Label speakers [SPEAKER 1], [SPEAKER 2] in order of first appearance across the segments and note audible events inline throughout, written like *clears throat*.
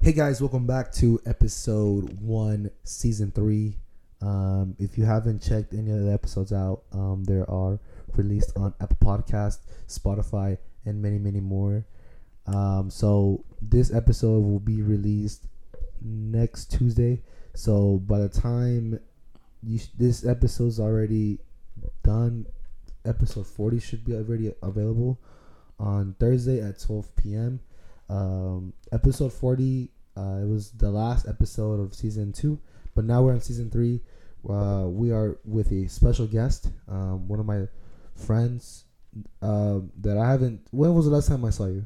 [SPEAKER 1] Hey guys, welcome back to episode one, season three. Um, if you haven't checked any of the episodes out, um, there are released on Apple Podcast, Spotify, and many, many more. Um, so this episode will be released next Tuesday. So by the time you sh- this episode's already done, episode forty should be already available on Thursday at twelve p.m. Um, episode forty. Uh, it was the last episode of season two, but now we're on season three. Uh, we are with a special guest, um, one of my friends um, that I haven't. When was the last time I saw you?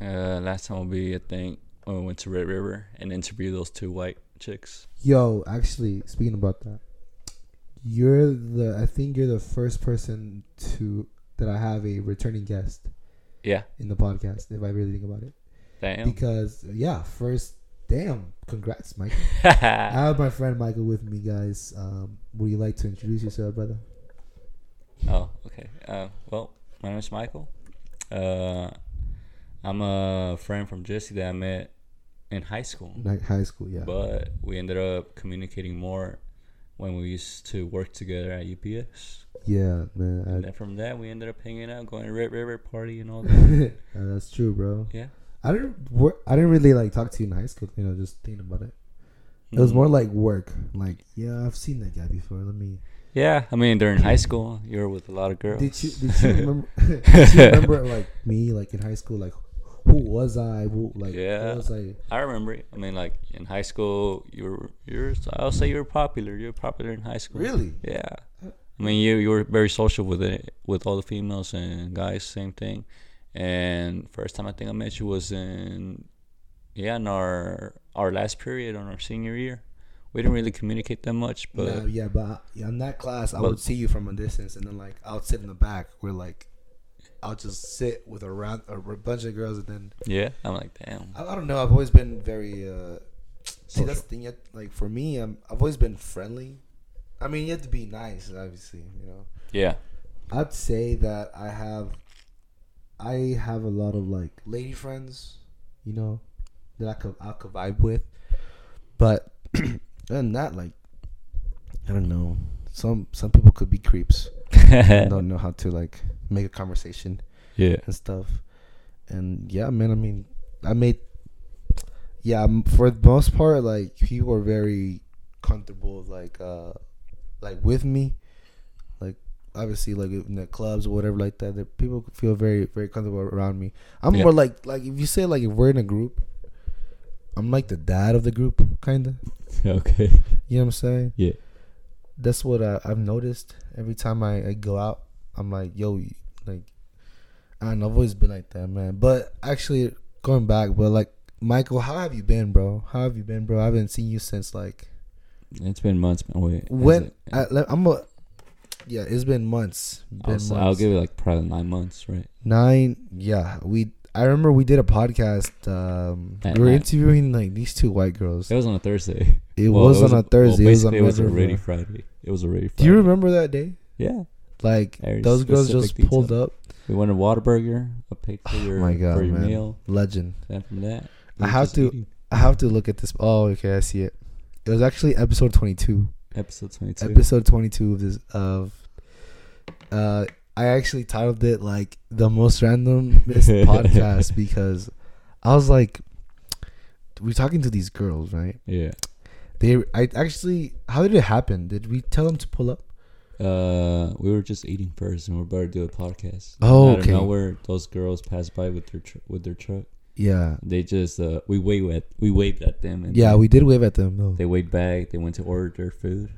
[SPEAKER 2] Uh, last time will be I think when we went to Red River and interviewed those two white chicks.
[SPEAKER 1] Yo, actually, speaking about that, you're the. I think you're the first person to that I have a returning guest
[SPEAKER 2] Yeah,
[SPEAKER 1] in the podcast. If I really think about it,
[SPEAKER 2] damn.
[SPEAKER 1] because yeah, first, damn, congrats, Mike. I have my friend Michael with me, guys. Um, would you like to introduce yourself, brother?
[SPEAKER 2] *laughs* oh, okay. Uh, well, my name's Michael. Uh, I'm a friend from Jesse that I met in high school,
[SPEAKER 1] Like high school, yeah.
[SPEAKER 2] but we ended up communicating more when we used to work together at UPS.
[SPEAKER 1] yeah, *laughs*
[SPEAKER 2] And
[SPEAKER 1] man.
[SPEAKER 2] then from that, we ended up hanging out, going to Red River party and all
[SPEAKER 1] I,
[SPEAKER 2] that.
[SPEAKER 1] Uh, that's true, bro.
[SPEAKER 2] Yeah.
[SPEAKER 1] I didn't. Wor- I didn't really like talk to you in high school. You know, just thinking about it. It was
[SPEAKER 2] Mhm.
[SPEAKER 1] more like work. Like, yeah, I've seen that guy before. Let me.
[SPEAKER 2] Yeah, I mean during high school, you were with a lot of girls.
[SPEAKER 1] Did you did
[SPEAKER 2] *laughs*
[SPEAKER 1] you remember? *laughs* did you remember like me like in high school? Like, who was I? Who like
[SPEAKER 2] Yeah.
[SPEAKER 1] who was I?
[SPEAKER 2] I remember. it. I mean, like in high school, you were you're. I'll say you were popular. You were popular in high school.
[SPEAKER 1] Really?
[SPEAKER 2] Yeah. I mean, you you were very social with it, with all the females and guys. Same thing. And first time I think I met you was in, yeah, in our our last period on our senior year. We didn't really communicate that much, but
[SPEAKER 1] Nah, yeah, but I, yeah, in that class, I
[SPEAKER 2] but-
[SPEAKER 1] would see you from a distance, and then like I'll sit in the back where like I'll just sit with a round a bunch of girls, and then
[SPEAKER 2] yeah, I'm like, damn.
[SPEAKER 1] I, I don't know. I've always been very. Uh, see, that's the
[SPEAKER 2] Social.
[SPEAKER 1] thing. you have- Like for me, I'm, I've always been friendly. I mean, you have to be nice, obviously. You know,
[SPEAKER 2] Yeah.
[SPEAKER 1] I'd say that I have, I have a lot of like lady friends, you know, that I could I could vibe with, but *clears throat* other than that, like, I don't know. Some some people could be creeps. and don't know how to like make a conversation
[SPEAKER 2] *laughs* yeah.
[SPEAKER 1] and stuff. And yeah, man, I mean, I made, yeah, m- for the most part, like people were very comfortable, like, uh, like with me, like obviously, like in the clubs or whatever, like that. That people feel very, very comfortable around me. I'm
[SPEAKER 2] Yeah.
[SPEAKER 1] more like, like if you say like if we're in a group, I'm like the dad of the group, kinda.
[SPEAKER 2] Okay.
[SPEAKER 1] You know what I'm saying?
[SPEAKER 2] Yeah.
[SPEAKER 1] That's what I, I've noticed every time I, I go out. I'm like, yo, you- like, I don't know. I've always been like that, man. But actually, going back, but like, Michael, how have you been, bro? How have you been, bro? I haven't seen you since like
[SPEAKER 2] It's been months, man. Wait. is
[SPEAKER 1] when
[SPEAKER 2] it-
[SPEAKER 1] I, like, I'm a. Yeah, it's been months. Been
[SPEAKER 2] I'll, say- I'll give it like probably nine months, right?
[SPEAKER 1] nine. Yeah, we. I remember we did a podcast. Um,
[SPEAKER 2] At
[SPEAKER 1] we were
[SPEAKER 2] night.
[SPEAKER 1] interviewing like these two white girls.
[SPEAKER 2] It was on a Thursday.
[SPEAKER 1] It
[SPEAKER 2] Well,
[SPEAKER 1] was on a Thursday. it
[SPEAKER 2] Well,
[SPEAKER 1] was on
[SPEAKER 2] basically, it was
[SPEAKER 1] Red
[SPEAKER 2] already
[SPEAKER 1] River.
[SPEAKER 2] Friday. It was already Friday.
[SPEAKER 1] Do you remember that day?
[SPEAKER 2] Yeah,
[SPEAKER 1] Like
[SPEAKER 2] Very
[SPEAKER 1] those girls just
[SPEAKER 2] specific
[SPEAKER 1] pulled up.
[SPEAKER 2] we went to Waterburger. I paid for your,
[SPEAKER 1] Oh my God,
[SPEAKER 2] for your
[SPEAKER 1] man.
[SPEAKER 2] meal.
[SPEAKER 1] Legend.
[SPEAKER 2] Then from that,
[SPEAKER 1] I have to- I have to look at this. Oh, okay, I see it. It was actually episode twenty-two.
[SPEAKER 2] episode twenty two.
[SPEAKER 1] Episode twenty-two of this of. Uh, I actually titled it like the most random
[SPEAKER 2] *laughs*
[SPEAKER 1] podcast because I was like, we're talking to these girls, right?
[SPEAKER 2] yeah.
[SPEAKER 1] They, I actually, how did it happen? Did we tell them to pull up?
[SPEAKER 2] Uh, we were just eating first, and we are about to do a podcast.
[SPEAKER 1] Oh,
[SPEAKER 2] Out
[SPEAKER 1] okay.
[SPEAKER 2] of nowhere, those girls passed by with their tr- with their truck.
[SPEAKER 1] Yeah,
[SPEAKER 2] They just uh, we waved at we waved at them, and
[SPEAKER 1] yeah,
[SPEAKER 2] they,
[SPEAKER 1] we did wave at them. though.
[SPEAKER 2] they waved back. They went to order their food.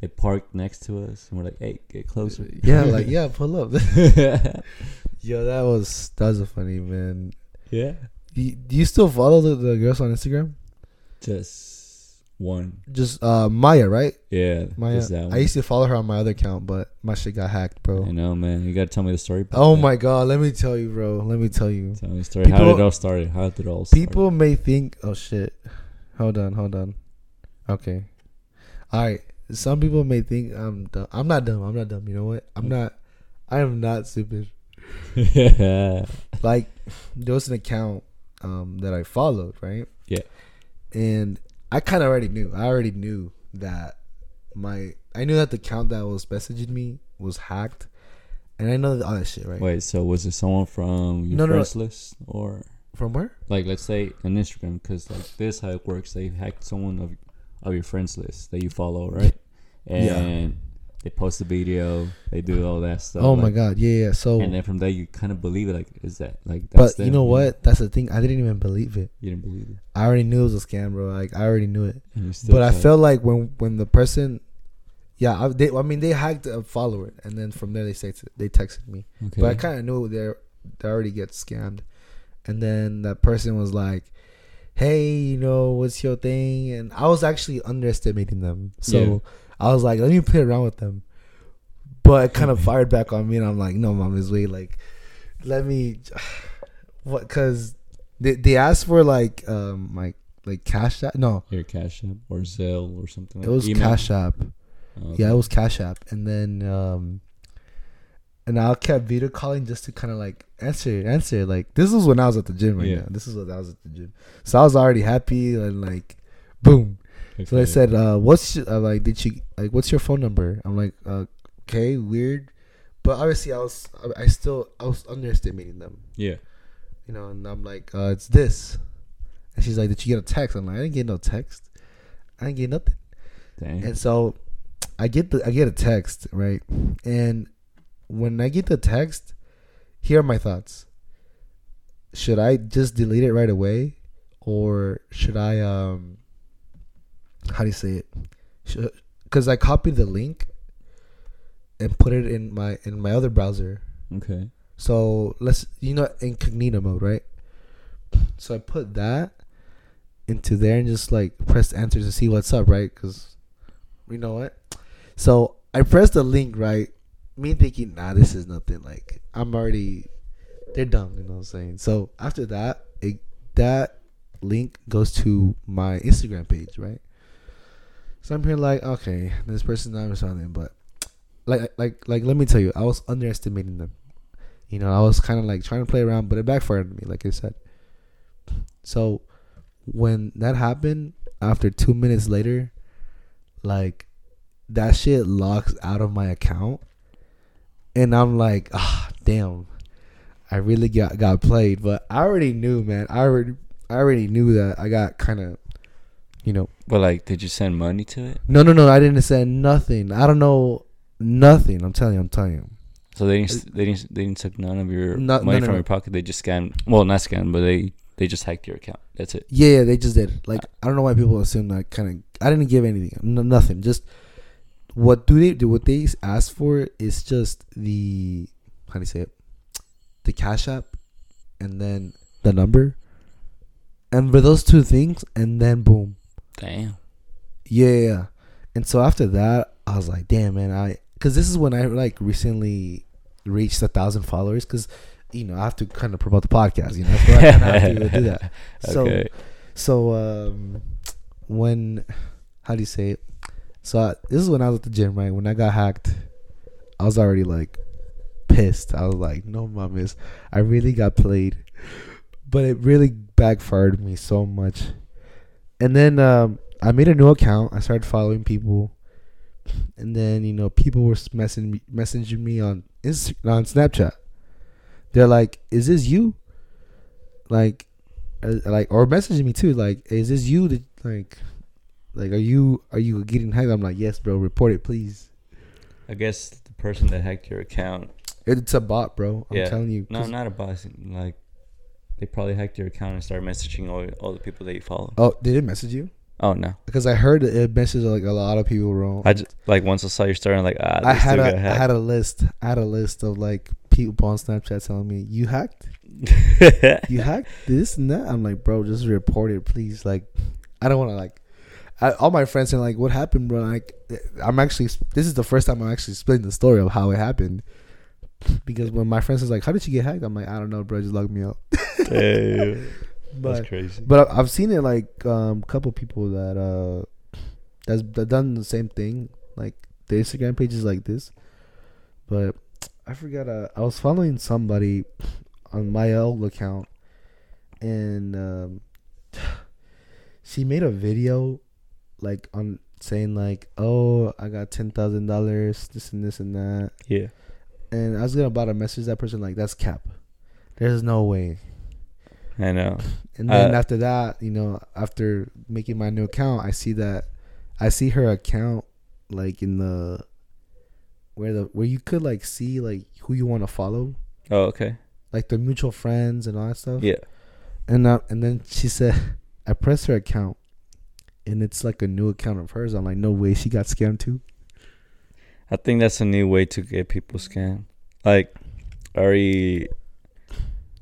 [SPEAKER 2] They parked next to us, and we're like, "Hey, get closer."
[SPEAKER 1] yeah,
[SPEAKER 2] *laughs*
[SPEAKER 1] like yeah, pull up. *laughs*
[SPEAKER 2] yeah,
[SPEAKER 1] Yo, that was that was a funny man.
[SPEAKER 2] *laughs* yeah.
[SPEAKER 1] You, do you still follow the, the girls on Instagram?
[SPEAKER 2] Just one.
[SPEAKER 1] Just uh Maya, right?
[SPEAKER 2] Yeah,
[SPEAKER 1] Maya.
[SPEAKER 2] just that one.
[SPEAKER 1] uh, I used to follow her on my other account, but my shit got hacked,
[SPEAKER 2] I
[SPEAKER 1] bro.
[SPEAKER 2] know, man. You gotta tell me the story. about
[SPEAKER 1] Oh
[SPEAKER 2] that.
[SPEAKER 1] my god, let me tell you, bro. Let me tell you.
[SPEAKER 2] Tell me the story. How
[SPEAKER 1] People-
[SPEAKER 2] did it all start? How did it all start?
[SPEAKER 1] People may think, oh shit. Hold on, hold on. Okay. All right. Some people may think I'm dumb. I'm not dumb. I'm not dumb. You know what?
[SPEAKER 2] Mm.
[SPEAKER 1] I'm not. I am not stupid.
[SPEAKER 2] *laughs* yeah.
[SPEAKER 1] Like there was an account um that I followed, right?
[SPEAKER 2] Yeah.
[SPEAKER 1] and I kind of already knew. I already knew that my I knew that the account that was messaging me was hacked, and I know all that shit right
[SPEAKER 2] Wait, so was it someone from your
[SPEAKER 1] No, no, no.
[SPEAKER 2] friends list or
[SPEAKER 1] from where.
[SPEAKER 2] like let's say an Instagram? Because like this how it works. They hacked someone of of your friends list that you follow, right? And
[SPEAKER 1] Yeah.
[SPEAKER 2] they post a video. They do all that stuff.
[SPEAKER 1] oh my
[SPEAKER 2] like,
[SPEAKER 1] god, yeah, yeah. So,
[SPEAKER 2] And then from there, you kind of believe it. Like, is that like?
[SPEAKER 1] but you
[SPEAKER 2] them?
[SPEAKER 1] know what? That's the thing. I didn't even believe it.
[SPEAKER 2] You didn't believe it.
[SPEAKER 1] I already knew it was a scam, bro. Like I already knew it.
[SPEAKER 2] And you still
[SPEAKER 1] But I
[SPEAKER 2] tried.
[SPEAKER 1] felt like when when the person, yeah, I, they, I mean they hacked a follower, and then from there they texted they texted me.
[SPEAKER 2] Okay.
[SPEAKER 1] But I kind of knew they they already get scammed, and then that person was like, "Hey, you know what's your thing?" And I was actually underestimating them, so
[SPEAKER 2] Yeah.
[SPEAKER 1] I was like, "Let me play around with them," but it kind of fired back on me, and I'm like, "No, mom is way like, let me *sighs* what?" Because they they asked for like um like like cash app no
[SPEAKER 2] your Cash App or Zelle or something.
[SPEAKER 1] it was
[SPEAKER 2] Email?
[SPEAKER 1] cash app
[SPEAKER 2] Oh,
[SPEAKER 1] yeah,
[SPEAKER 2] okay.
[SPEAKER 1] it was Cash App, and then um, and I kept video calling just to kind of like answer, answer. Like this was when I was at the gym right
[SPEAKER 2] Yeah.
[SPEAKER 1] now. This is when I was at the gym, so I was already happy and like, boom. So they
[SPEAKER 2] Okay.
[SPEAKER 1] said, uh, "What's your, uh, like? Did you like? What's your phone number?" I'm like, uh, "Okay, weird," but obviously I was, I, I still, I was underestimating them,
[SPEAKER 2] Yeah.
[SPEAKER 1] you know. And I'm like, uh, "It's this," and she's like, "Did you get a text?" I'm like, "I didn't get no text. I didn't get nothing."
[SPEAKER 2] Dang.
[SPEAKER 1] And so I get the I get a text, right? And when I get the text, here are my thoughts. Should I just delete it right away or should I um how do you say it? Cuz I copied the link and put it in my in my other browser.
[SPEAKER 2] okay.
[SPEAKER 1] So let's you know incognito mode, right? So I put that into there and just like press enter to see what's up, right? Because you know what? So I pressed the link, right? Me thinking, nah, this is nothing. Like I'm already, they're dumb. You know what I'm saying? So after that, it, that link goes to my Instagram page, right? So I'm here like, okay, this person's not responding, but like, like, like, let me tell you, I was underestimating them. You know, I was kind of like trying to play around, but it backfired on me, like I said. So when that happened, after two minutes later, like that shit locks out of my account, and I'm like, ah, damn, I really got got played. But I already knew, man. I already, I already knew that I got kind of, you know,
[SPEAKER 2] But like, did you send money to it?
[SPEAKER 1] no, no, no. I didn't say nothing. I don't know nothing. I'm telling you. I'm telling you.
[SPEAKER 2] So they didn't, they didn't, they didn't took none of your
[SPEAKER 1] No-
[SPEAKER 2] money
[SPEAKER 1] no, no,
[SPEAKER 2] from
[SPEAKER 1] no.
[SPEAKER 2] your pocket. They just scammed. Well, not scammed, but they they just hacked your account. That's it.
[SPEAKER 1] Yeah, yeah, they just did. Like I don't know why people assume that kind of. I didn't give anything, no, nothing. Just what do they do? What they ask for is just the how do you say it? The cash app, and then the number, and for those two things, and then boom,
[SPEAKER 2] Damn.
[SPEAKER 1] yeah, yeah, yeah. And so after that, I was like, damn, man, I because this is when I like recently reached a thousand followers because you know I have to kind of promote the podcast, you know, so I kinda have to do that. So
[SPEAKER 2] okay.
[SPEAKER 1] so um, when how do you say it? So I, this is when I was at the gym, right? When I got hacked, I was already like pissed. I was like, "No, mames, I really got played," but it really backfired me so much. And then um, I made a new account. I started following people, and then you know people were messaging me, messaging me on Inst- on Snapchat. They're like, "Is this you?" Like, uh, like or messaging me too like is this you that like like are you are you getting hacked i'm like yes bro report it please
[SPEAKER 2] I guess the person that hacked your account.
[SPEAKER 1] it's a bot bro i'm
[SPEAKER 2] Yeah.
[SPEAKER 1] telling you
[SPEAKER 2] No,
[SPEAKER 1] 'cause-
[SPEAKER 2] not a boss. Like, they probably hacked your account and started messaging all all the people that you follow.
[SPEAKER 1] oh did it message you
[SPEAKER 2] Oh no.
[SPEAKER 1] because i heard it messaged like a lot of people wrong
[SPEAKER 2] I just like once I saw your story, I'm like, ah,
[SPEAKER 1] I
[SPEAKER 2] this
[SPEAKER 1] had
[SPEAKER 2] dude
[SPEAKER 1] a
[SPEAKER 2] got
[SPEAKER 1] I
[SPEAKER 2] hacked.
[SPEAKER 1] had a list i had a list of like people on snapchat telling me you hacked *laughs* you hacked this and that i'm like bro just report it please like i don't want to like I, all my friends are like what happened bro like i'm actually this is the first time i'm actually splitting the story of how it happened because when my friends is like how did you get hacked i'm like i don't know bro just log me out
[SPEAKER 2] *laughs* Damn.
[SPEAKER 1] but
[SPEAKER 2] That's crazy.
[SPEAKER 1] but I- i've seen it like um couple people that uh that's that done the same thing like the instagram page is like this but i forgot uh, i was following somebody on my old account and um *sighs* she made a video like on saying like, "Oh, I got ten thousand dollars, this and this and that,"
[SPEAKER 2] Yeah.
[SPEAKER 1] and I was gonna about to message that person like, "That's cap. There's no way."
[SPEAKER 2] I know.
[SPEAKER 1] And then
[SPEAKER 2] Uh,
[SPEAKER 1] after that, you know, after making my new account, I see that I see her account like in the where the where you could like see like who you want to follow,
[SPEAKER 2] Oh, okay.
[SPEAKER 1] like the mutual friends and all that stuff.
[SPEAKER 2] Yeah.
[SPEAKER 1] And uh, and then she said, *laughs* I pressed her account, and it's like a new account of hers. I'm like, no way, she got scammed too.
[SPEAKER 2] I think that's a new way to get people scammed. Like, I already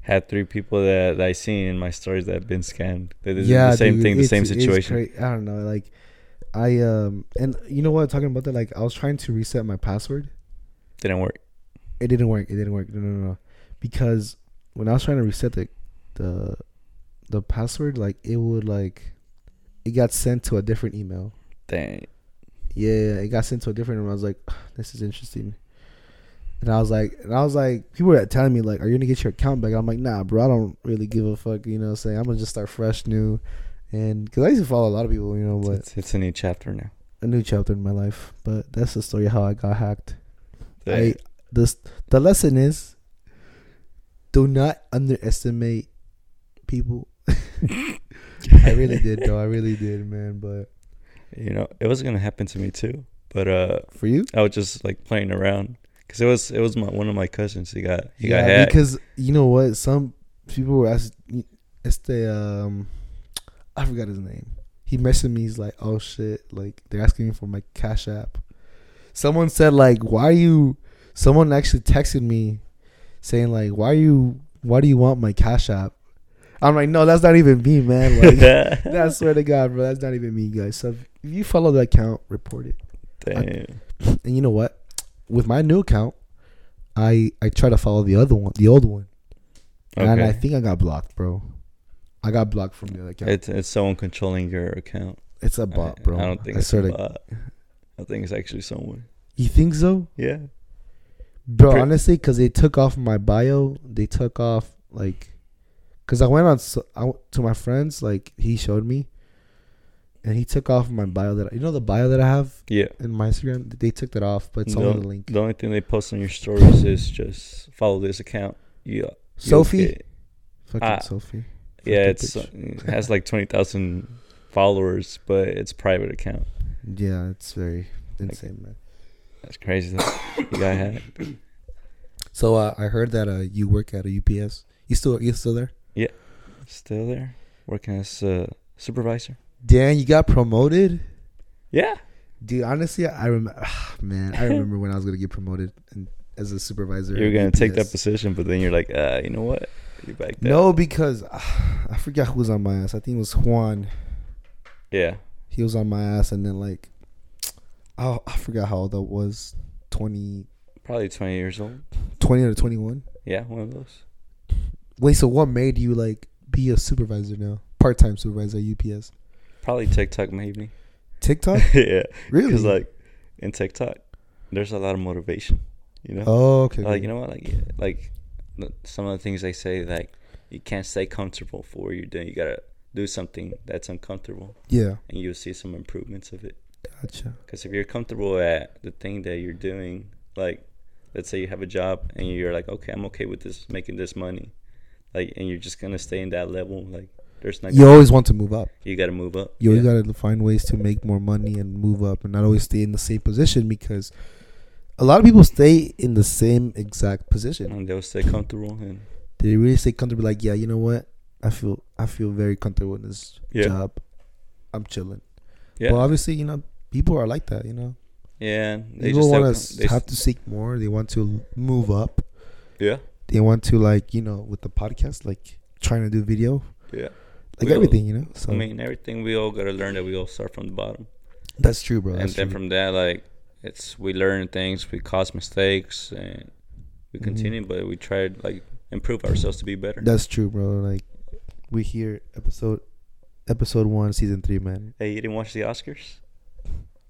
[SPEAKER 2] had three people that, that I seen in my stories that have been scammed. They did the same
[SPEAKER 1] dude,
[SPEAKER 2] thing, the
[SPEAKER 1] it's-
[SPEAKER 2] same
[SPEAKER 1] it's
[SPEAKER 2] situation.
[SPEAKER 1] cra- I don't know, like. I um and you know what talking about that like I was trying to reset my password
[SPEAKER 2] Didn't work.
[SPEAKER 1] it didn't work. It didn't work. No, no, no, no. Because when I was trying to reset the, the, the password, like it would like, it got sent to a different email.
[SPEAKER 2] Dang.
[SPEAKER 1] Yeah, it got sent to a different email. I was like, this is interesting. And I was like, and I was like, people were telling me like, are you gonna get your account back? I'm like, nah, bro. I don't really give a fuck. You know, what I'm saying I'm gonna just start fresh, new, and because I used to follow a lot of people. You know, but
[SPEAKER 2] It's, it's a new chapter now.
[SPEAKER 1] a new chapter in my life. But that's the story of how I got hacked. I
[SPEAKER 2] Dang.
[SPEAKER 1] this the lesson is do not underestimate people. *laughs* I really did though. I really did, man. But
[SPEAKER 2] you know, it was gonna happen to me too, but uh,
[SPEAKER 1] for you,
[SPEAKER 2] I was just like playing around because it was it was my one of my cousins. He got he got hacked. *laughs*
[SPEAKER 1] because you know what? Some people were asking. It's the um, I forgot his name. He messaged me. He's like, "Oh shit!" Like they're asking me for my Cash App. Someone said like, "Why are you?" Someone actually texted me, saying like, "Why are you? Why do you want my Cash App?" I'm like, "No, that's not even me, man." Like,
[SPEAKER 2] *laughs*
[SPEAKER 1] *laughs* I swear to God, bro, that's not even me, guys. So if you follow the account, report it.
[SPEAKER 2] Damn.
[SPEAKER 1] And you know what? With my new account, I I try to follow the other one, the old one, and I
[SPEAKER 2] Okay.
[SPEAKER 1] think I got blocked, bro. I got blocked from the other account.
[SPEAKER 2] It's it's someone controlling your account.
[SPEAKER 1] it's a bot,
[SPEAKER 2] I-
[SPEAKER 1] bro.
[SPEAKER 2] I don't think
[SPEAKER 1] I
[SPEAKER 2] it's a
[SPEAKER 1] swear to-
[SPEAKER 2] bot. I think it's actually someone.
[SPEAKER 1] You think so,
[SPEAKER 2] Yeah.
[SPEAKER 1] bro?
[SPEAKER 2] Pre-
[SPEAKER 1] honestly, because they took off my bio, they took off like, because I went on so, I went to my friends, like he showed me, and he took off my bio that you know the bio that I have
[SPEAKER 2] Yeah.
[SPEAKER 1] in my Instagram. They took that off, but it's
[SPEAKER 2] No.
[SPEAKER 1] only the link.
[SPEAKER 2] The only thing they post on your stories is just follow this account. Yeah. you'll
[SPEAKER 1] Sophie,
[SPEAKER 2] get-
[SPEAKER 1] Fucking
[SPEAKER 2] Ah.
[SPEAKER 1] Sophie.
[SPEAKER 2] Yeah,
[SPEAKER 1] Freaking
[SPEAKER 2] it's
[SPEAKER 1] bitch.
[SPEAKER 2] it has like twenty thousand followers, but it's private account.
[SPEAKER 1] yeah, it's very insane, man.
[SPEAKER 2] That's crazy. That you got hacked.
[SPEAKER 1] So uh, I heard that uh, you work at a UPS. You still you still there?
[SPEAKER 2] Still there, working as a supervisor.
[SPEAKER 1] Dan, you got promoted,
[SPEAKER 2] Yeah.
[SPEAKER 1] dude. Honestly, I remember. *sighs* man, I remember when I was gonna get promoted and, as a supervisor.
[SPEAKER 2] You're
[SPEAKER 1] at
[SPEAKER 2] gonna take that
[SPEAKER 1] UPS.
[SPEAKER 2] position, but then you're like, uh, you know what? You're back there.
[SPEAKER 1] No, because *sighs* ah, I forgot who was on my ass. I think it was Juan.
[SPEAKER 2] Yeah.
[SPEAKER 1] He was on my ass, and then like, oh, I forgot how old I was. 20,
[SPEAKER 2] Probably 20 years old.
[SPEAKER 1] 20 or twenty one.
[SPEAKER 2] Yeah, one of those.
[SPEAKER 1] Wait, so what made you like be a supervisor now? Part time supervisor at UPS.
[SPEAKER 2] Probably TikTok, maybe.
[SPEAKER 1] TikTok?
[SPEAKER 2] *laughs* yeah.
[SPEAKER 1] Really?
[SPEAKER 2] Because, like, in TikTok, there's a lot of motivation, you know?
[SPEAKER 1] oh, okay.
[SPEAKER 2] Like, you know what? Like, yeah, like the- some of the things they say, like, you can't stay comfortable for what you're doing. You gotta do something that's uncomfortable,
[SPEAKER 1] yeah,
[SPEAKER 2] and you'll see some improvements of it.
[SPEAKER 1] gotcha.
[SPEAKER 2] Because if you're comfortable at the thing that you're doing, like let's say you have a job and you're like, okay, I'm okay with this, making this money, like, and you're just gonna stay in that level. Like, there's not,
[SPEAKER 1] You always want to move up.
[SPEAKER 2] you gotta move up.
[SPEAKER 1] You
[SPEAKER 2] yeah.
[SPEAKER 1] always got to find ways to make more money and move up, and not always stay in the same position because a lot of people stay in the same exact position.
[SPEAKER 2] and they'll stay comfortable and
[SPEAKER 1] They really stay comfortable. Like, yeah, you know what? I feel I feel very comfortable in this
[SPEAKER 2] Yeah.
[SPEAKER 1] job. I'm chilling.
[SPEAKER 2] yeah,
[SPEAKER 1] Well, obviously, you know, people are like that. You know,
[SPEAKER 2] yeah. They
[SPEAKER 1] people
[SPEAKER 2] just
[SPEAKER 1] want
[SPEAKER 2] have,
[SPEAKER 1] to
[SPEAKER 2] they,
[SPEAKER 1] have to seek more. They want to move up.
[SPEAKER 2] yeah,
[SPEAKER 1] They want to like you know with the podcast, like trying to do video,
[SPEAKER 2] yeah.
[SPEAKER 1] like
[SPEAKER 2] We all-
[SPEAKER 1] everything. You know, so
[SPEAKER 2] I mean, everything we all gotta learn that we all start from the bottom,
[SPEAKER 1] that's true, bro.
[SPEAKER 2] and
[SPEAKER 1] That's
[SPEAKER 2] then
[SPEAKER 1] true.
[SPEAKER 2] from that, like, it's we learn things, we cause mistakes, and we
[SPEAKER 1] Mhm.
[SPEAKER 2] continue, but we try to like improve ourselves to be better.
[SPEAKER 1] That's true, bro. Like we here episode episode one, season three, man.
[SPEAKER 2] hey, you didn't watch the Oscars?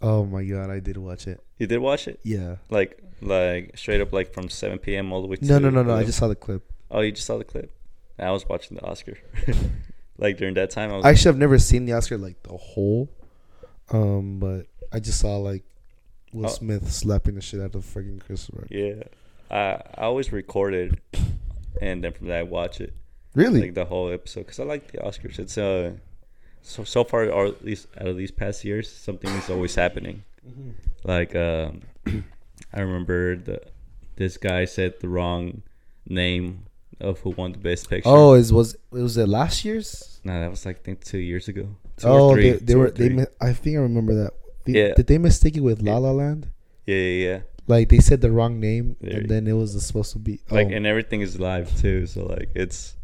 [SPEAKER 1] Oh my god, I did watch it.
[SPEAKER 2] You did watch it?
[SPEAKER 1] Yeah.
[SPEAKER 2] Like like straight up like from 7 p.m. all the way.
[SPEAKER 1] No,
[SPEAKER 2] to
[SPEAKER 1] no, no, no. I
[SPEAKER 2] *laughs* 11?
[SPEAKER 1] just saw the clip.
[SPEAKER 2] Oh, you just saw the clip. I was watching the Oscar. *laughs* like during that time, I was
[SPEAKER 1] Actually, I've never seen the Oscar like the whole, um, but I just saw like Will
[SPEAKER 2] Oh.
[SPEAKER 1] Smith slapping the shit out of freaking Chris Rock.
[SPEAKER 2] yeah. I I always recorded, and then from that I watch it
[SPEAKER 1] Really?
[SPEAKER 2] like the whole episode because I like the Oscars. It's uh so so far or at least out of these past years, something is always happening. Like um, *clears throat* I remember the this guy said the wrong name of who won the best picture.
[SPEAKER 1] oh, it was it was it last year's?
[SPEAKER 2] no, that was like I think two years ago. Two
[SPEAKER 1] Oh,
[SPEAKER 2] or
[SPEAKER 1] they,
[SPEAKER 2] three.
[SPEAKER 1] they
[SPEAKER 2] two
[SPEAKER 1] were
[SPEAKER 2] or
[SPEAKER 1] they.
[SPEAKER 2] three.
[SPEAKER 1] mi- I think I remember that. They-
[SPEAKER 2] Yeah.
[SPEAKER 1] Did they mistake it with La La Land?
[SPEAKER 2] yeah, yeah, yeah.
[SPEAKER 1] Like they said the wrong name,
[SPEAKER 2] There you-
[SPEAKER 1] and then it was supposed to be
[SPEAKER 2] Like
[SPEAKER 1] oh.
[SPEAKER 2] and everything is live too, so like it's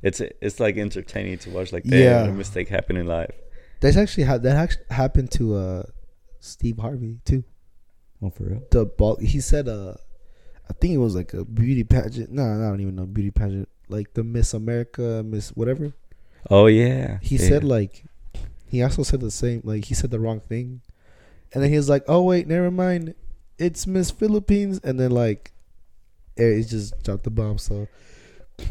[SPEAKER 2] it's it's like entertaining to watch. Like
[SPEAKER 1] Yeah.
[SPEAKER 2] damn, a mistake happening live.
[SPEAKER 1] That's actually how that actually happened to uh Steve Harvey too.
[SPEAKER 2] Oh, for real?
[SPEAKER 1] The ball he said uh I think it was like a beauty pageant. No, I don't even know beauty pageant. Like the Miss America, Miss whatever.
[SPEAKER 2] Oh yeah.
[SPEAKER 1] He
[SPEAKER 2] yeah.
[SPEAKER 1] said like he also said the same like he said the wrong thing. And then he was like, "Oh wait, never mind. It's Miss Philippines." And then like it, it just dropped the bomb so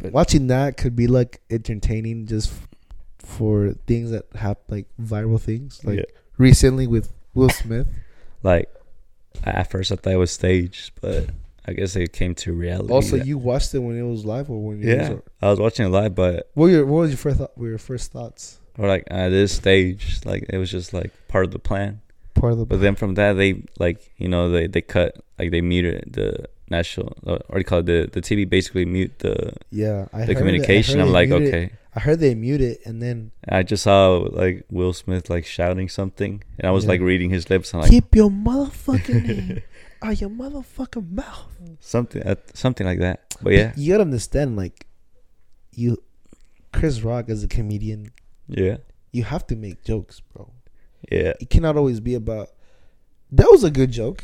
[SPEAKER 1] watching that could be like entertaining just f- for things that happen like viral things like
[SPEAKER 2] Yeah.
[SPEAKER 1] recently with Will Smith.
[SPEAKER 2] like at first I thought it was staged, but I guess it came to reality.
[SPEAKER 1] Also,
[SPEAKER 2] that-
[SPEAKER 1] you watched it when it was live or when it
[SPEAKER 2] yeah,
[SPEAKER 1] was.
[SPEAKER 2] I was watching it live, but
[SPEAKER 1] What were your What was your first thought? Were your first thoughts
[SPEAKER 2] or like uh, at this stage, like it was just like part of the plan.
[SPEAKER 1] part of the?
[SPEAKER 2] But then from that, they like you know they they cut like they muted the national or what do you call it the the TV basically mute the
[SPEAKER 1] yeah, I
[SPEAKER 2] the
[SPEAKER 1] heard it. I
[SPEAKER 2] communication.
[SPEAKER 1] heard
[SPEAKER 2] I'm
[SPEAKER 1] they
[SPEAKER 2] like
[SPEAKER 1] muted-
[SPEAKER 2] okay.
[SPEAKER 1] I heard they mute it and then
[SPEAKER 2] I just saw like Will Smith like shouting something, and I was
[SPEAKER 1] Yeah.
[SPEAKER 2] like reading his lips. I'm like *laughs*
[SPEAKER 1] keep your motherfucking name out your motherfucking mouth.
[SPEAKER 2] something uh, something like that.
[SPEAKER 1] *laughs*
[SPEAKER 2] But yeah,
[SPEAKER 1] you gotta understand, like you, Chris Rock as a comedian,
[SPEAKER 2] yeah,
[SPEAKER 1] you have to make jokes, bro.
[SPEAKER 2] yeah.
[SPEAKER 1] It cannot always be about. That was a good joke.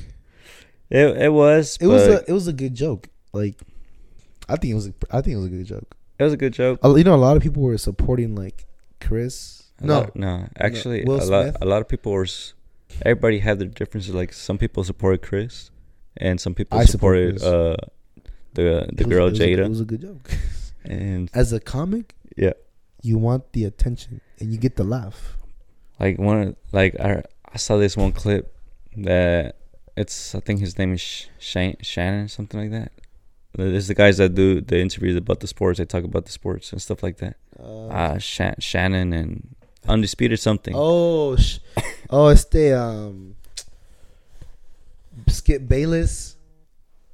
[SPEAKER 2] It it was
[SPEAKER 1] It was
[SPEAKER 2] but
[SPEAKER 1] a it was a good joke. Like, I think it was a, I think it was a good joke.
[SPEAKER 2] it was a good joke.
[SPEAKER 1] A- you know, a lot of people were supporting like Chris.
[SPEAKER 2] A
[SPEAKER 1] No,
[SPEAKER 2] lot- no. Actually,
[SPEAKER 1] Will
[SPEAKER 2] a lot.
[SPEAKER 1] Smith?
[SPEAKER 2] A lot of people were. s- Everybody had their differences. Like some people supported Chris, and some people
[SPEAKER 1] I support
[SPEAKER 2] supported
[SPEAKER 1] Chris.
[SPEAKER 2] uh, the
[SPEAKER 1] it
[SPEAKER 2] the
[SPEAKER 1] was-
[SPEAKER 2] girl
[SPEAKER 1] it was a-
[SPEAKER 2] Jada.
[SPEAKER 1] it was a good joke.
[SPEAKER 2] and
[SPEAKER 1] As a comic,
[SPEAKER 2] yeah,
[SPEAKER 1] you want the attention and you get the laugh.
[SPEAKER 2] like one, of- like I I saw this one clip that it's I think his name is Sh- Shane Shannon something like that. There's the guys that do the interviews about the sports. They talk about the sports and stuff like that.
[SPEAKER 1] Uh,
[SPEAKER 2] Uh, Shan Shannon and Undisputed something.
[SPEAKER 1] Oh, sh- oh, it's the um, Skip Bayless.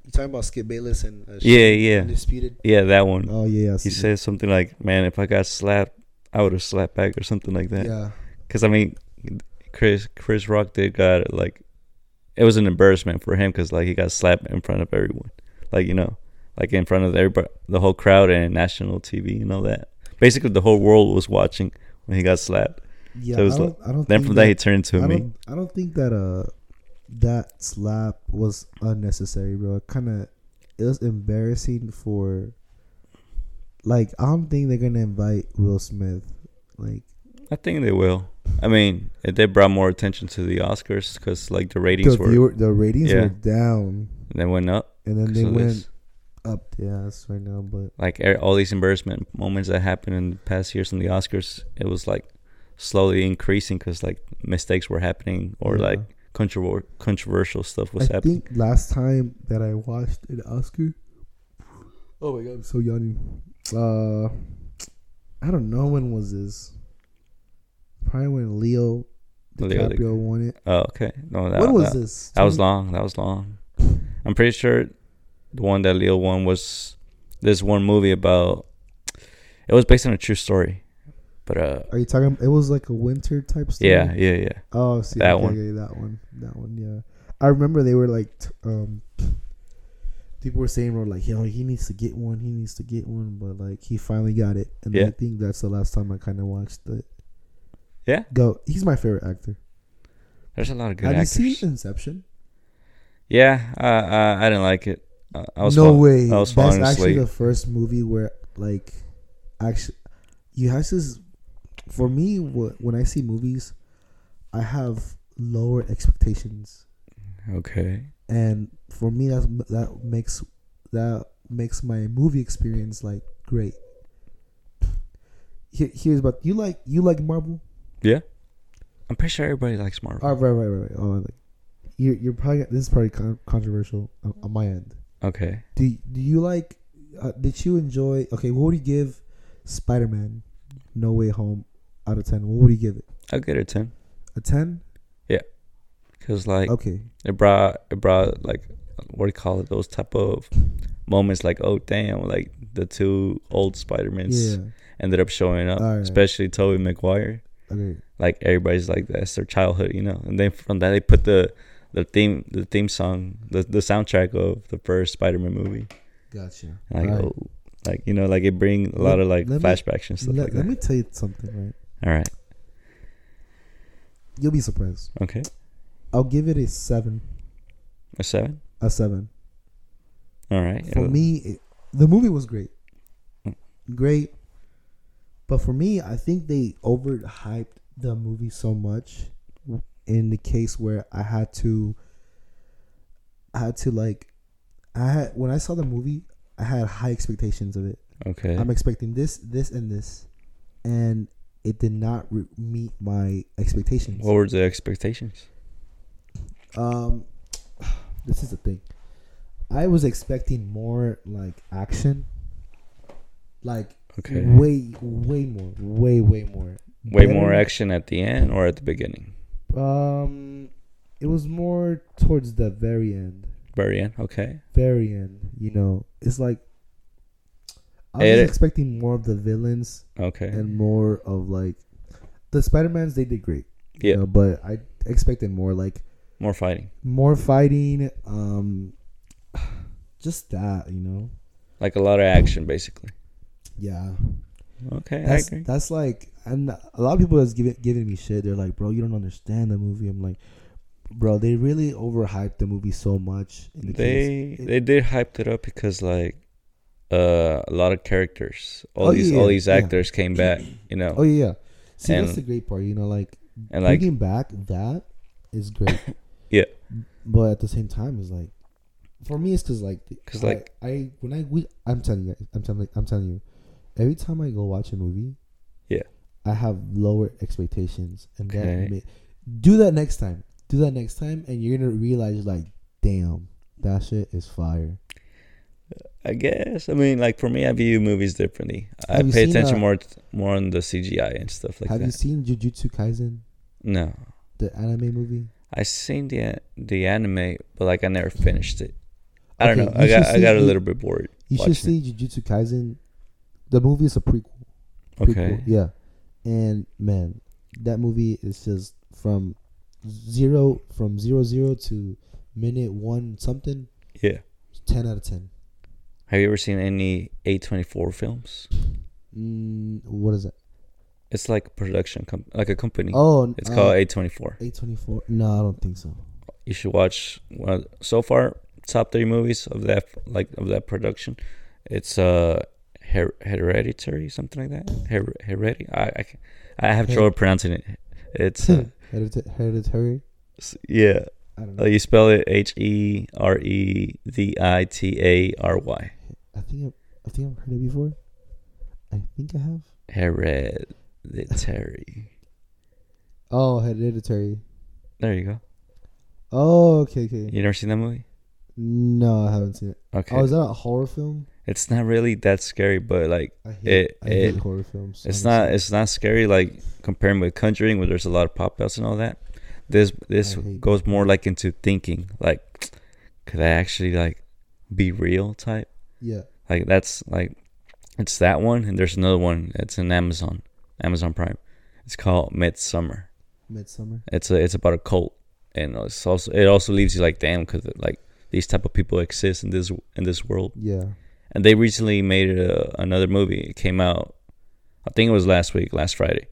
[SPEAKER 1] You talking about Skip Bayless and uh,
[SPEAKER 2] Yeah, yeah.
[SPEAKER 1] undisputed.
[SPEAKER 2] Yeah, that one.
[SPEAKER 1] Oh yeah, yeah. I
[SPEAKER 2] he
[SPEAKER 1] see.
[SPEAKER 2] says something like, "Man, if I got slapped, I would have slapped back or something like that."
[SPEAKER 1] yeah,
[SPEAKER 2] Because I mean, Chris Chris Rock did got like, it was an embarrassment for him because like he got slapped in front of everyone, like you know, like in front of everybody, the whole crowd and national TV and all that. Basically, the whole world was watching when he got slapped.
[SPEAKER 1] yeah.
[SPEAKER 2] So it was
[SPEAKER 1] I don't, I don't
[SPEAKER 2] Then
[SPEAKER 1] think
[SPEAKER 2] from that, he turned to
[SPEAKER 1] I
[SPEAKER 2] me.
[SPEAKER 1] don't, I don't think that uh that slap was unnecessary, bro. It kind of it was embarrassing for. Like I don't think they're gonna invite Will Smith. Like
[SPEAKER 2] I think they will. I mean, it did brought more attention to the Oscars because like the ratings
[SPEAKER 1] the
[SPEAKER 2] were
[SPEAKER 1] viewer, the ratings
[SPEAKER 2] Yeah.
[SPEAKER 1] were down,
[SPEAKER 2] they went up.
[SPEAKER 1] and then they
[SPEAKER 2] 'cause of
[SPEAKER 1] went
[SPEAKER 2] this.
[SPEAKER 1] up the ass right now. But
[SPEAKER 2] like er- all these embarrassment moments that happened in the past years in the Oscars, it was like slowly increasing because like mistakes were happening or
[SPEAKER 1] Yeah.
[SPEAKER 2] like controver- controversial stuff was
[SPEAKER 1] I
[SPEAKER 2] happening.
[SPEAKER 1] think last time that I watched an Oscar. Oh my god, I'm so yawning. Uh, I don't know when was this. Probably when Leo
[SPEAKER 2] Leo
[SPEAKER 1] DiCaprio won it.
[SPEAKER 2] Oh, okay. No, that,
[SPEAKER 1] when was
[SPEAKER 2] that,
[SPEAKER 1] this?
[SPEAKER 2] that was long. That was long. I'm pretty sure the one that Leo won was this one movie about. It was based on a true story, but uh,
[SPEAKER 1] Are you talking? It was like a winter type story.
[SPEAKER 2] yeah, yeah, yeah.
[SPEAKER 1] Oh, see
[SPEAKER 2] That
[SPEAKER 1] okay,
[SPEAKER 2] one.
[SPEAKER 1] okay, that one. That one. Yeah. I remember they were like, t- um, people were saying, "Were like, yo, he needs to get one. He needs to get one." But like, he finally got it, and
[SPEAKER 2] Yeah.
[SPEAKER 1] I think that's the last time I kind of watched it.
[SPEAKER 2] Yeah.
[SPEAKER 1] Go. He's my favorite actor.
[SPEAKER 2] There's a lot of good
[SPEAKER 1] Have
[SPEAKER 2] actors.
[SPEAKER 1] you seen Inception?
[SPEAKER 2] Yeah, uh, uh, I didn't like it. Uh, I was
[SPEAKER 1] no
[SPEAKER 2] fall-
[SPEAKER 1] way.
[SPEAKER 2] I
[SPEAKER 1] that's
[SPEAKER 2] was falling
[SPEAKER 1] actually
[SPEAKER 2] asleep.
[SPEAKER 1] the first movie where like, actually, you have this. For me, wh- when I see movies, I have lower expectations.
[SPEAKER 2] okay.
[SPEAKER 1] and for me that's that makes that makes my movie experience like great here, here's what you like. You like Marvel?
[SPEAKER 2] Yeah. I'm pretty sure everybody likes Marvel.
[SPEAKER 1] Oh, right, right, right, right. Oh, like, you're you're probably this is probably con- controversial on, on my end.
[SPEAKER 2] okay.
[SPEAKER 1] Do do you like? Uh, did you enjoy? Okay, what would you give Spider Man No Way Home out of ten? What would you give it?
[SPEAKER 2] I'll get it 10.
[SPEAKER 1] A ten?
[SPEAKER 2] Because, like,
[SPEAKER 1] Okay.
[SPEAKER 2] it brought it brought like what do you call it those type of moments like oh damn like the two old spider-mans
[SPEAKER 1] Yeah.
[SPEAKER 2] ended up showing up
[SPEAKER 1] Alright.
[SPEAKER 2] especially toby mcguire
[SPEAKER 1] Okay.
[SPEAKER 2] like everybody's like that's their childhood you know and then from that they put the the theme the theme song the, the soundtrack of the first spider-man movie
[SPEAKER 1] Gotcha.
[SPEAKER 2] And, like
[SPEAKER 1] Alright.
[SPEAKER 2] oh, like you know like it bring a lot of like
[SPEAKER 1] Let me-
[SPEAKER 2] flashbacks and stuff
[SPEAKER 1] let,
[SPEAKER 2] like
[SPEAKER 1] let
[SPEAKER 2] that
[SPEAKER 1] me tell you something, right?
[SPEAKER 2] all right
[SPEAKER 1] You'll be surprised.
[SPEAKER 2] okay
[SPEAKER 1] I'll give it a seven.
[SPEAKER 2] a seven
[SPEAKER 1] A seven.
[SPEAKER 2] all right
[SPEAKER 1] For me, it, the movie was great. Great. But for me, I think they overhyped the movie so much in the case where I had to I had to like I had when I saw the movie, I had high expectations of it.
[SPEAKER 2] okay
[SPEAKER 1] I'm expecting this, this and this. And it did not re- meet my expectations.
[SPEAKER 2] what were the expectations
[SPEAKER 1] Um, *sighs* this is the thing. I was expecting more like action, like
[SPEAKER 2] okay
[SPEAKER 1] way, way more, way, way more.
[SPEAKER 2] way
[SPEAKER 1] Better-
[SPEAKER 2] more action at the end or at the beginning
[SPEAKER 1] Um, it was more towards the very end,
[SPEAKER 2] very end okay
[SPEAKER 1] very end. You know, it's like I was
[SPEAKER 2] It-
[SPEAKER 1] expecting more of the villains
[SPEAKER 2] okay
[SPEAKER 1] and more of like the Spider Mans. They did great, you
[SPEAKER 2] Yeah.
[SPEAKER 1] know, but I expected more like
[SPEAKER 2] more fighting
[SPEAKER 1] more fighting. Um, just that, you know.
[SPEAKER 2] like a lot of action basically
[SPEAKER 1] Yeah,
[SPEAKER 2] okay
[SPEAKER 1] that's
[SPEAKER 2] i agree
[SPEAKER 1] that's like, and a lot of people is giving giving me shit. They're like, "Bro, you don't understand the movie." I'm like, "Bro, they really overhyped the movie so much." In the case.
[SPEAKER 2] they they did hyped it up because like uh a lot of characters all
[SPEAKER 1] Oh,
[SPEAKER 2] these
[SPEAKER 1] yeah,
[SPEAKER 2] all these
[SPEAKER 1] yeah.
[SPEAKER 2] actors came back you know
[SPEAKER 1] oh yeah, yeah. See, that's
[SPEAKER 2] And-
[SPEAKER 1] the great part, you know, like
[SPEAKER 2] and like
[SPEAKER 1] bringing back that is great.
[SPEAKER 2] *laughs* Yeah.
[SPEAKER 1] but at the same time, it's like, for me, it's because like,
[SPEAKER 2] 'Cause,
[SPEAKER 1] I-
[SPEAKER 2] like-
[SPEAKER 1] I when I we, I'm telling you, guys, I'm telling I'm telling you, every time I go watch a movie,
[SPEAKER 2] Yeah.
[SPEAKER 1] I have lower expectations, and
[SPEAKER 2] Okay.
[SPEAKER 1] that ma- do that next time, do that next time, and you're gonna realize like, damn, that shit is fire.
[SPEAKER 2] i guess i mean like for me i view movies differently i
[SPEAKER 1] Have you
[SPEAKER 2] pay
[SPEAKER 1] seen,
[SPEAKER 2] attention
[SPEAKER 1] uh,
[SPEAKER 2] more t- more on the cgi and stuff like
[SPEAKER 1] have you
[SPEAKER 2] that
[SPEAKER 1] seen Jujutsu Kaisen,
[SPEAKER 2] no
[SPEAKER 1] the anime movie?
[SPEAKER 2] i seen the a- the anime but like i never finished it i don't
[SPEAKER 1] Okay,
[SPEAKER 2] know i
[SPEAKER 1] you should
[SPEAKER 2] got i
[SPEAKER 1] see
[SPEAKER 2] got a
[SPEAKER 1] the-
[SPEAKER 2] little bit bored
[SPEAKER 1] You
[SPEAKER 2] Watching
[SPEAKER 1] should see Jujutsu Kaisen. The movie is a prequel. prequel.
[SPEAKER 2] okay
[SPEAKER 1] Yeah. And man, that movie is just from zero from zero zero to minute one something,
[SPEAKER 2] yeah
[SPEAKER 1] ten out of ten.
[SPEAKER 2] Have you ever seen any A24 films?
[SPEAKER 1] Mm, what is that?
[SPEAKER 2] It's like a production comp- like a company.
[SPEAKER 1] Oh,
[SPEAKER 2] it's called A24.
[SPEAKER 1] eight twenty four. No, I don't think so.
[SPEAKER 2] *laughs* You should watch one of, so far top 3 movies of that like of that production. It's uh Her- Hereditary something like that. Her- Hereditary. I I, can't- I have
[SPEAKER 1] Her-
[SPEAKER 2] trouble pronouncing it. It's uh,
[SPEAKER 1] *laughs* Heredit- hereditary.
[SPEAKER 2] s- yeah,
[SPEAKER 1] I don't know.
[SPEAKER 2] Uh, you spell it H E R E D I T A R Y.
[SPEAKER 1] I think I, I think I've heard it before. I think I have.
[SPEAKER 2] Hereditary.
[SPEAKER 1] Oh, hereditary.
[SPEAKER 2] There you go.
[SPEAKER 1] Oh, okay, okay.
[SPEAKER 2] You never seen that movie?
[SPEAKER 1] No, I haven't seen it.
[SPEAKER 2] Okay.
[SPEAKER 1] Oh, is that a horror film?
[SPEAKER 2] it's not really that scary, but like
[SPEAKER 1] I hate.
[SPEAKER 2] It-
[SPEAKER 1] I hate
[SPEAKER 2] it-
[SPEAKER 1] horror films.
[SPEAKER 2] it's
[SPEAKER 1] honestly.
[SPEAKER 2] not it's not scary like comparing with Conjuring where there's a lot of pop outs and all that. This this
[SPEAKER 1] I hate-
[SPEAKER 2] goes more like into thinking like could I actually like be real type
[SPEAKER 1] Yeah.
[SPEAKER 2] like that's like it's that one and there's another one it's in Amazon Amazon Prime. It's called Midsummer.
[SPEAKER 1] Midsummer.
[SPEAKER 2] It's a it's about a cult and it's also it also leaves you like damn because like these type of people exist in this in this world
[SPEAKER 1] Yeah.
[SPEAKER 2] and they recently made a, another movie. It came out, I think it was last week, last Friday,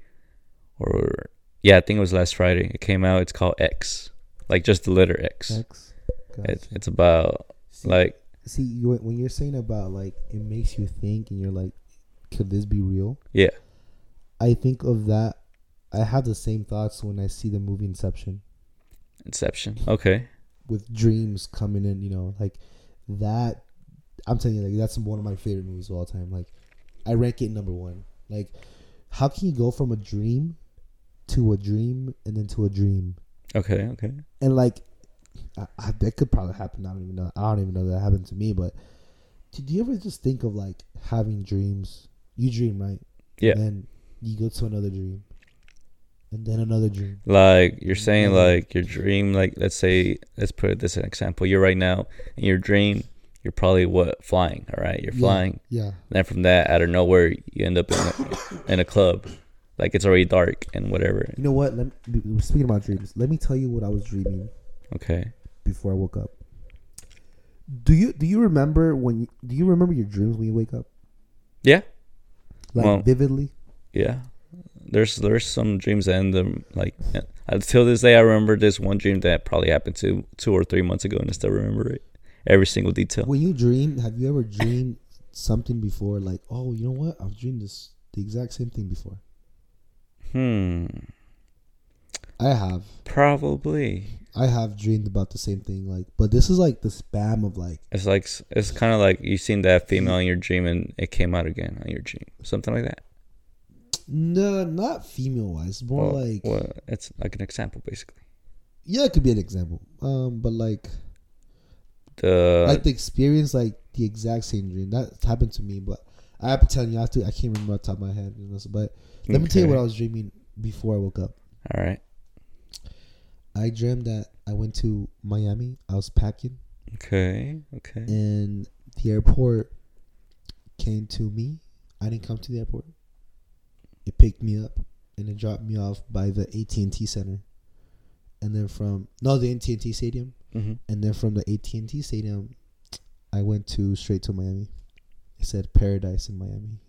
[SPEAKER 2] or yeah, I think it was last Friday. It came out. It's called X, like just the letter X.
[SPEAKER 1] X.
[SPEAKER 2] It, it's about
[SPEAKER 1] See-
[SPEAKER 2] like
[SPEAKER 1] see you, when you're saying about like it makes you think and you're like could this be real
[SPEAKER 2] yeah,
[SPEAKER 1] i think of that i have the same thoughts when i see the movie inception
[SPEAKER 2] Inception. Okay,
[SPEAKER 1] with dreams coming in you know like that i'm telling you like that's one of my favorite movies of all time like i rank it number one like how can you go from a dream to a dream and then to a dream?
[SPEAKER 2] Okay. Okay.
[SPEAKER 1] And like, I, I, that could probably happen. I don't even know. I don't even know that happened to me. But did you ever just think of like having dreams? You dream, right?
[SPEAKER 2] Yeah.
[SPEAKER 1] And then you go to another dream, and then another dream.
[SPEAKER 2] Like you're saying,
[SPEAKER 1] Yeah.
[SPEAKER 2] like your dream, like let's say, let's put this as an example. You're right now in your dream. You're probably what flying. All right. You're
[SPEAKER 1] Yeah.
[SPEAKER 2] flying.
[SPEAKER 1] Yeah.
[SPEAKER 2] Then from that, out of nowhere, you end up in a, in a club, like it's already dark and whatever.
[SPEAKER 1] You know what? Let me, speaking about dreams, let me tell you what I was dreaming
[SPEAKER 2] Okay.
[SPEAKER 1] before I woke up. Do you do you remember when do you remember your dreams when you wake up
[SPEAKER 2] Yeah.
[SPEAKER 1] like
[SPEAKER 2] Well-
[SPEAKER 1] vividly?
[SPEAKER 2] Yeah. There's there's some dreams that end up like until this day I remember this one dream that probably happened to two or three months ago and I still remember it every single detail.
[SPEAKER 1] When you dream, have you ever dreamed something before? Like, oh, you know what? I've dreamed this the exact same thing before.
[SPEAKER 2] Hmm.
[SPEAKER 1] I have.
[SPEAKER 2] Probably.
[SPEAKER 1] I have dreamed about the same thing. Like, but this is like the spam of like,
[SPEAKER 2] It's like it's kind of like you seen that female in your dream and it came out again on your dream, something like that.
[SPEAKER 1] no, not female wise, more
[SPEAKER 2] Well,
[SPEAKER 1] like,
[SPEAKER 2] well, it's like an example basically.
[SPEAKER 1] yeah, it could be an example. Um, but like,
[SPEAKER 2] The
[SPEAKER 1] like the experience, like the exact same dream that happened to me. But I have to tell you, I have to. I can't remember off the top of my head. You know, so- but let me tell you
[SPEAKER 2] Okay.
[SPEAKER 1] what I was dreaming before I woke up.
[SPEAKER 2] all right,
[SPEAKER 1] I dreamed that I went to Miami. I was packing,
[SPEAKER 2] okay, okay,
[SPEAKER 1] and the airport came to me. I didn't come to the airport. It picked me up and it dropped me off by the AT and T Center, and then from no the AT and T Stadium,
[SPEAKER 2] hmm
[SPEAKER 1] and then from the AT and T Stadium, I went to straight to Miami. It said Paradise in Miami.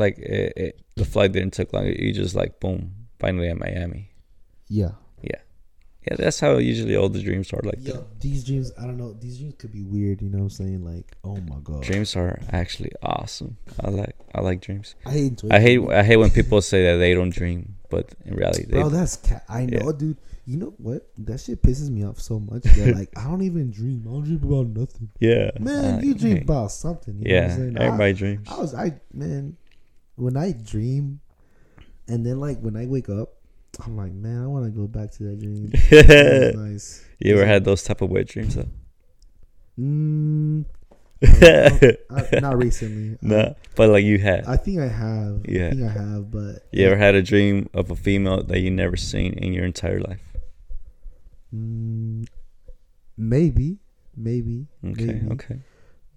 [SPEAKER 2] like it, it, the flight didn't take long. You just like boom, finally at Miami.
[SPEAKER 1] Yeah.
[SPEAKER 2] Yeah, that's how usually all the dreams are like. that.
[SPEAKER 1] Yo, these dreams, I don't know. These dreams could be weird. You know what I'm saying? Like, oh my god.
[SPEAKER 2] Dreams are actually awesome. I like I like dreams.
[SPEAKER 1] I enjoy.
[SPEAKER 2] I hate
[SPEAKER 1] dreaming.
[SPEAKER 2] I hate when people say that they don't dream, but in reality they.
[SPEAKER 1] Bro, that's ca- I
[SPEAKER 2] Yeah.
[SPEAKER 1] know, dude. You know what? That shit pisses me off so much
[SPEAKER 2] *laughs*
[SPEAKER 1] that like I don't even dream. I don't dream about nothing.
[SPEAKER 2] yeah.
[SPEAKER 1] Man,
[SPEAKER 2] uh,
[SPEAKER 1] you dream
[SPEAKER 2] hey,
[SPEAKER 1] about something. You know what
[SPEAKER 2] Yeah,
[SPEAKER 1] I'm saying? I-
[SPEAKER 2] everybody dreams.
[SPEAKER 1] I was I man, when I dream, and then like when I wake up, I'm like, man, I want to go back to that
[SPEAKER 2] *laughs*
[SPEAKER 1] dream. That was nice.
[SPEAKER 2] you ever had those type of wet dreams though?
[SPEAKER 1] Mm, *laughs*
[SPEAKER 2] *laughs*
[SPEAKER 1] I don't know. I- not recently.
[SPEAKER 2] no, but like you had.
[SPEAKER 1] I think I have. I
[SPEAKER 2] Yeah.
[SPEAKER 1] think I have, but
[SPEAKER 2] You ever had a dream of a female that you never seen in your entire life?
[SPEAKER 1] Mm, maybe, maybe,
[SPEAKER 2] Okay,
[SPEAKER 1] maybe.
[SPEAKER 2] okay.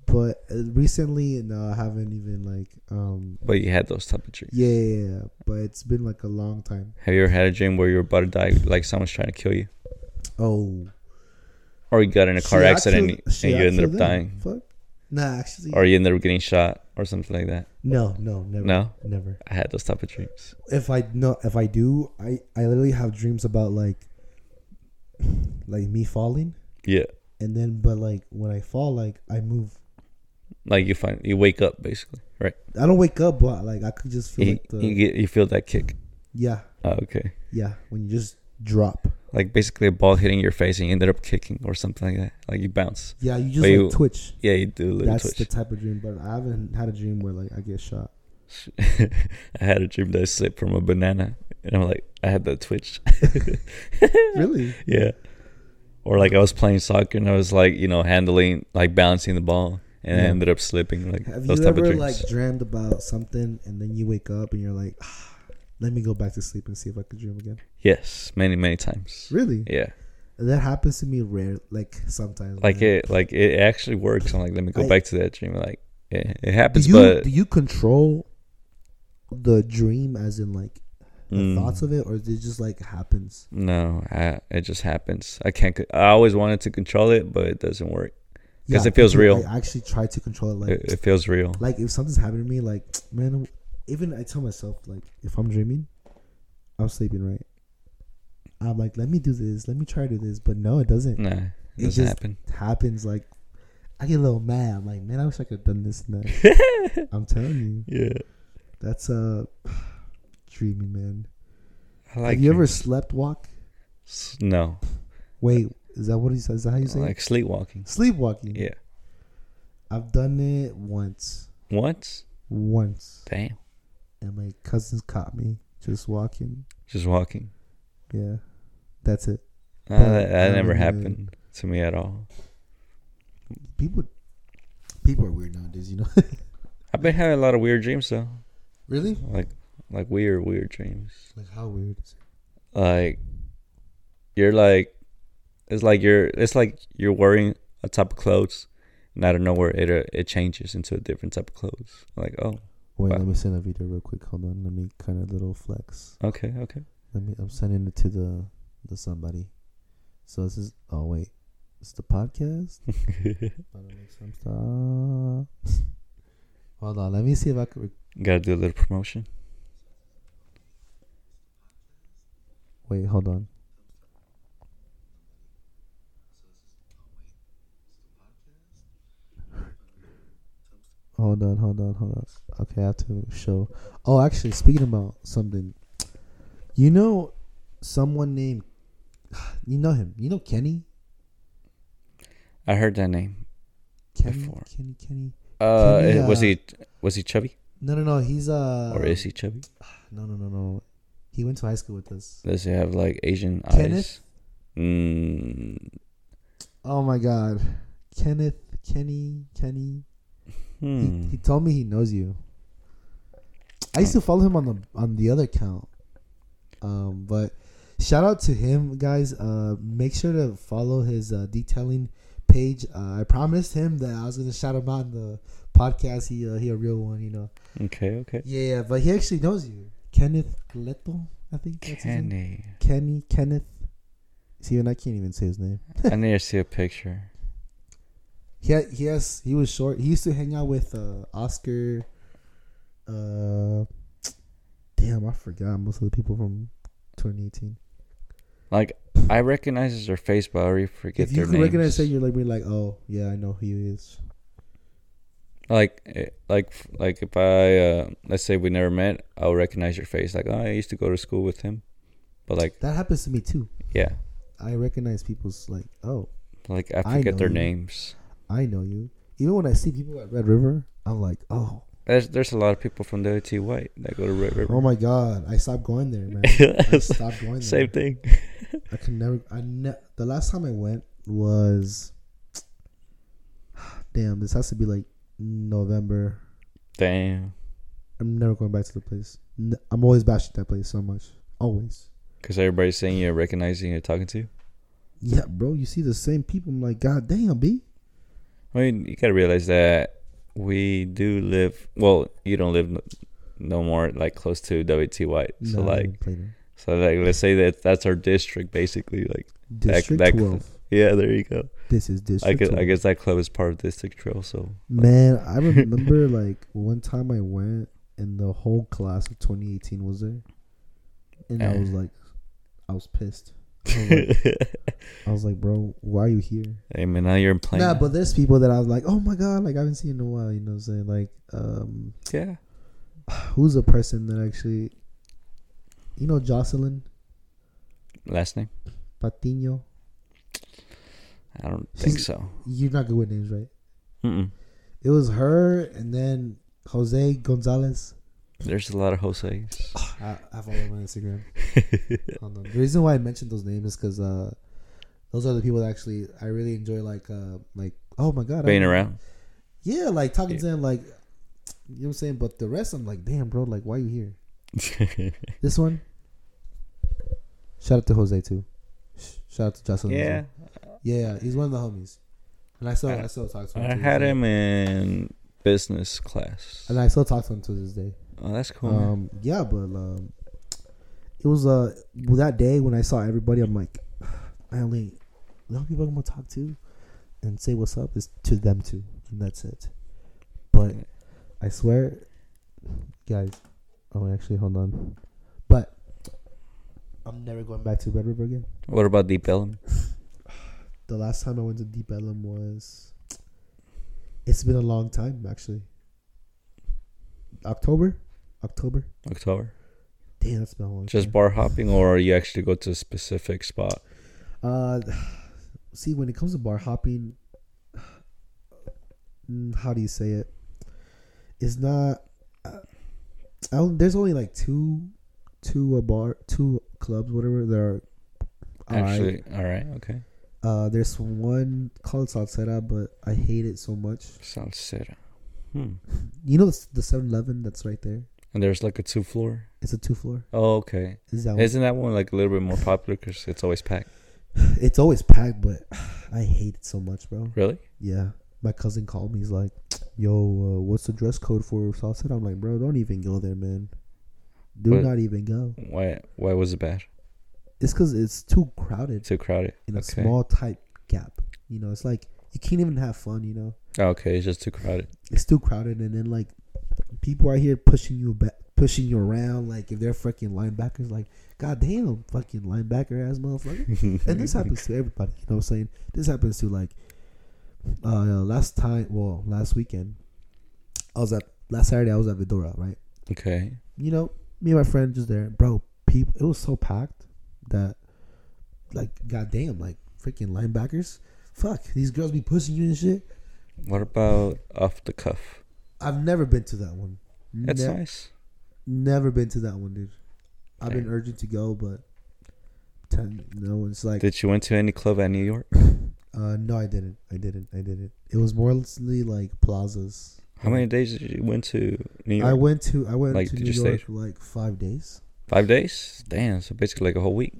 [SPEAKER 1] But uh, recently, no, I haven't even like, um,
[SPEAKER 2] But you had those type of dreams.
[SPEAKER 1] yeah, yeah, yeah. But it's been like a long time.
[SPEAKER 2] Have you ever had a dream where you were about to die, like someone's trying to kill you,
[SPEAKER 1] Oh,
[SPEAKER 2] or you got in a car
[SPEAKER 1] shit, I
[SPEAKER 2] accident
[SPEAKER 1] killed-
[SPEAKER 2] and,
[SPEAKER 1] shit,
[SPEAKER 2] you
[SPEAKER 1] I
[SPEAKER 2] ended up
[SPEAKER 1] killed them.
[SPEAKER 2] dying,
[SPEAKER 1] Fuck. Nah, actually,
[SPEAKER 2] or you ended up getting shot, or something like that?
[SPEAKER 1] no, no, never,
[SPEAKER 2] No,
[SPEAKER 1] never.
[SPEAKER 2] I had those type of dreams.
[SPEAKER 1] If I no, if I do, I I literally have dreams about like, *sighs* like me falling,
[SPEAKER 2] Yeah,
[SPEAKER 1] and then but like when I fall, like I move.
[SPEAKER 2] like you find you wake up basically, right?
[SPEAKER 1] I don't wake up, but like I could just feel
[SPEAKER 2] You,
[SPEAKER 1] like the
[SPEAKER 2] you get you feel that kick.
[SPEAKER 1] yeah,
[SPEAKER 2] Oh, okay,
[SPEAKER 1] yeah. When you just drop.
[SPEAKER 2] like basically a ball hitting your face and you ended up kicking or something like that. Like you bounce.
[SPEAKER 1] Yeah, you just
[SPEAKER 2] But
[SPEAKER 1] like
[SPEAKER 2] you-
[SPEAKER 1] twitch.
[SPEAKER 2] Yeah, you do a little
[SPEAKER 1] That's the
[SPEAKER 2] twitch.
[SPEAKER 1] type of dream, but I haven't had a dream where like I get shot.
[SPEAKER 2] *laughs* I had a dream that I slipped from a banana, and I'm like, I had that twitch. *laughs*
[SPEAKER 1] Really?
[SPEAKER 2] yeah, or like I was playing soccer and I was like, you know, handling like balancing the ball, and I
[SPEAKER 1] Yeah.
[SPEAKER 2] ended up slipping. Like
[SPEAKER 1] Have
[SPEAKER 2] those
[SPEAKER 1] you
[SPEAKER 2] type of
[SPEAKER 1] ever
[SPEAKER 2] dreams.
[SPEAKER 1] like dreamed about something and then you wake up and you're like, ah, let me go back to sleep and see if I could dream again?
[SPEAKER 2] yes, many many times.
[SPEAKER 1] Really?
[SPEAKER 2] Yeah,
[SPEAKER 1] That happens to me rare, like sometimes.
[SPEAKER 2] like
[SPEAKER 1] man.
[SPEAKER 2] it, like it actually works. I'm like, let me go
[SPEAKER 1] I-
[SPEAKER 2] back to that dream. Like it,
[SPEAKER 1] Do
[SPEAKER 2] it happens,
[SPEAKER 1] you
[SPEAKER 2] but
[SPEAKER 1] do you control the dream as in like the
[SPEAKER 2] Mm.
[SPEAKER 1] thoughts of it, or it just like happens?
[SPEAKER 2] No, I, it just happens. I can't. co- I always wanted to control it, but it doesn't work. 'Cause it feels
[SPEAKER 1] I-
[SPEAKER 2] real.
[SPEAKER 1] I actually try to control it, like
[SPEAKER 2] It, it feels real.
[SPEAKER 1] like if something's happening to me like man even i tell myself like if i'm dreaming i'm sleeping right i'm like let me do this let me try to do this but no it doesn't
[SPEAKER 2] Nah, it doesn't
[SPEAKER 1] just-
[SPEAKER 2] happen.
[SPEAKER 1] it happens like i get a little mad i'm like man i wish i could have done this and that
[SPEAKER 2] *laughs*
[SPEAKER 1] i'm telling you
[SPEAKER 2] Yeah,
[SPEAKER 1] that's uh *sighs* dreaming man
[SPEAKER 2] I like.
[SPEAKER 1] have you ever
[SPEAKER 2] dreams.
[SPEAKER 1] slept walk
[SPEAKER 2] S- No,
[SPEAKER 1] wait is that what he says is that how you say it
[SPEAKER 2] like sleepwalking.
[SPEAKER 1] sleepwalking
[SPEAKER 2] Yeah,
[SPEAKER 1] i've done it once
[SPEAKER 2] once.
[SPEAKER 1] once
[SPEAKER 2] Damn.
[SPEAKER 1] and my cousins caught me just walking.
[SPEAKER 2] Just walking.
[SPEAKER 1] Yeah, that's it.
[SPEAKER 2] Nah,
[SPEAKER 1] But,
[SPEAKER 2] that, that never
[SPEAKER 1] um,
[SPEAKER 2] happened to me at all.
[SPEAKER 1] People, people are weird nowadays. You know, *laughs*
[SPEAKER 2] I've been having a lot of weird dreams though.
[SPEAKER 1] really?
[SPEAKER 2] Like like weird weird dreams.
[SPEAKER 1] Like how weird? Is it?
[SPEAKER 2] like you're like it's like you're it's like you're wearing a type of clothes and out of nowhere it uh, it changes into a different type of clothes like oh
[SPEAKER 1] Wait,
[SPEAKER 2] What?
[SPEAKER 1] let me send a video real quick. Hold on. Let me kind of little flex.
[SPEAKER 2] okay okay *laughs*
[SPEAKER 1] Let me. I'm sending it to the the somebody. So this is. Oh wait, it's the podcast. Gotta make some stops. *laughs* Hold on. Let me see if I could. Rec-
[SPEAKER 2] gotta do a little promotion
[SPEAKER 1] wait. Hold on. Hold on, hold on, hold on. Okay, I have to show. Oh, actually, speaking about something, you know, someone named, *sighs* you know him, you know Kenny,
[SPEAKER 2] i heard that name
[SPEAKER 1] Kenny,
[SPEAKER 2] Before.
[SPEAKER 1] Kenny, Kenny.
[SPEAKER 2] uh
[SPEAKER 1] Can we,
[SPEAKER 2] was
[SPEAKER 1] uh,
[SPEAKER 2] he was he chubby
[SPEAKER 1] No, no, no. He's uh.
[SPEAKER 2] or is he chubby
[SPEAKER 1] No, no, no, no. He went to high school with us.
[SPEAKER 2] does he have like asian eyes
[SPEAKER 1] Kenneth?
[SPEAKER 2] mm,
[SPEAKER 1] Oh my God, Kenneth, Kenny, Kenny.
[SPEAKER 2] hmm.
[SPEAKER 1] He, he told me he knows you. I used to follow him on the on the other account. Um, but shout out to him, guys. Uh, make sure to follow his uh, detailing page. Uh, I promised him that I was gonna shout him out in the podcast. He uh, he a real one, you know.
[SPEAKER 2] okay okay
[SPEAKER 1] Yeah, yeah, but he actually knows you, Kenneth Leto. I think that's his name. Kenny
[SPEAKER 2] kenny
[SPEAKER 1] Kenneth. See, and I can't even say his name.
[SPEAKER 2] i need to see a picture
[SPEAKER 1] He had, he has he was short. He used to hang out with uh, Oscar. Uh, damn, I forgot most of the people from 2018.
[SPEAKER 2] like i recognize their face but i already forget
[SPEAKER 1] if you
[SPEAKER 2] their
[SPEAKER 1] could
[SPEAKER 2] name
[SPEAKER 1] recognize it, you're like be like, oh yeah, I know who he is.
[SPEAKER 2] like eh, like f- like if I uh, let's say we never met, I'll recognize your face. Like oh, I used to go to school with him, but like
[SPEAKER 1] That happens to me too.
[SPEAKER 2] yeah,
[SPEAKER 1] I recognize people's like, oh,
[SPEAKER 2] like I
[SPEAKER 1] I
[SPEAKER 2] forget
[SPEAKER 1] know
[SPEAKER 2] their
[SPEAKER 1] you.
[SPEAKER 2] names.
[SPEAKER 1] I know you. Even when I see people at Red River, I'm like, oh,
[SPEAKER 2] There's there's a lot of people from the T White that go to Red River.
[SPEAKER 1] oh my god, I stopped going there, man.
[SPEAKER 2] *laughs*
[SPEAKER 1] I stopped going there.
[SPEAKER 2] Same thing. *laughs*
[SPEAKER 1] I can never. I ne- the last time I went was, *sighs* damn. This has to be like November.
[SPEAKER 2] Damn,
[SPEAKER 1] I'm never going back to the place. N- I'm always bashing that place so much. Always.
[SPEAKER 2] because everybody's saying you're recognizing you're talking to.
[SPEAKER 1] Yeah, bro. You see the same people. I'm like, God damn, b.
[SPEAKER 2] I mean, you gotta realize that we do live. Well, you don't live no- no more like close to WT White. So
[SPEAKER 1] Nah, I
[SPEAKER 2] like
[SPEAKER 1] didn't play there.
[SPEAKER 2] so like let's say that that's our district basically. Like
[SPEAKER 1] District
[SPEAKER 2] that-
[SPEAKER 1] Twelve.
[SPEAKER 2] yeah, there you go.
[SPEAKER 1] This is District
[SPEAKER 2] I guess,
[SPEAKER 1] 12.
[SPEAKER 2] I guess that club is part of District Trail, so
[SPEAKER 1] *laughs* Man, I remember *laughs* like one time I went and the whole class of 2018 was there, and I
[SPEAKER 2] Eh.
[SPEAKER 1] was like, I was pissed. I was like, I was like, bro, why are you here?
[SPEAKER 2] hey man, now you're playing.
[SPEAKER 1] Nah, but there's people that I was like, oh my god, like I haven't seen in a while. You know what I'm saying? Like, um,
[SPEAKER 2] yeah,
[SPEAKER 1] who's a person that actually, you know, Jocelyn
[SPEAKER 2] last name
[SPEAKER 1] Patino.
[SPEAKER 2] I don't think
[SPEAKER 1] She's-
[SPEAKER 2] so.
[SPEAKER 1] You're not good with names, right?
[SPEAKER 2] Mm-mm.
[SPEAKER 1] It was her, and then Jose Gonzalez.
[SPEAKER 2] There's a lot of Jose's.
[SPEAKER 1] I, I follow him on Instagram. Hold on. The reason why I mentioned those names is because uh, those are the people that actually I really enjoy. Like, uh, like oh my god, I
[SPEAKER 2] Being
[SPEAKER 1] don't- *laughs*
[SPEAKER 2] around,
[SPEAKER 1] Yeah, like talking
[SPEAKER 2] Yeah.
[SPEAKER 1] to them, like you know what I'm saying. But the rest, I'm like, damn, bro, like why you here? This one. Shout out to Jose too. Sh- Shout out to Jocelyn. as
[SPEAKER 2] yeah.
[SPEAKER 1] well. yeah, he's one of the homies, and I still I,
[SPEAKER 2] I-
[SPEAKER 1] still talk to him.
[SPEAKER 2] I
[SPEAKER 1] to this
[SPEAKER 2] had
[SPEAKER 1] day.
[SPEAKER 2] him in business class.
[SPEAKER 1] and I still talk to him to this day.
[SPEAKER 2] Oh, that's cool. man.
[SPEAKER 1] Um, yeah, but um, it was uh well, that day when I saw everybody, I'm like, *sighs* I only the only people I'm gonna talk to and say what's up is to them too, and that's it. But I swear, guys. Oh, actually, hold on. But I'm never going back to Red River again.
[SPEAKER 2] What about Deep Ellum?
[SPEAKER 1] The last time I went to Deep Ellum was. It's been a long time, actually. October, October.
[SPEAKER 2] October.
[SPEAKER 1] Damn, that's been a long.
[SPEAKER 2] Just
[SPEAKER 1] time.
[SPEAKER 2] bar hopping, or you actually go to a specific spot?
[SPEAKER 1] Uh, see, when it comes to bar hopping, mm, how do you say it? It's not. Uh, I don't, there's only like two, two a bar, two clubs, whatever that are. alright.
[SPEAKER 2] Actually, all right, okay.
[SPEAKER 1] uh, there's one called Salsera, but I hate it so much.
[SPEAKER 2] Salsera. Hmm.
[SPEAKER 1] You know the 7 Eleven that's right there?
[SPEAKER 2] And there's like a two floor.
[SPEAKER 1] It's a two floor.
[SPEAKER 2] Oh, okay.
[SPEAKER 1] Is that
[SPEAKER 2] Isn't that one like a little bit more popular because it's always packed?
[SPEAKER 1] one? It's always packed, but I hate it so much, bro.
[SPEAKER 2] Really?
[SPEAKER 1] Yeah. My cousin called me. He's like, yo, uh, what's the dress code for Salsera? I'm like, bro, don't even go there, man. Do
[SPEAKER 2] But-
[SPEAKER 1] not even go.
[SPEAKER 2] Why? Why was it bad?
[SPEAKER 1] It's because it's too crowded
[SPEAKER 2] Too crowded.
[SPEAKER 1] in a
[SPEAKER 2] okay.
[SPEAKER 1] small, tight gap. You know, it's like you can't even have fun, you know?
[SPEAKER 2] Oh, okay, it's just too *laughs* crowded.
[SPEAKER 1] it's too crowded, and then like people out here pushing you back, pushing you around. Like if they're fucking linebackers, like god damn, fucking linebacker ass motherfucker. and this happens to everybody. You know what I'm saying? This happens to like uh last time. Well, last weekend, I was at last Saturday. I was at Vidora, right?
[SPEAKER 2] Okay.
[SPEAKER 1] You know, me and my friend just there, bro. People, it was so packed that like god damn, like freaking linebackers. Fuck, these girls be pushing you and shit.
[SPEAKER 2] What about off the cuff?
[SPEAKER 1] I've never been to that one.
[SPEAKER 2] That's
[SPEAKER 1] Ne-
[SPEAKER 2] nice.
[SPEAKER 1] Never been to that one, dude. I've been
[SPEAKER 2] Okay.
[SPEAKER 1] urging to go, but ten, no. It's like
[SPEAKER 2] Did you went to any club at New York?
[SPEAKER 1] uh, no, I didn't. I didn't. I didn't. It was mostly like plazas.
[SPEAKER 2] How many days did you went to New York?
[SPEAKER 1] I went to I went
[SPEAKER 2] Like,
[SPEAKER 1] to
[SPEAKER 2] did
[SPEAKER 1] New
[SPEAKER 2] you
[SPEAKER 1] York
[SPEAKER 2] stay?
[SPEAKER 1] like five days,
[SPEAKER 2] Five days. Damn. So basically like a whole week.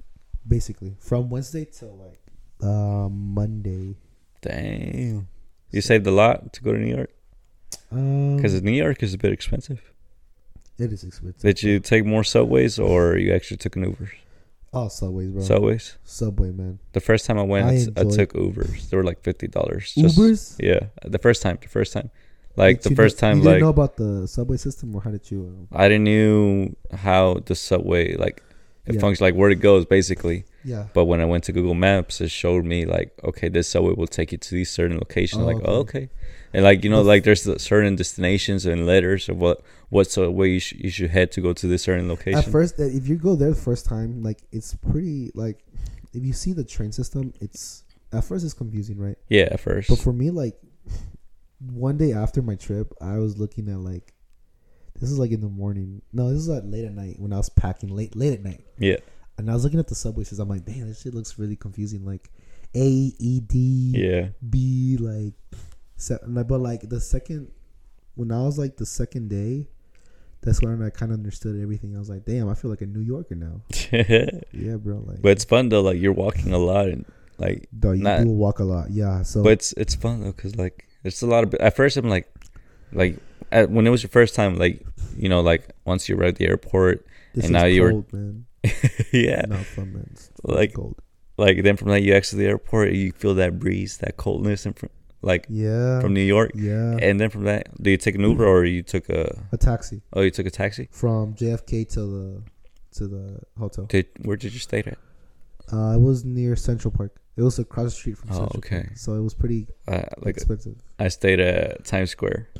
[SPEAKER 1] basically from Wednesday till like uh, Monday.
[SPEAKER 2] Damn. You saved a lot to go to New York
[SPEAKER 1] Um,
[SPEAKER 2] because New York is a bit expensive.
[SPEAKER 1] it is expensive.
[SPEAKER 2] Did you take more subways or you actually took an Uber?
[SPEAKER 1] Oh, subways, bro.
[SPEAKER 2] Subways.
[SPEAKER 1] Subway, man.
[SPEAKER 2] The first time I went, I,
[SPEAKER 1] I
[SPEAKER 2] t- I
[SPEAKER 1] enjoy-
[SPEAKER 2] took Ubers. They were like fifty dollars.
[SPEAKER 1] Ubers.
[SPEAKER 2] Yeah, the first time. The first time. Like
[SPEAKER 1] Did
[SPEAKER 2] the
[SPEAKER 1] you
[SPEAKER 2] first
[SPEAKER 1] know,
[SPEAKER 2] time,
[SPEAKER 1] You didn't
[SPEAKER 2] like
[SPEAKER 1] know about the subway system, or how did you? Um,
[SPEAKER 2] I didn't knew how the subway like it
[SPEAKER 1] Yeah.
[SPEAKER 2] functions, like where it goes basically.
[SPEAKER 1] yeah.
[SPEAKER 2] But when I went to Google Maps, it showed me like, okay, this subway will take you to these certain locations.
[SPEAKER 1] Oh,
[SPEAKER 2] like,
[SPEAKER 1] okay.
[SPEAKER 2] oh, okay, and like you know,
[SPEAKER 1] That's-
[SPEAKER 2] like there's the certain destinations and letters of what what subway you, sh- you should head to go to this certain
[SPEAKER 1] At
[SPEAKER 2] location.
[SPEAKER 1] first, uh, if you go there the first time, like it's pretty like if you see the train system, it's at first it's confusing, right?
[SPEAKER 2] yeah, at first.
[SPEAKER 1] But for me, like one day after my trip, I was looking at like this is like in the morning. No, this is like late at night when I was packing late late at night,
[SPEAKER 2] yeah,
[SPEAKER 1] and I was looking at the subway systems. I'm like, damn, this shit looks really confusing. Like A E D
[SPEAKER 2] yeah. *laughs*
[SPEAKER 1] B like se- and I- but like the second when I was like the second day. That's when I kind of understood everything. I was like, "Damn, I feel like a New Yorker now." Yeah, bro. Like,
[SPEAKER 2] but it's fun though. Like you're walking a lot and like,
[SPEAKER 1] though you
[SPEAKER 2] not-
[SPEAKER 1] do walk a lot. Yeah. So,
[SPEAKER 2] but it's it's fun though because like it's a lot of. At first, I'm like, like at, when it was your first time, like you know, like once you were at the airport, *laughs*
[SPEAKER 1] this
[SPEAKER 2] and now
[SPEAKER 1] is
[SPEAKER 2] you're-
[SPEAKER 1] cold,
[SPEAKER 2] *laughs*
[SPEAKER 1] man.
[SPEAKER 2] yeah,
[SPEAKER 1] Not fun, man. It's fucking
[SPEAKER 2] Like-
[SPEAKER 1] cold.
[SPEAKER 2] like then from that you exit the airport, you feel that breeze, that coldness, and from like
[SPEAKER 1] Yeah.
[SPEAKER 2] from New York,
[SPEAKER 1] yeah.
[SPEAKER 2] and then from that, do you take an Uber or you took a
[SPEAKER 1] a taxi
[SPEAKER 2] oh you took a taxi?
[SPEAKER 1] from JFK to the to the hotel.
[SPEAKER 2] Did where did you stay at?
[SPEAKER 1] Uh, it was near Central Park. It was across the street from
[SPEAKER 2] Oh,
[SPEAKER 1] Central
[SPEAKER 2] okay.
[SPEAKER 1] Park, so it was pretty
[SPEAKER 2] Uh, like
[SPEAKER 1] expensive.
[SPEAKER 2] I stayed at Times Square.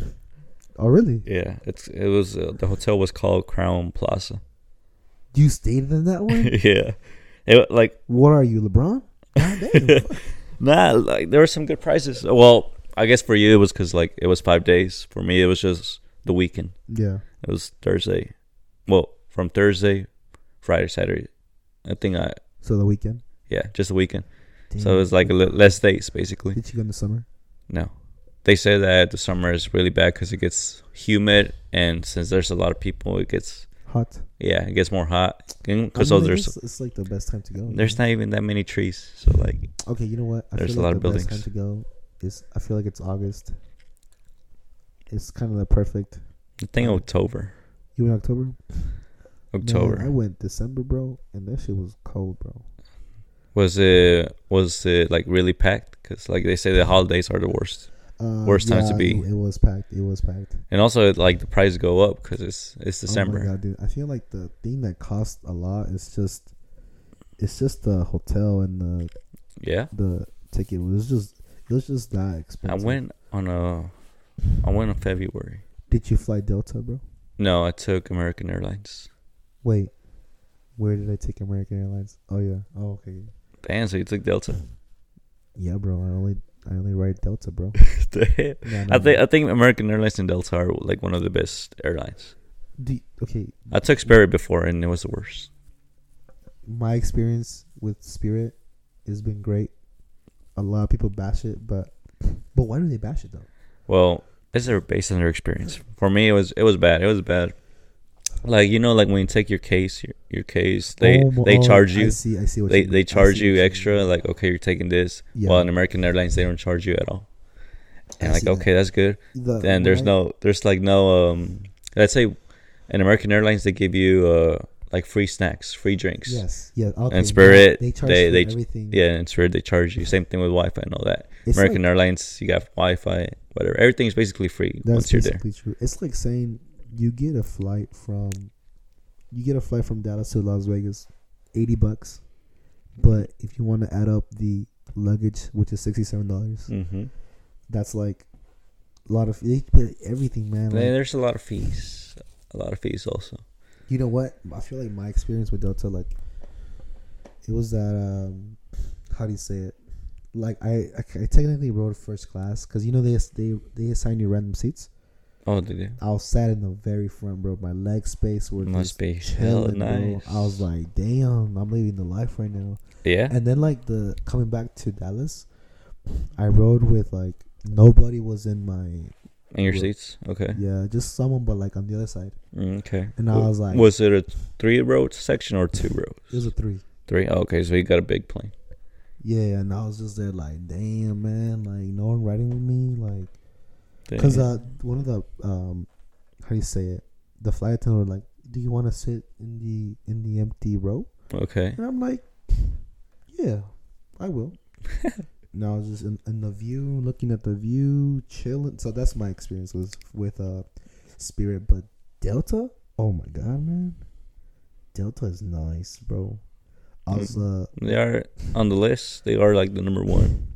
[SPEAKER 1] Oh, really?
[SPEAKER 2] Yeah, it's it was uh, the hotel was called Crown Plaza.
[SPEAKER 1] You stayed in that
[SPEAKER 2] *laughs*
[SPEAKER 1] one?
[SPEAKER 2] yeah, it like
[SPEAKER 1] what are you, LeBron? God
[SPEAKER 2] *laughs*
[SPEAKER 1] damn. fuck.
[SPEAKER 2] Nah, like there were some good prices. Well, I guess for you it was because like it was five days. For me, it was just the weekend.
[SPEAKER 1] yeah.
[SPEAKER 2] It was Thursday. Well, from Thursday, Friday, Saturday. I think I
[SPEAKER 1] So the weekend.
[SPEAKER 2] yeah, just the weekend.
[SPEAKER 1] Damn.
[SPEAKER 2] So it was like a li- less days basically.
[SPEAKER 1] Did you go in the summer?
[SPEAKER 2] No, they say that the summer is really bad because it gets humid and since there's a lot of people, it gets
[SPEAKER 1] Hot.
[SPEAKER 2] yeah, it gets more hot because
[SPEAKER 1] I mean, I
[SPEAKER 2] there's
[SPEAKER 1] guess it's like the best time to go. you know?
[SPEAKER 2] there's not even that many trees. So like
[SPEAKER 1] Okay, you know what? I
[SPEAKER 2] There's
[SPEAKER 1] feel
[SPEAKER 2] a
[SPEAKER 1] like
[SPEAKER 2] lot of
[SPEAKER 1] the
[SPEAKER 2] buildings.
[SPEAKER 1] best time to go is I feel like it's August. It's kind of the perfect.
[SPEAKER 2] I think October,
[SPEAKER 1] You went October? Man,
[SPEAKER 2] October.
[SPEAKER 1] I went December, bro, and that shit was cold, bro.
[SPEAKER 2] Was it was it like really packed? Because like they say the holidays are the worst,
[SPEAKER 1] Uh,
[SPEAKER 2] Worst time to
[SPEAKER 1] yeah,
[SPEAKER 2] be.
[SPEAKER 1] It, it was packed. It was packed.
[SPEAKER 2] and also like the prices go up because it's it's December.
[SPEAKER 1] Oh my god, dude! I feel like the thing that costs a lot is just, it's just the hotel and the
[SPEAKER 2] yeah,
[SPEAKER 1] the ticket. It was just it was just that
[SPEAKER 2] I
[SPEAKER 1] expensive.
[SPEAKER 2] went on a I went in February.
[SPEAKER 1] Did you fly Delta, bro?
[SPEAKER 2] No, I took American Airlines.
[SPEAKER 1] Wait, where did I take American Airlines? Oh yeah. Oh okay.
[SPEAKER 2] Damn, so you took Delta. *laughs*
[SPEAKER 1] Yeah, bro. I only I only ride Delta,
[SPEAKER 2] *laughs*
[SPEAKER 1] bro.
[SPEAKER 2] Damn.
[SPEAKER 1] No, no,
[SPEAKER 2] I think
[SPEAKER 1] no.
[SPEAKER 2] I think American Airlines and Delta are like one of the best airlines.
[SPEAKER 1] the okay
[SPEAKER 2] I took Spirit before, and it was the worst.
[SPEAKER 1] my experience with Spirit has been great. A lot of people bash it, but but why do they bash it though?
[SPEAKER 2] Well, it's their based on their experience. For me, it was it was bad. It was bad. Like you know, like when you take your case, your, your case, they
[SPEAKER 1] Oh, mo-
[SPEAKER 2] they
[SPEAKER 1] oh,
[SPEAKER 2] charge
[SPEAKER 1] I
[SPEAKER 2] you.
[SPEAKER 1] see. I see what
[SPEAKER 2] They
[SPEAKER 1] you mean.
[SPEAKER 2] they
[SPEAKER 1] I see
[SPEAKER 2] charge
[SPEAKER 1] what
[SPEAKER 2] you
[SPEAKER 1] mean.
[SPEAKER 2] extra. Like okay, you're taking this.
[SPEAKER 1] Yeah.
[SPEAKER 2] While in American Airlines, they don't charge you at all. And
[SPEAKER 1] I
[SPEAKER 2] like
[SPEAKER 1] see that.
[SPEAKER 2] okay, that's good.
[SPEAKER 1] The-
[SPEAKER 2] Then there's
[SPEAKER 1] when I-
[SPEAKER 2] no there's like no um. Let's say, in American Airlines, they give you uh like free snacks, free drinks.
[SPEAKER 1] Yes. Yeah. Okay.
[SPEAKER 2] And Spirit,
[SPEAKER 1] They charge
[SPEAKER 2] they-
[SPEAKER 1] for
[SPEAKER 2] they-
[SPEAKER 1] everything.
[SPEAKER 2] Yeah, and it's weird they charge you. Same thing with Wi-Fi and all that.
[SPEAKER 1] It's
[SPEAKER 2] American
[SPEAKER 1] like-
[SPEAKER 2] Airlines, you got Wi-Fi, whatever. Everything's basically free
[SPEAKER 1] That's
[SPEAKER 2] once you're there.
[SPEAKER 1] basically true. It's like saying you get a flight from you get a flight from Dallas to Las Vegas, eighty bucks. But if you want to add up the luggage, which is sixty seven dollars,
[SPEAKER 2] Mm-hmm.
[SPEAKER 1] that's like a lot of they put everything, man.
[SPEAKER 2] Yeah,
[SPEAKER 1] Like,
[SPEAKER 2] there's a lot of fees. A lot of fees also.
[SPEAKER 1] you know what? I feel like my experience with Delta, like it was that um, how do you say it? Like I, I, I technically rode first class because you know they they they assign you random seats.
[SPEAKER 2] Oh, did you?
[SPEAKER 1] I was sat in the very front, bro. My leg space was
[SPEAKER 2] Must
[SPEAKER 1] just
[SPEAKER 2] be hella
[SPEAKER 1] chilling, bro.
[SPEAKER 2] nice.
[SPEAKER 1] I was like, damn, I'm living the life right now.
[SPEAKER 2] yeah.
[SPEAKER 1] And then like the coming back to Dallas, I rode with like nobody was in
[SPEAKER 2] *laughs*
[SPEAKER 1] my
[SPEAKER 2] In your
[SPEAKER 1] Well,
[SPEAKER 2] seats, okay.
[SPEAKER 1] yeah, just someone, but like on the other side.
[SPEAKER 2] Mm, okay.
[SPEAKER 1] And I
[SPEAKER 2] W-
[SPEAKER 1] was like,
[SPEAKER 2] was it a three row section or two row?
[SPEAKER 1] it was a three.
[SPEAKER 2] Three. Oh, okay, so you got a big plane.
[SPEAKER 1] Yeah, and I was just there like, damn, man, like no one riding with me, like,
[SPEAKER 2] Dang.
[SPEAKER 1] cause uh, one of the um, how do you say it? The flight attendant were like, do you want to sit in the in the empty row?
[SPEAKER 2] okay.
[SPEAKER 1] And I'm like, yeah, I will. and I was just in, in the view, looking at the view, chilling. So that's my experience with with uh Spirit, but Delta. Oh my god, man, Delta is nice, bro. I was uh,
[SPEAKER 2] They are on the list. They are like the number one,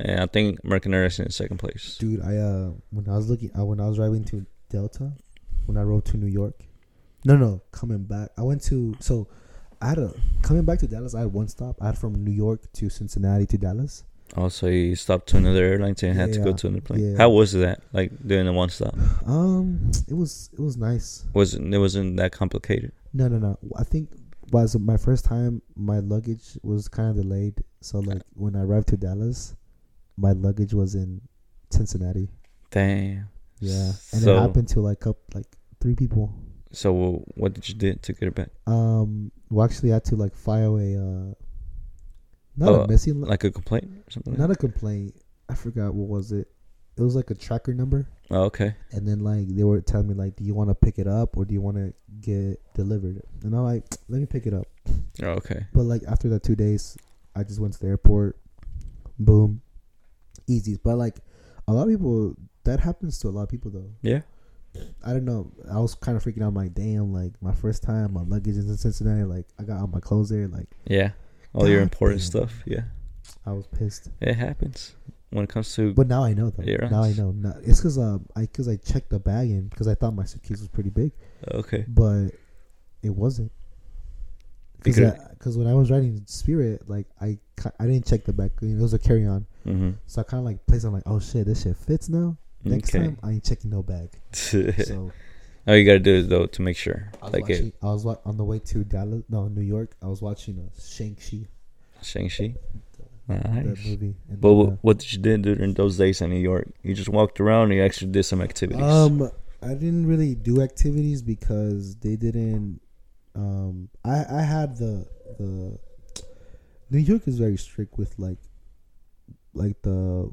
[SPEAKER 2] and I think American Airlines in second place.
[SPEAKER 1] dude. I uh, when I was looking, uh, when I was driving to Delta, when I rode to New York, no, no, coming back, I went to so. I had a coming back to Dallas. I had one stop. I had from New York to Cincinnati to Dallas.
[SPEAKER 2] Also, Oh, you stopped to another airline and had to go
[SPEAKER 1] Yeah,
[SPEAKER 2] to another plane.
[SPEAKER 1] yeah.
[SPEAKER 2] How was that? Like doing a one stop?
[SPEAKER 1] Um, it was it was nice.
[SPEAKER 2] Wasn't it wasn't that complicated?
[SPEAKER 1] No, no, no. I think was my first time. My luggage was kind of delayed, so like when I arrived to Dallas, my luggage was in Cincinnati.
[SPEAKER 2] Damn.
[SPEAKER 1] Yeah, and
[SPEAKER 2] So-
[SPEAKER 1] it happened to like up like three people.
[SPEAKER 2] So what did you do to get it back?
[SPEAKER 1] Um, well, actually, I had to like file a uh, not
[SPEAKER 2] Oh,
[SPEAKER 1] a missing, li-
[SPEAKER 2] Like a complaint or something?
[SPEAKER 1] not a complaint. I forgot what was it. It was like a tracker number,
[SPEAKER 2] oh, okay.
[SPEAKER 1] and then like they were telling me like, do you want to pick it up or do you want to get delivered? And I'm like, let me pick it up.
[SPEAKER 2] Oh, okay.
[SPEAKER 1] But like after that two days, I just went to the airport. Boom, easy. But like a lot of people, that happens to a lot of people though.
[SPEAKER 2] Yeah.
[SPEAKER 1] I don't know. I was kind of freaking out. like, damn, like my first time, my luggage is in Cincinnati. Like I got all my clothes there. Like
[SPEAKER 2] Yeah. All your
[SPEAKER 1] God
[SPEAKER 2] important
[SPEAKER 1] damn.
[SPEAKER 2] stuff. Yeah.
[SPEAKER 1] I was pissed.
[SPEAKER 2] It happens when it comes to.
[SPEAKER 1] But now I know though.
[SPEAKER 2] Yeah,
[SPEAKER 1] Now I
[SPEAKER 2] right.
[SPEAKER 1] know. Now, it's because um I because I checked the bag in because I thought my suitcase was pretty big,
[SPEAKER 2] okay.
[SPEAKER 1] but it wasn't.
[SPEAKER 2] Because-
[SPEAKER 1] Because when I was riding Spirit, like I ca- I didn't check the bag. You know, it was a carry on.
[SPEAKER 2] Mm-hmm.
[SPEAKER 1] So I kind of like placed. I'm like, oh shit, this shit fits now. Next time I ain't checking no bag.
[SPEAKER 2] *laughs*
[SPEAKER 1] So
[SPEAKER 2] Mm-hmm. All you gotta do is though to make sure.
[SPEAKER 1] I was
[SPEAKER 2] Like
[SPEAKER 1] watching.
[SPEAKER 2] it,
[SPEAKER 1] I was wa- on the way to Dallas, no New York. I was watching uh, Shang Chi,
[SPEAKER 2] Shang Chi.
[SPEAKER 1] that
[SPEAKER 2] Nice.
[SPEAKER 1] movie. And
[SPEAKER 2] But
[SPEAKER 1] then,
[SPEAKER 2] what, what did you do during those days in New York? You just walked around. and You actually did some
[SPEAKER 1] uh,
[SPEAKER 2] activities.
[SPEAKER 1] um, I didn't really do activities because they didn't. Um, I I had the the New York is very strict with like like the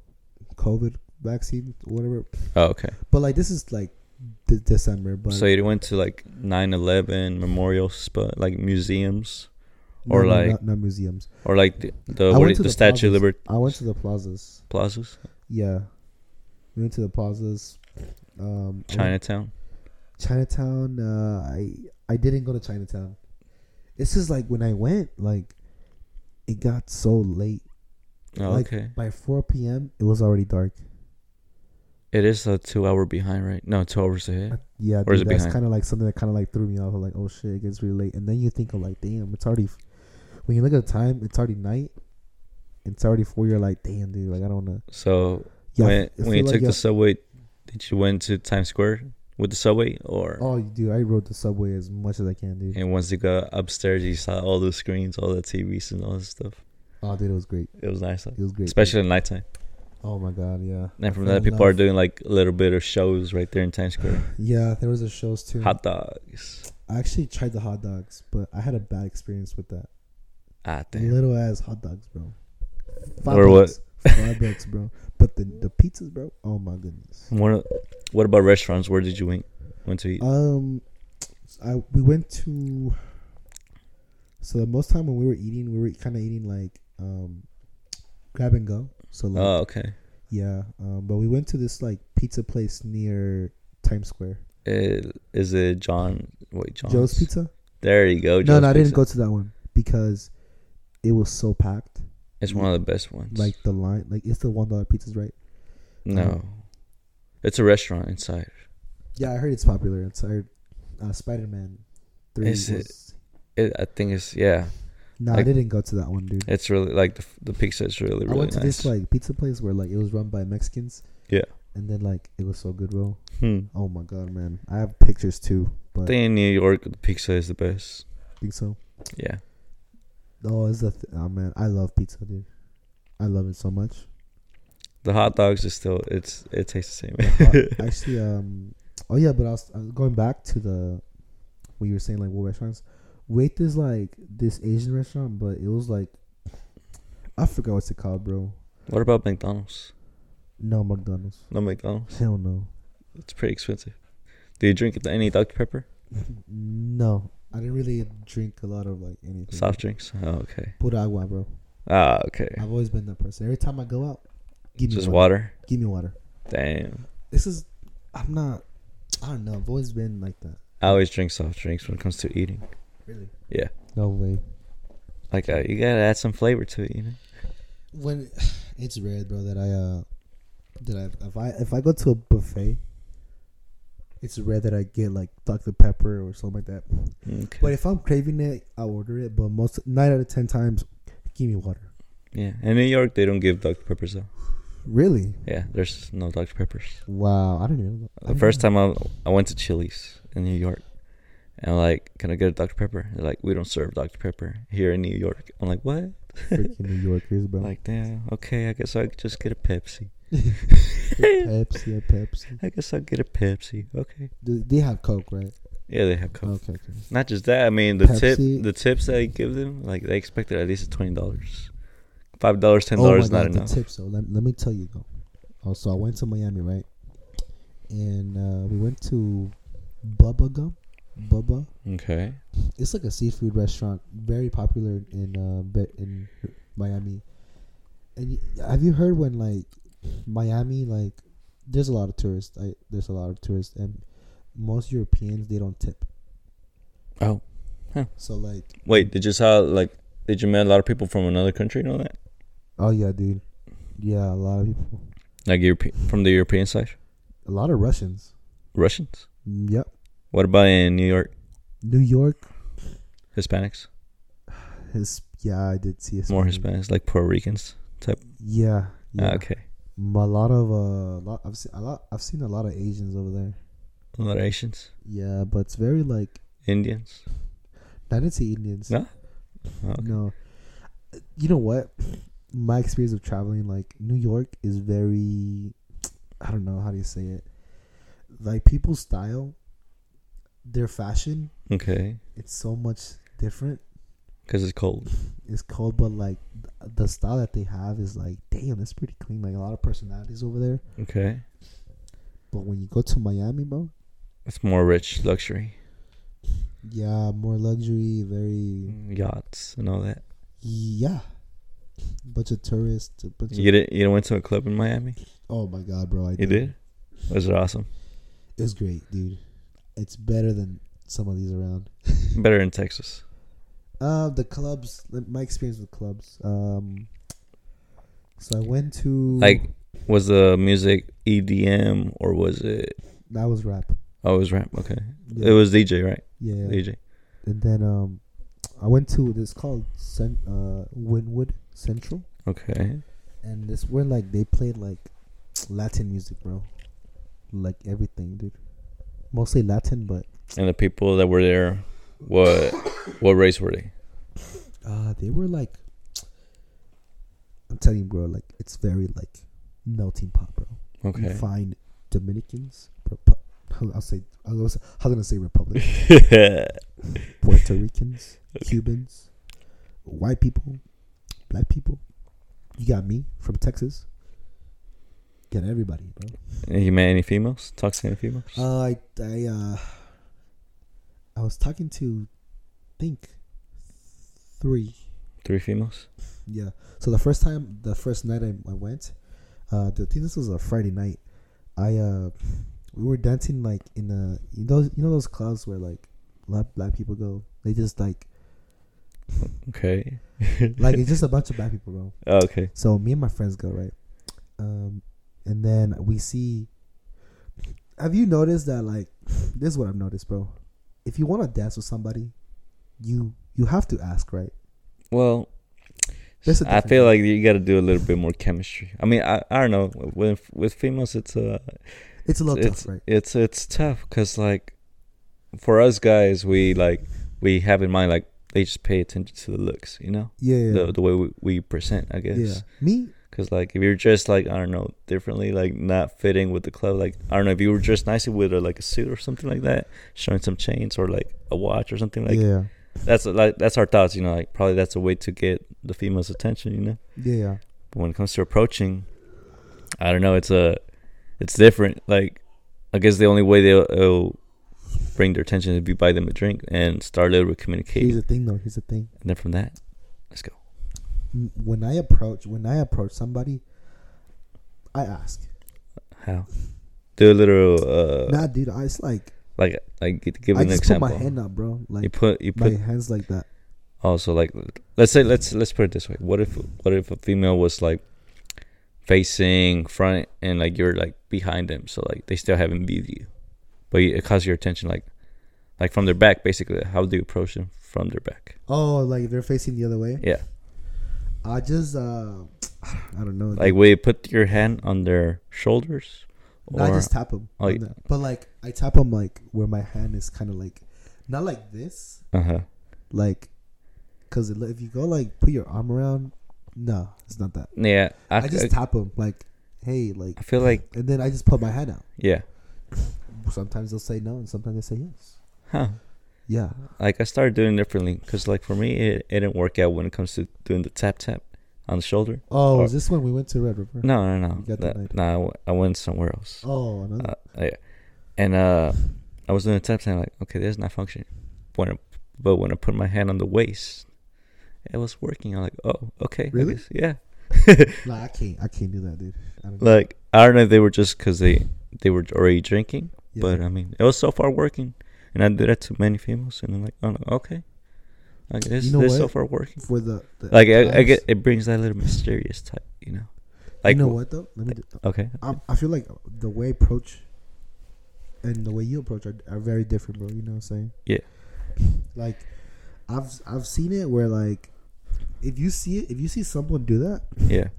[SPEAKER 1] COVID vaccine, whatever.
[SPEAKER 2] oh, okay.
[SPEAKER 1] But like this is like de- December, but
[SPEAKER 2] So you went to like 9/11 memorial spot, like museums,
[SPEAKER 1] no,
[SPEAKER 2] or
[SPEAKER 1] no,
[SPEAKER 2] like-
[SPEAKER 1] not, not museums.
[SPEAKER 2] or like the the,
[SPEAKER 1] I
[SPEAKER 2] what
[SPEAKER 1] went
[SPEAKER 2] is-
[SPEAKER 1] to
[SPEAKER 2] the
[SPEAKER 1] the
[SPEAKER 2] Statue of
[SPEAKER 1] plazas.
[SPEAKER 2] Liberty
[SPEAKER 1] I went to the plazas.
[SPEAKER 2] plazas,
[SPEAKER 1] Yeah, we went to the plazas. Um, I went-
[SPEAKER 2] Chinatown.
[SPEAKER 1] Chinatown. Uh, I I didn't go to Chinatown. It's just like when I went, like it got so late.
[SPEAKER 2] Oh,
[SPEAKER 1] like,
[SPEAKER 2] okay.
[SPEAKER 1] By four p.m., it was already dark.
[SPEAKER 2] It is a two hour behind, right? No, two hours ahead.
[SPEAKER 1] Yeah,
[SPEAKER 2] Or is
[SPEAKER 1] dude,
[SPEAKER 2] it
[SPEAKER 1] that's
[SPEAKER 2] behind?
[SPEAKER 1] kind of like something that kind of like threw me off. I'm like, oh shit, it gets really late. And then you think of like, damn, it's already. When you look at the time, it's already night. It's already four. You're like, damn, dude, like I don't wanna.
[SPEAKER 2] So
[SPEAKER 1] Yeah, I
[SPEAKER 2] when
[SPEAKER 1] feel
[SPEAKER 2] when you
[SPEAKER 1] like
[SPEAKER 2] took
[SPEAKER 1] yeah,
[SPEAKER 2] the subway, did you went to Times Square with the subway or
[SPEAKER 1] Oh, dude, I rode the subway as much as I can, dude.
[SPEAKER 2] and once you got upstairs you saw all the screens all the tvs and all that stuff
[SPEAKER 1] Oh, dude, it was great.
[SPEAKER 2] it was nice like,
[SPEAKER 1] It was great.
[SPEAKER 2] especially at nighttime
[SPEAKER 1] Oh my god, yeah.
[SPEAKER 2] and from
[SPEAKER 1] fell
[SPEAKER 2] that
[SPEAKER 1] in
[SPEAKER 2] people are
[SPEAKER 1] love.
[SPEAKER 2] doing like a little bit of shows right there in times square
[SPEAKER 1] *sighs* Yeah, there was a shows too.
[SPEAKER 2] hot dogs
[SPEAKER 1] I actually tried the hot dogs, but I had a bad experience with that.
[SPEAKER 2] ah damn
[SPEAKER 1] Little ass hot dogs, bro. Five
[SPEAKER 2] Or what?
[SPEAKER 1] bucks. Five bucks, bro. But the the pizzas, bro. Oh my goodness.
[SPEAKER 2] what, what about restaurants where did you went went to eat
[SPEAKER 1] Um, I we went to. So the most time when we were eating, we were kind of eating like um, grab and go. So like
[SPEAKER 2] oh okay
[SPEAKER 1] yeah, um, but we went to this like pizza place near Times Square.
[SPEAKER 2] Uh, is it john wait john
[SPEAKER 1] Joe's Pizza.
[SPEAKER 2] there you go
[SPEAKER 1] no,
[SPEAKER 2] Joe's
[SPEAKER 1] no, I didn't
[SPEAKER 2] Pizza.
[SPEAKER 1] go to that one because it was so packed.
[SPEAKER 2] it's one of the best ones
[SPEAKER 1] Like the line, like it's the one dollar pizzas, right?
[SPEAKER 2] no it's a restaurant inside
[SPEAKER 1] Yeah, I heard it's popular. It's I heard uh, Spider Man Three.
[SPEAKER 2] Is it-
[SPEAKER 1] was-
[SPEAKER 2] it, i think it's yeah
[SPEAKER 1] No, I
[SPEAKER 2] like-
[SPEAKER 1] didn't go to that one, dude.
[SPEAKER 2] It's really like the, the pizza is really really
[SPEAKER 1] I went to
[SPEAKER 2] nice.
[SPEAKER 1] this like pizza place where like it was run by Mexicans.
[SPEAKER 2] Yeah.
[SPEAKER 1] And then like it was so good, bro.
[SPEAKER 2] hmm.
[SPEAKER 1] Oh my god, man! I have pictures too, but
[SPEAKER 2] I
[SPEAKER 1] I
[SPEAKER 2] think in New York the pizza is the best.
[SPEAKER 1] think so.
[SPEAKER 2] Yeah,
[SPEAKER 1] Oh, it's the th- oh man, I love pizza, dude. I love it so much.
[SPEAKER 2] the hot dogs is still it's it tastes the same. *laughs*
[SPEAKER 1] Uh, actually, um, oh yeah, but I was, I was going back to the what you were saying, like what restaurants. Wait, is like this Asian restaurant, but it was like I forgot what's it called, bro.
[SPEAKER 2] what about McDonald's?
[SPEAKER 1] No McDonald's.
[SPEAKER 2] No McDonald's.
[SPEAKER 1] Hell no. *laughs*
[SPEAKER 2] It's pretty expensive. Do you drink any Dr Pepper
[SPEAKER 1] No, I didn't really drink a lot of like anything.
[SPEAKER 2] soft drinks? Oh, okay.
[SPEAKER 1] Pura agua, bro.
[SPEAKER 2] Ah, okay.
[SPEAKER 1] I've always been that person. Every time I go out, give me
[SPEAKER 2] Just
[SPEAKER 1] water.
[SPEAKER 2] water.
[SPEAKER 1] Give me water.
[SPEAKER 2] Damn.
[SPEAKER 1] This is, I'm not. I don't know. I've always been like that.
[SPEAKER 2] I always drink soft drinks when it comes to eating.
[SPEAKER 1] Really.
[SPEAKER 2] Yeah.
[SPEAKER 1] No way.
[SPEAKER 2] Like uh, you gotta add some flavor to it. You know.
[SPEAKER 1] When *sighs* it's rare, bro, that I uh, that I if I if I go to a buffet, it's rare that I get like Dr Pepper or something like that.
[SPEAKER 2] Okay.
[SPEAKER 1] But if I'm craving it, I order it. But most nine out of ten times, give me water.
[SPEAKER 2] Yeah. In New York they don't give Dr Peppers though.
[SPEAKER 1] Really?
[SPEAKER 2] Yeah. There's no Dr Peppers.
[SPEAKER 1] Wow, I didn't even know.
[SPEAKER 2] The first time I, I went to Chili's in New York, and I'm like, can I get a Dr Pepper? They're like, we don't serve Dr Pepper here in New York. I'm like, what?
[SPEAKER 1] *laughs* freaking New Yorkers, bro.
[SPEAKER 2] Like, damn. Okay, I guess I could just get a Pepsi.
[SPEAKER 1] Pepsi, a Pepsi.
[SPEAKER 2] I guess I'll get a Pepsi. Okay.
[SPEAKER 1] Do- They have Coke, right?
[SPEAKER 2] Yeah, they have Coke.
[SPEAKER 1] Okay, okay.
[SPEAKER 2] Not just that. I mean, the
[SPEAKER 1] Pepsi.
[SPEAKER 2] tip, the tips that I give them, like they expected at least twenty dollars, five dollars, ten dollars,
[SPEAKER 1] Oh my
[SPEAKER 2] not
[SPEAKER 1] God,
[SPEAKER 2] enough.
[SPEAKER 1] The tips, though. Let, let me tell you, though. Oh, so I went to Miami, right? And uh, we went to Bubba Gum. Bubba.
[SPEAKER 2] Okay.
[SPEAKER 1] It's like a seafood restaurant, very popular in uh, Be- in Miami. And y- have you heard when like Miami, like there's a lot of tourists. I, there's a lot of tourists, and most Europeans they don't tip.
[SPEAKER 2] Oh.
[SPEAKER 1] So like,
[SPEAKER 2] Wait, did you saw like did you met a lot of people from another country and all that?
[SPEAKER 1] oh yeah, dude, yeah, a lot of people,
[SPEAKER 2] Like Europe from the European side,
[SPEAKER 1] a lot of Russians.
[SPEAKER 2] Russians.
[SPEAKER 1] Yep,
[SPEAKER 2] What about in New York,
[SPEAKER 1] New York
[SPEAKER 2] Hispanics?
[SPEAKER 1] His yeah, I did see Hispanic.
[SPEAKER 2] More Hispanics, like Puerto Ricans.
[SPEAKER 1] Yeah, yeah.
[SPEAKER 2] Ah, okay.
[SPEAKER 1] M- A lot of uh, lot, I've seen a lot. I've seen a lot of Asians over there.
[SPEAKER 2] A lot of Asians,
[SPEAKER 1] Yeah, but it's very like
[SPEAKER 2] Indians.
[SPEAKER 1] I didn't see Indians.
[SPEAKER 2] No? Oh, Okay.
[SPEAKER 1] No. You know what? My experience of traveling, like New York, is very. I don't know how do you say it. Like people's style, their fashion,
[SPEAKER 2] Okay.
[SPEAKER 1] it's so much different.
[SPEAKER 2] Because it's cold.
[SPEAKER 1] It's cold, but like th- the style that they have is like, damn, that's pretty clean. Like a lot of personalities over there.
[SPEAKER 2] Okay.
[SPEAKER 1] But when you go to Miami, bro,
[SPEAKER 2] It's more rich, luxury,
[SPEAKER 1] yeah, more luxury, very
[SPEAKER 2] yachts and all that.
[SPEAKER 1] yeah, bunch of tourists, a bunch
[SPEAKER 2] You
[SPEAKER 1] of
[SPEAKER 2] did You went to a club in Miami.
[SPEAKER 1] oh my god, bro, I
[SPEAKER 2] You did. Was it awesome?
[SPEAKER 1] It's great, dude. It's better than some of these around.
[SPEAKER 2] Better in Texas.
[SPEAKER 1] Uh, the clubs, like, my experience with clubs. Um, so I went to
[SPEAKER 2] Like, was the music EDM or was it?
[SPEAKER 1] that was rap.
[SPEAKER 2] Oh, it was rap. Okay.
[SPEAKER 1] Yeah,
[SPEAKER 2] It was DJ, right?
[SPEAKER 1] yeah.
[SPEAKER 2] DJ.
[SPEAKER 1] And then um, I went to this called Cen- uh Winwood Central,
[SPEAKER 2] Okay.
[SPEAKER 1] and this where like they played like Latin music, bro. Like everything, dude. mostly Latin, but
[SPEAKER 2] And the people that were there, what what race were they?
[SPEAKER 1] uh, they were like, I'm telling you, bro, like it's very like melting pot, bro. You
[SPEAKER 2] Okay.
[SPEAKER 1] find Dominicans, Repu- I'll say, I was, I was gonna say Republic, *laughs* Puerto Ricans, Cubans, white people, black people. You got me from Texas. Got everybody, bro.
[SPEAKER 2] *laughs* you met any females? Talk to any females?
[SPEAKER 1] Uh, I I uh, I was talking to, think, three.
[SPEAKER 2] Three females?
[SPEAKER 1] Yeah. So the first time, the first night I, I went, uh, the, I think this was a Friday night. I uh, we were dancing like in a you know you know those clubs where like black black people go. They just like
[SPEAKER 2] Okay.
[SPEAKER 1] like it's just a bunch of black people, bro.
[SPEAKER 2] Oh, okay.
[SPEAKER 1] So me and my friends go right, um, and then we see. Have you noticed that like this is what I've noticed, bro? If you want to dance with somebody, you you have to ask, right?
[SPEAKER 2] Well,
[SPEAKER 1] That's a
[SPEAKER 2] I
[SPEAKER 1] different
[SPEAKER 2] feel
[SPEAKER 1] thing.
[SPEAKER 2] like you got to do a little bit more chemistry. I mean, I, I don't know. With with females, it's a
[SPEAKER 1] It's a little
[SPEAKER 2] it's
[SPEAKER 1] tough, right?
[SPEAKER 2] it's it's tough because like for us guys, we like we have in mind like they just pay attention to the looks, you know,
[SPEAKER 1] Yeah, yeah,
[SPEAKER 2] the the way we, we present, I
[SPEAKER 1] yeah.
[SPEAKER 2] guess.
[SPEAKER 1] Me,
[SPEAKER 2] Because like if you're dressed like I don't know differently, like not fitting with the club, like I don't know if you were dressed nicely with a, like a suit or something like that, showing some chains or like a watch or something like
[SPEAKER 1] yeah,
[SPEAKER 2] that's like that's our thoughts, you know, like probably that's a way to get the female's attention, you know.
[SPEAKER 1] yeah, yeah.
[SPEAKER 2] But when it comes to approaching, I don't know. It's a, it's different. Like, I guess the only way they'll, it'll bring their attention is if you buy them a drink and start a little bit
[SPEAKER 1] Here's
[SPEAKER 2] communicating.
[SPEAKER 1] the thing, though. Here's the thing.
[SPEAKER 2] and then from that, let's go.
[SPEAKER 1] M- When I approach, when I approach somebody, I ask.
[SPEAKER 2] How? Do a little, uh,
[SPEAKER 1] nah, dude. I it's like
[SPEAKER 2] like, like g- give
[SPEAKER 1] I
[SPEAKER 2] an
[SPEAKER 1] just
[SPEAKER 2] example.
[SPEAKER 1] put my hand up, bro.
[SPEAKER 2] you
[SPEAKER 1] Like
[SPEAKER 2] put, you
[SPEAKER 1] my
[SPEAKER 2] put.
[SPEAKER 1] hands like that.
[SPEAKER 2] Also, like, let's say, let's let's put it this way. What if, what if a female was like facing front and like you're like behind them, so like they still haven't viewed you, but it caught your attention, like, like from their back, basically. How do you approach them from their back?
[SPEAKER 1] Oh, like if they're facing the other way.
[SPEAKER 2] Yeah.
[SPEAKER 1] I just uh, *sighs* I don't know.
[SPEAKER 2] Like, will you put your hand on their shoulders?
[SPEAKER 1] No, I just tap them.
[SPEAKER 2] Oh, yeah.
[SPEAKER 1] But like I tap them like where my hand is kind of like, not like this,
[SPEAKER 2] uh huh.
[SPEAKER 1] like, cause it- if you go like put your arm around, no, it's not that.
[SPEAKER 2] Yeah. I,
[SPEAKER 1] I, just
[SPEAKER 2] I-
[SPEAKER 1] tap them like, hey, like,
[SPEAKER 2] I feel like,
[SPEAKER 1] and then I just put my hand out.
[SPEAKER 2] yeah.
[SPEAKER 1] Sometimes they'll say no, and sometimes they say yes.
[SPEAKER 2] Huh.
[SPEAKER 1] Yeah,
[SPEAKER 2] Like, I started doing it differently because, like, for me, it, it didn't work out when it comes to doing the tap tap on the shoulder.
[SPEAKER 1] Oh,
[SPEAKER 2] Or-
[SPEAKER 1] is this when we went to Red River?
[SPEAKER 2] No, no,
[SPEAKER 1] You
[SPEAKER 2] no.
[SPEAKER 1] got
[SPEAKER 2] That,
[SPEAKER 1] denied.
[SPEAKER 2] no, I w- I went somewhere else.
[SPEAKER 1] Oh, another.
[SPEAKER 2] Uh, yeah. And uh, I was doing the tap tap, like, okay, that's not functioning. When I, but when I put my hand on the waist, it was working. I'm like, oh, okay. I
[SPEAKER 1] Really?
[SPEAKER 2] guess- Yeah. *laughs*
[SPEAKER 1] Nah, I can't. I can't do that, dude. I don't know.
[SPEAKER 2] like I don't know if they were just because they they were already drinking,
[SPEAKER 1] Yeah.
[SPEAKER 2] but uh, I mean it was so far working, and I did that to many females, and I'm like, oh no, okay, like this
[SPEAKER 1] You know
[SPEAKER 2] this so
[SPEAKER 1] what?
[SPEAKER 2] far working.
[SPEAKER 1] for the, the
[SPEAKER 2] Like I, I
[SPEAKER 1] times-
[SPEAKER 2] get it brings that little mysterious type, you know, like uh,
[SPEAKER 1] you know
[SPEAKER 2] wh-
[SPEAKER 1] what though? Let me. Do,
[SPEAKER 2] okay,
[SPEAKER 1] I, I feel like the way I approach and the way you approach are, are very different, bro. You know what I'm saying?
[SPEAKER 2] Yeah.
[SPEAKER 1] Like, I've I've seen it where like, if you see it, if you see someone do that,
[SPEAKER 2] yeah,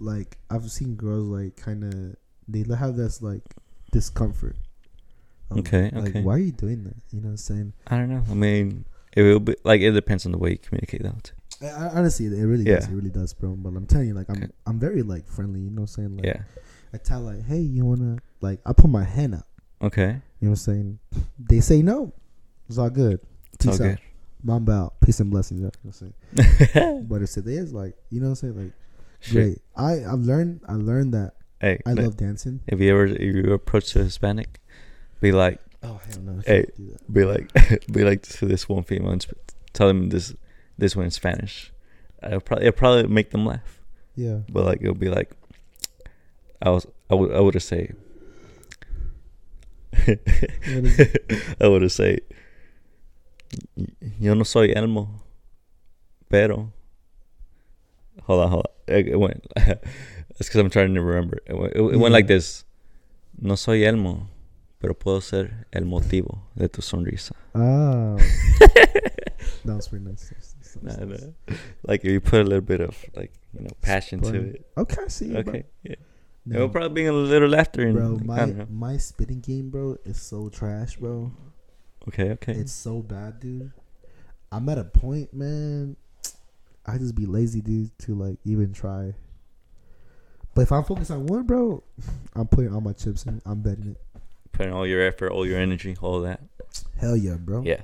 [SPEAKER 1] like I've seen girls like kind of they have this like discomfort. of,
[SPEAKER 2] Okay,
[SPEAKER 1] Like,
[SPEAKER 2] okay.
[SPEAKER 1] why are you doing that? You know what I'm saying?
[SPEAKER 2] I don't know. I mean, it will be like it depends on the way you communicate that.
[SPEAKER 1] I, I- honestly, it really does.
[SPEAKER 2] Yeah.
[SPEAKER 1] It really does, bro. But I'm telling you, like, I'm
[SPEAKER 2] Okay.
[SPEAKER 1] I'm very like friendly. You know what I'm saying? Like,
[SPEAKER 2] Yeah.
[SPEAKER 1] I tell like, hey, you wanna like? I put my hand up.
[SPEAKER 2] *laughs* Okay.
[SPEAKER 1] You know what I'm saying? They say no. It's all good.
[SPEAKER 2] It's
[SPEAKER 1] Peace
[SPEAKER 2] all
[SPEAKER 1] out. Mamba out. Peace and blessings. You know what I'm saying?
[SPEAKER 2] good.
[SPEAKER 1] But if it is like, you know what I'm saying? Like,
[SPEAKER 2] Shit.
[SPEAKER 1] great. I I've learned I learned that
[SPEAKER 2] Hey,
[SPEAKER 1] I
[SPEAKER 2] look,
[SPEAKER 1] love dancing.
[SPEAKER 2] if you ever if you approach a Hispanic, be like.
[SPEAKER 1] Oh hell no! I
[SPEAKER 2] Hey.
[SPEAKER 1] can't do that.
[SPEAKER 2] be *laughs* like be like to this one female and sp- tell them this this one in Spanish. I'll probably it'll probably make them laugh,
[SPEAKER 1] Yeah.
[SPEAKER 2] but like it'll be like I was I would I would have say
[SPEAKER 1] What is it?
[SPEAKER 2] *laughs* I would have say yo no soy elmo, pero hold on hold on it, it went *laughs* it's because I'm trying to remember it went, it, it went like
[SPEAKER 1] Yeah.
[SPEAKER 2] this no soy elmo pero puedo ser el motivo de tu sonrisa *laughs*
[SPEAKER 1] Oh. that was pretty nice. That was- that
[SPEAKER 2] Nah,
[SPEAKER 1] was nice.
[SPEAKER 2] *laughs* nah. Like if you put a little bit of like you know passion to
[SPEAKER 1] Spun.
[SPEAKER 2] it.
[SPEAKER 1] Okay, I see. You, bro.
[SPEAKER 2] Okay. Yeah. It will probably be a little laughter. And,
[SPEAKER 1] bro,
[SPEAKER 2] I
[SPEAKER 1] my
[SPEAKER 2] don't know.
[SPEAKER 1] my spitting game, bro, is so trash, bro.
[SPEAKER 2] okay, okay.
[SPEAKER 1] It's so bad, dude. I'm at a point, man. I just be lazy, dude, to like even try. But if I'm focused on one, bro, I'm putting all my chips in. I'm betting it.
[SPEAKER 2] Putting all your effort, all your energy, all that.
[SPEAKER 1] Hell yeah, bro.
[SPEAKER 2] Yeah,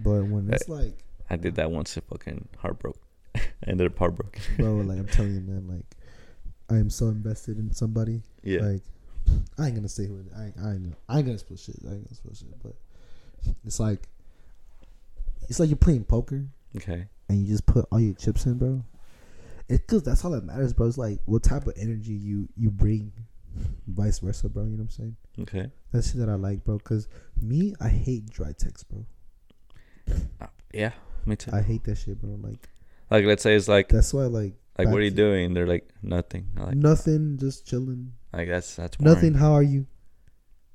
[SPEAKER 1] But when it's like,
[SPEAKER 2] I did that once. I fucking heartbroken. *laughs* Ended up heartbroken.
[SPEAKER 1] bro, like I'm telling you, man, like I am so invested in somebody.
[SPEAKER 2] *laughs* Yeah.
[SPEAKER 1] Like I ain't gonna say who. It, I ain't, I ain't gonna I ain't gonna split shit. I ain't gonna split shit. But it's like it's like you're playing poker
[SPEAKER 2] okay.
[SPEAKER 1] and you just put all your chips in, bro. It's cause that's all that matters, bro. It's like what type of energy you you bring, vice versa, bro. You know what I'm saying?
[SPEAKER 2] Okay.
[SPEAKER 1] That's shit that I like, bro. Cause me, I hate dry text, bro.
[SPEAKER 2] Yeah. Me too.
[SPEAKER 1] I hate that shit, bro. Like
[SPEAKER 2] like, let's say it's like,
[SPEAKER 1] that's why, like,
[SPEAKER 2] like, what are you
[SPEAKER 1] back-
[SPEAKER 2] doing? They're like, nothing. I like,
[SPEAKER 1] nothing, just chilling,
[SPEAKER 2] like that's that's boring.
[SPEAKER 1] nothing. How are you?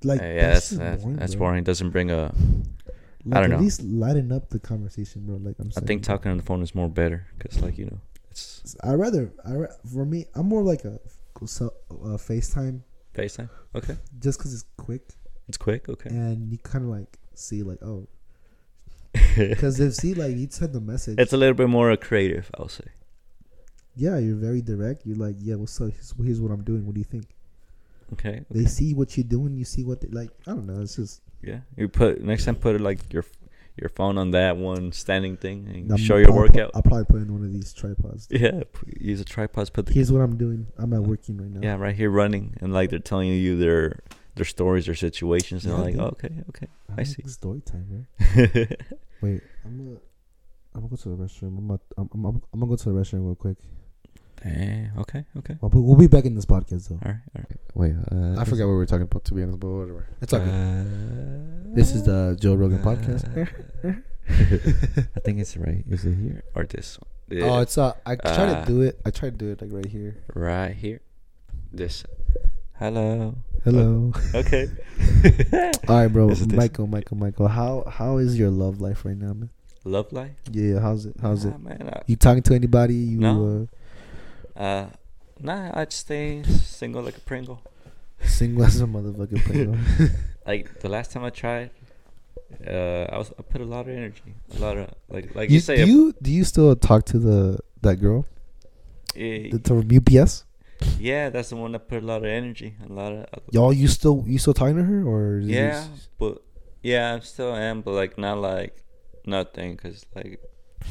[SPEAKER 1] Like
[SPEAKER 2] Uh, yeah, that's
[SPEAKER 1] shit's
[SPEAKER 2] that's, that's
[SPEAKER 1] bro.
[SPEAKER 2] boring. Doesn't bring a.
[SPEAKER 1] Like,
[SPEAKER 2] don't
[SPEAKER 1] At
[SPEAKER 2] know.
[SPEAKER 1] least lighten up the conversation, bro. Like I'm
[SPEAKER 2] I
[SPEAKER 1] saying,
[SPEAKER 2] think talking on the phone is more better because, like, you know, it's
[SPEAKER 1] I rather I ra- for me I'm more like a so uh, FaceTime
[SPEAKER 2] FaceTime. Okay,
[SPEAKER 1] just because it's quick
[SPEAKER 2] it's
[SPEAKER 1] *laughs*
[SPEAKER 2] quick. Okay. *laughs*
[SPEAKER 1] and you kind of like see like oh because if see like you send the message
[SPEAKER 2] It's a little bit more creative, I'll say.
[SPEAKER 1] yeah you're very direct you're like yeah what's up here's, here's what I'm doing what do you think
[SPEAKER 2] Okay.
[SPEAKER 1] they see what you're doing you see what they like I don't know it's just
[SPEAKER 2] Yeah. You put next time put like your your phone on that one standing thing and
[SPEAKER 1] I'm
[SPEAKER 2] show your
[SPEAKER 1] prob-
[SPEAKER 2] workout. *laughs*
[SPEAKER 1] I'll probably put in one of these tripods
[SPEAKER 2] Yeah. p- Use a tripod. Put the
[SPEAKER 1] here's what I'm doing I'm at working right now
[SPEAKER 2] yeah right here running and like they're telling you their their stories, their situations, and
[SPEAKER 1] Yeah,
[SPEAKER 2] like "Oh,
[SPEAKER 1] dude.
[SPEAKER 2] okay, okay. I
[SPEAKER 1] like
[SPEAKER 2] see.
[SPEAKER 1] story time bro. *laughs* Wait, I'm gonna I'm gonna go to the restroom. I'm gonna I'm, I'm, I'm gonna go to the restroom real quick.
[SPEAKER 2] Damn. Okay. Okay.
[SPEAKER 1] We'll be, we'll be back in this podcast though.
[SPEAKER 2] All right. All right. Wait. Uh,
[SPEAKER 3] I forgot what we were talking about, to be honest, but whatever.
[SPEAKER 1] It's all good.
[SPEAKER 2] Uh,
[SPEAKER 1] This is the Joe Rogan podcast.
[SPEAKER 2] I think it's right. Is it here *laughs* or this one?
[SPEAKER 3] Oh, it's uh, I tried
[SPEAKER 2] Ah.
[SPEAKER 3] to do it. I tried to do it like right here.
[SPEAKER 2] right here. This. Hello.
[SPEAKER 1] Hello. *laughs*
[SPEAKER 2] Okay. *laughs*
[SPEAKER 1] all right, bro.
[SPEAKER 2] Is it this?
[SPEAKER 1] Michael, Michael, Michael. How how is your love life right now, man?
[SPEAKER 2] Love life.
[SPEAKER 1] Yeah, how's it? How's it?
[SPEAKER 2] Nah, man. I-
[SPEAKER 1] You talking to anybody? You
[SPEAKER 2] Uh, No. Uh, nah, I'd stay single like a Pringle.
[SPEAKER 1] uh, single as a motherfucking Pringle.
[SPEAKER 2] Like the last time I tried, uh, I was I put a lot of energy, a lot of like *laughs* like you,
[SPEAKER 1] you,
[SPEAKER 2] say,
[SPEAKER 1] do
[SPEAKER 2] uh,
[SPEAKER 1] you do you still talk to the that girl
[SPEAKER 2] eh,
[SPEAKER 1] that's from UPS?
[SPEAKER 2] yeah, that's the one that put a lot of energy, a lot of
[SPEAKER 1] Y'all, you still you still talking to her or is it
[SPEAKER 2] yeah,
[SPEAKER 1] just-
[SPEAKER 2] but yeah, I still am, but like not like nothing, cause like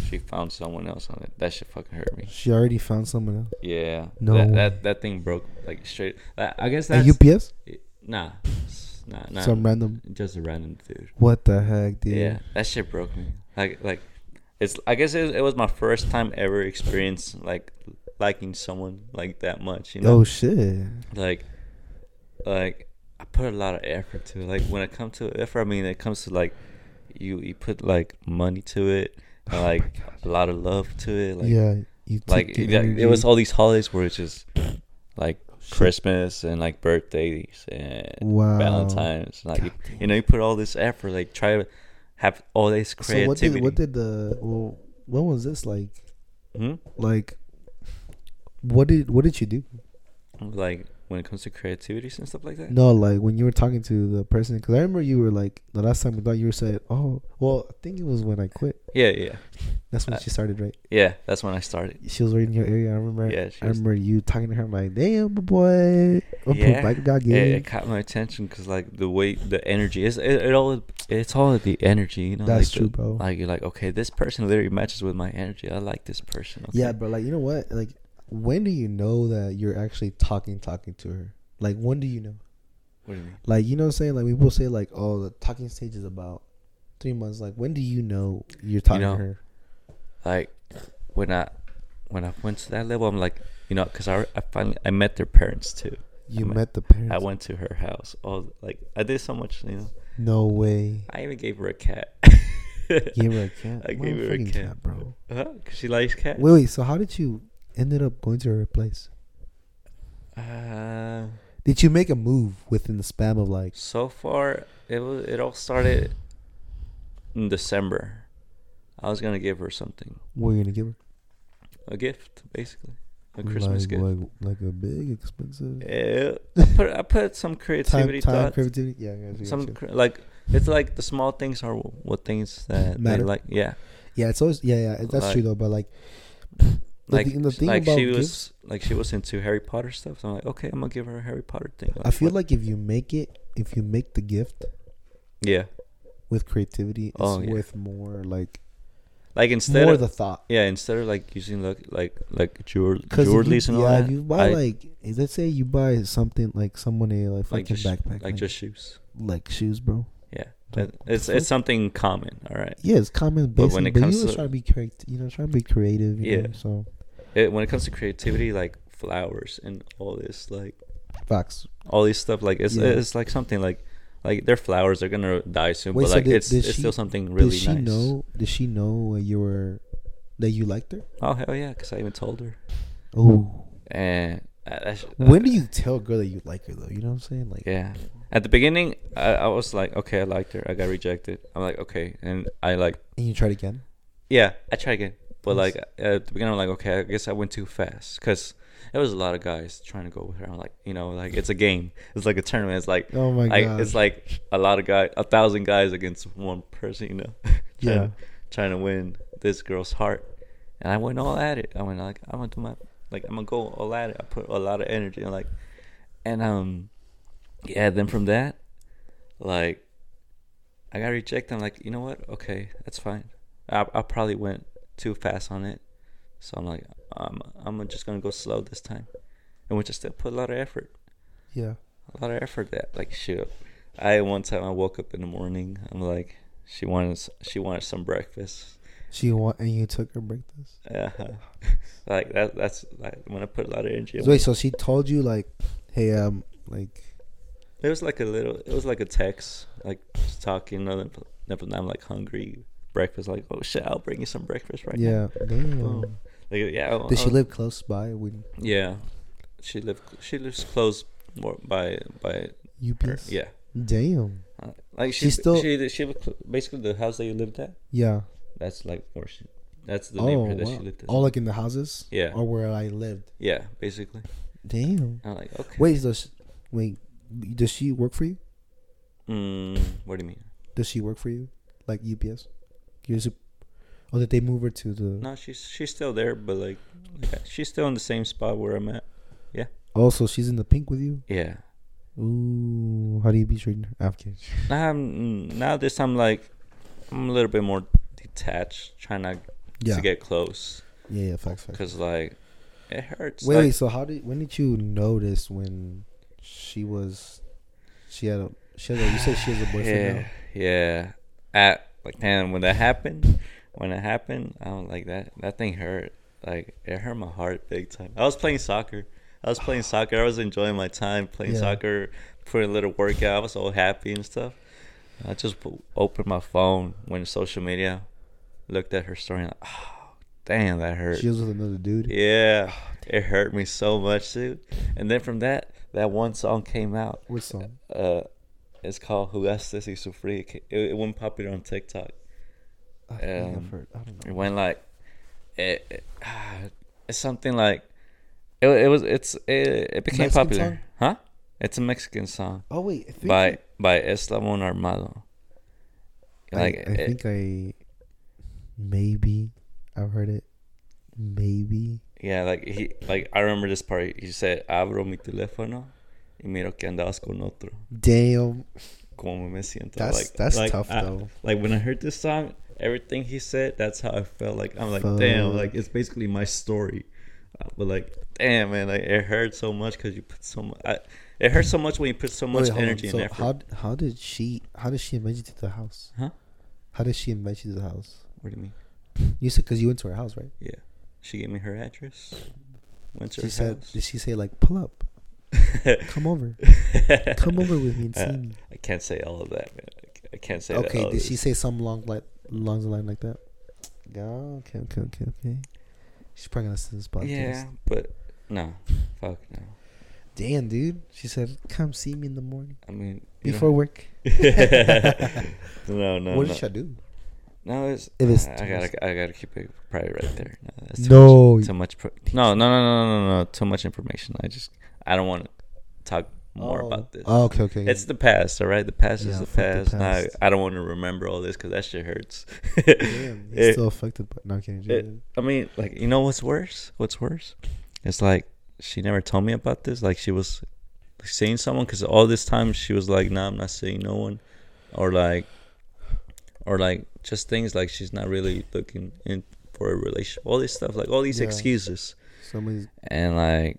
[SPEAKER 2] she found someone else on it. That shit fucking hurt me.
[SPEAKER 1] She already found someone else.
[SPEAKER 2] Yeah,
[SPEAKER 1] No
[SPEAKER 2] that
[SPEAKER 1] way.
[SPEAKER 2] that, that thing broke like straight. I, I guess
[SPEAKER 1] At
[SPEAKER 2] that's
[SPEAKER 1] UPS?
[SPEAKER 2] nah, s- nah, nah.
[SPEAKER 1] Some random
[SPEAKER 2] just a random dude.
[SPEAKER 1] What the heck, dude?
[SPEAKER 2] Yeah, that shit broke me. Like, like, it's. I guess it was, it was my first time ever experience like liking someone like that much. You
[SPEAKER 1] Oh
[SPEAKER 2] know,
[SPEAKER 1] shit.
[SPEAKER 2] like, like I put a lot of effort to. it. Like when it comes to effort, I mean, it comes to like you you put like money to it, and, like a lot of love to it. Like,
[SPEAKER 1] yeah. You took
[SPEAKER 2] like
[SPEAKER 1] the
[SPEAKER 2] yeah, it was
[SPEAKER 1] energy. Oh,
[SPEAKER 2] all these holidays where it's just like Christmas and like birthdays and
[SPEAKER 1] Wow.
[SPEAKER 2] Valentine's. Like you, you know, you put all this effort, like try to have all this
[SPEAKER 1] So what
[SPEAKER 2] creativity.
[SPEAKER 1] did what did the well when was this like
[SPEAKER 2] Hmm?
[SPEAKER 1] like what did what did you do?
[SPEAKER 2] Hmm? Like when it comes to creativities and stuff like that.
[SPEAKER 1] No, like when you were talking to the person, because I remember you were like the last time we thought you were said, oh, well, I think it was when I quit.
[SPEAKER 2] Yeah, yeah,
[SPEAKER 1] That's when
[SPEAKER 2] Uh,
[SPEAKER 1] she started, right?
[SPEAKER 2] yeah. That's when I started.
[SPEAKER 1] She was right in your area. I remember.
[SPEAKER 2] Yeah, she
[SPEAKER 1] I
[SPEAKER 2] was-
[SPEAKER 1] remember you talking to her. I'm like, damn, my boy. I'm
[SPEAKER 2] Yeah.
[SPEAKER 1] yeah. Michael got
[SPEAKER 2] It,
[SPEAKER 1] game.
[SPEAKER 2] it caught my attention because like the way the energy is. It, it all it's all the energy. You know,
[SPEAKER 1] That's
[SPEAKER 2] like, the-
[SPEAKER 1] true, bro.
[SPEAKER 2] Like you're like, okay, this person literally matches with my energy. I like this person. Okay?
[SPEAKER 1] Yeah, but like you know what? Like when do you know that you're actually talking talking to her? Like when do you know?
[SPEAKER 2] What do you mean?
[SPEAKER 1] Like you know what I'm saying? Like people say like oh the talking stage is about three months. Like when do you know you're talking
[SPEAKER 2] know,
[SPEAKER 1] to her?
[SPEAKER 2] like when I when I went to that level, I'm like, you know, because I, I finally I met their parents too.
[SPEAKER 1] You
[SPEAKER 2] I
[SPEAKER 1] met,
[SPEAKER 2] met-
[SPEAKER 1] the parents.
[SPEAKER 2] I went to her house. All like I did so much, you know.
[SPEAKER 1] no way.
[SPEAKER 2] I even gave her a cat. *laughs*
[SPEAKER 1] Gave her a cat.
[SPEAKER 2] I gave her a
[SPEAKER 1] Motherfucking
[SPEAKER 2] cat,
[SPEAKER 1] cat, bro.
[SPEAKER 2] *laughs* bro. Huh? Cause she likes cats.
[SPEAKER 1] Wait, wait. So how did you ended up going to her place?
[SPEAKER 2] Uh,
[SPEAKER 1] Did you make a move within the spam of like?
[SPEAKER 2] so far, it was it all started in December. I was gonna give her something,
[SPEAKER 1] What are you gonna give her?
[SPEAKER 2] a gift, basically. a Christmas
[SPEAKER 1] like,
[SPEAKER 2] gift.
[SPEAKER 1] Like, like a big expensive
[SPEAKER 2] Eh, I put I put some
[SPEAKER 1] time,
[SPEAKER 2] creativity
[SPEAKER 1] time
[SPEAKER 2] thought.
[SPEAKER 1] creativity. Yeah, I got you,
[SPEAKER 2] some
[SPEAKER 1] got
[SPEAKER 2] cre- like it's like the small things are wh- what things that they
[SPEAKER 1] Matter.
[SPEAKER 2] like yeah
[SPEAKER 1] you. yeah. It's always yeah, yeah. That's
[SPEAKER 2] Like-
[SPEAKER 1] true though. But like, The
[SPEAKER 2] like
[SPEAKER 1] thing- the thing
[SPEAKER 2] like she
[SPEAKER 1] about
[SPEAKER 2] was like she was into Harry Potter stuff. So I'm like okay, I'm gonna give her a Harry Potter thing.
[SPEAKER 1] I feel like if you make it, if you make the gift
[SPEAKER 2] yeah,
[SPEAKER 1] with creativity, it's
[SPEAKER 2] Oh, yeah.
[SPEAKER 1] worth more. Like
[SPEAKER 2] like instead
[SPEAKER 1] more
[SPEAKER 2] of
[SPEAKER 1] the thought.
[SPEAKER 2] yeah instead of like using like like like jewel
[SPEAKER 1] Because
[SPEAKER 2] jewelries and all
[SPEAKER 1] yeah,
[SPEAKER 2] that,
[SPEAKER 1] if you buy
[SPEAKER 2] I-
[SPEAKER 1] like let's say you buy something like someone a like
[SPEAKER 2] like
[SPEAKER 1] fucking
[SPEAKER 2] just
[SPEAKER 1] backpack,
[SPEAKER 2] like just shoes.
[SPEAKER 1] like shoes, bro.
[SPEAKER 2] Yeah,
[SPEAKER 1] Like,
[SPEAKER 2] that-
[SPEAKER 1] what the
[SPEAKER 2] it's
[SPEAKER 1] fuck?
[SPEAKER 2] it's something common. All right,
[SPEAKER 1] Yeah, it's common,
[SPEAKER 2] But
[SPEAKER 1] basic,
[SPEAKER 2] when
[SPEAKER 1] but,
[SPEAKER 2] it comes
[SPEAKER 1] you
[SPEAKER 2] to-
[SPEAKER 1] to try to be correct, you know, try to be creative. You
[SPEAKER 2] Yeah.
[SPEAKER 1] Know, so
[SPEAKER 2] it, when it comes to creativity, like flowers and all this like
[SPEAKER 1] facts.
[SPEAKER 2] all these stuff like it's
[SPEAKER 1] Yeah.
[SPEAKER 2] it's like something like like their flowers are gonna die soon,
[SPEAKER 1] Wait,
[SPEAKER 2] but
[SPEAKER 1] so
[SPEAKER 2] like
[SPEAKER 1] did-
[SPEAKER 2] it's
[SPEAKER 1] did
[SPEAKER 2] it's
[SPEAKER 1] she-
[SPEAKER 2] still something really
[SPEAKER 1] did she
[SPEAKER 2] nice.
[SPEAKER 1] know? Did she know uh, you were that you liked her?
[SPEAKER 2] Oh hell yeah, because I even told her.
[SPEAKER 1] Oh,
[SPEAKER 2] And uh, that's,
[SPEAKER 1] when do you tell a girl that you like her though? You know what I'm saying? Like,
[SPEAKER 2] Yeah. At the beginning, I, I was like, okay, I liked her. I got rejected. I'm like, okay, and I like,
[SPEAKER 1] and you tried again.
[SPEAKER 2] yeah, I tried again. But
[SPEAKER 1] Nice.
[SPEAKER 2] like at the beginning, I'm like, okay, I guess I went too fast because there was a lot of guys trying to go with her. I'm like, you know, like it's a game. It's like a tournament. It's like,
[SPEAKER 1] Oh my
[SPEAKER 2] like
[SPEAKER 1] god,
[SPEAKER 2] it's like a lot of guys, a thousand guys against one person. You know, *laughs* trying,
[SPEAKER 1] Yeah.
[SPEAKER 2] to, trying to win this girl's heart. And I went all at it. I went like, I'm gonna do my, like I'm gonna go all at it. I put a lot of energy. And like, and um, yeah. Then from that, like, I got rejected. I'm like, you know what? Okay, that's fine. I I probably went too fast on it. So I'm like, I'm I'm just gonna go slow this time, and which I still put a lot of effort
[SPEAKER 1] yeah.
[SPEAKER 2] a lot of effort that like shoot i one time i woke up in the morning i'm like she wanted s- she wanted some breakfast
[SPEAKER 1] She want and you took her breakfast. *laughs*
[SPEAKER 2] uh-huh. *laughs* like that that's like when i put a lot of energy
[SPEAKER 1] So wait, so she told you like, hey, um, like,
[SPEAKER 2] it was like a little it was like a text like just talking other never i'm like hungry breakfast like oh shit i'll bring you some breakfast right now.
[SPEAKER 1] yeah, damn.
[SPEAKER 2] Boom. like yeah I-
[SPEAKER 1] Did
[SPEAKER 2] I
[SPEAKER 1] she
[SPEAKER 2] was-
[SPEAKER 1] live close by when
[SPEAKER 2] yeah she lived she lives close more by by
[SPEAKER 1] you?
[SPEAKER 2] her, yeah
[SPEAKER 1] Damn.
[SPEAKER 2] Uh, like she,
[SPEAKER 1] She still-
[SPEAKER 2] she she lived cl- basically the house that you lived at
[SPEAKER 1] Yeah.
[SPEAKER 2] That's like where she. That's the
[SPEAKER 1] oh,
[SPEAKER 2] neighborhood that
[SPEAKER 1] wow.
[SPEAKER 2] she lived in.
[SPEAKER 1] all like in the houses.
[SPEAKER 2] Yeah.
[SPEAKER 1] Or where I lived.
[SPEAKER 2] yeah, basically.
[SPEAKER 1] Damn.
[SPEAKER 2] I'm like, okay.
[SPEAKER 1] Wait, does she, wait, does she work for you?
[SPEAKER 2] Mm, what do you mean?
[SPEAKER 1] Does she work for you, like UPS? You're sup- or did they move her to the?
[SPEAKER 2] No, she's she's still there, but like, like, she's still in the same spot where I'm at.
[SPEAKER 1] Also, oh, she's in the pink with you.
[SPEAKER 2] Yeah.
[SPEAKER 1] Ooh, how do you be treating her? Afghan.
[SPEAKER 2] Now I'm mm, now this I'm like, I'm a little bit more detached, trying not
[SPEAKER 1] Yeah.
[SPEAKER 2] to get close,
[SPEAKER 1] *laughs* Yeah, yeah, facts, facts.
[SPEAKER 2] because like, it hurts.
[SPEAKER 1] Wait,
[SPEAKER 2] like-
[SPEAKER 1] wait, so how did when did you notice when she was she had a she had a, you said she has a boyfriend
[SPEAKER 2] yeah, yeah. At like man, when that happened, when it happened, I don't like that. That thing hurt. Like it hurt my heart big time. I was playing soccer. I was playing soccer. I was enjoying my time playing
[SPEAKER 1] Yeah.
[SPEAKER 2] soccer, putting a little workout. I was all happy and stuff. I just po- opened my phone, went to social media, looked at her story, and like, oh, damn, that
[SPEAKER 1] now.
[SPEAKER 2] hurt.
[SPEAKER 1] She was with another dude.
[SPEAKER 2] yeah, it hurt me so much, dude. And then from that, that one song came out
[SPEAKER 1] What song?
[SPEAKER 2] uh, it's called Jugaste y Sufrí. It, ca- it, it went popular on TikTok.
[SPEAKER 1] I think Ah,
[SPEAKER 2] Um,
[SPEAKER 1] I've heard. I don't
[SPEAKER 2] It
[SPEAKER 1] know.
[SPEAKER 2] went like, it, it- ah, it's something like, it, it was it's it, it became
[SPEAKER 1] Mexican
[SPEAKER 2] popular,
[SPEAKER 1] song?
[SPEAKER 2] huh? It's a Mexican song
[SPEAKER 1] Oh wait, I think
[SPEAKER 2] by by Eslabón Armado.
[SPEAKER 1] I,
[SPEAKER 2] Like
[SPEAKER 1] I
[SPEAKER 2] it-
[SPEAKER 1] think I maybe I've heard it. Maybe
[SPEAKER 2] yeah, like he like I remember this part. He said, "Abro mi teléfono y miro que andabas con otro."
[SPEAKER 1] damn,
[SPEAKER 2] Como me siento.
[SPEAKER 1] that's
[SPEAKER 2] like,
[SPEAKER 1] that's
[SPEAKER 2] like,
[SPEAKER 1] tough
[SPEAKER 2] I-
[SPEAKER 1] though.
[SPEAKER 2] like when I heard this song, everything he said, that's how I felt. Like I'm like, damn, like it's basically my story. Uh, But like, damn, man, like it hurt so much because you put so much. I, it hurts so much when you put so much
[SPEAKER 1] Wait, hold on.
[SPEAKER 2] energy and
[SPEAKER 1] So
[SPEAKER 2] effort.
[SPEAKER 1] how d- how did she how did she invite you to the house?
[SPEAKER 2] Huh?
[SPEAKER 1] How did she invite you to the house?
[SPEAKER 2] what do you mean?
[SPEAKER 1] You said because you went to her house, right?
[SPEAKER 2] Yeah, she gave me her address. Went to
[SPEAKER 1] She
[SPEAKER 2] her
[SPEAKER 1] said,
[SPEAKER 2] house. *laughs*
[SPEAKER 1] did she say like pull up, come over, come over with me and see
[SPEAKER 2] Uh,
[SPEAKER 1] me?
[SPEAKER 2] I can't say all of that, man. I ca- I can't say.
[SPEAKER 1] Okay,
[SPEAKER 2] that all
[SPEAKER 1] did
[SPEAKER 2] of
[SPEAKER 1] she
[SPEAKER 2] this.
[SPEAKER 1] say some long like long line like that? Yeah. Okay. Okay. Okay. Okay. She's probably gonna listen to this podcast.
[SPEAKER 2] Yeah, but no, fuck no.
[SPEAKER 1] Damn, dude. She said, "Come see me in the morning
[SPEAKER 2] I mean, you don't-
[SPEAKER 1] before work."
[SPEAKER 2] *laughs* no, no.
[SPEAKER 1] what
[SPEAKER 2] no.
[SPEAKER 1] did she do?
[SPEAKER 2] No, it's,
[SPEAKER 1] It is
[SPEAKER 2] I
[SPEAKER 1] too much.
[SPEAKER 2] gotta I gotta keep it private right there. No, that's too
[SPEAKER 1] No.
[SPEAKER 2] much, too
[SPEAKER 1] *laughs*
[SPEAKER 2] much. Pro- no, no, no, no, no, no, no, too much information. I just I don't want to talk more
[SPEAKER 1] Oh.
[SPEAKER 2] about this.
[SPEAKER 3] Oh, okay, okay.
[SPEAKER 2] It's the past, all right. The past
[SPEAKER 1] Yeah,
[SPEAKER 2] is the
[SPEAKER 1] fuck the
[SPEAKER 2] past. Now, I-
[SPEAKER 1] past.
[SPEAKER 2] I, don't want to remember all this because that shit hurts. *laughs*
[SPEAKER 3] Damn, he's
[SPEAKER 2] It-
[SPEAKER 3] still affected. But no, I'm kidding.
[SPEAKER 2] it- I mean, like you know what's worse? What's worse? It's like she never told me about this. Like she was seeing someone because all this time she was like, "No, I'm not seeing no one," or like, or like just things like she's not really looking in for a relationship. All this stuff, like all these
[SPEAKER 3] Yeah.
[SPEAKER 2] excuses,
[SPEAKER 3] Somebody's
[SPEAKER 2] and like.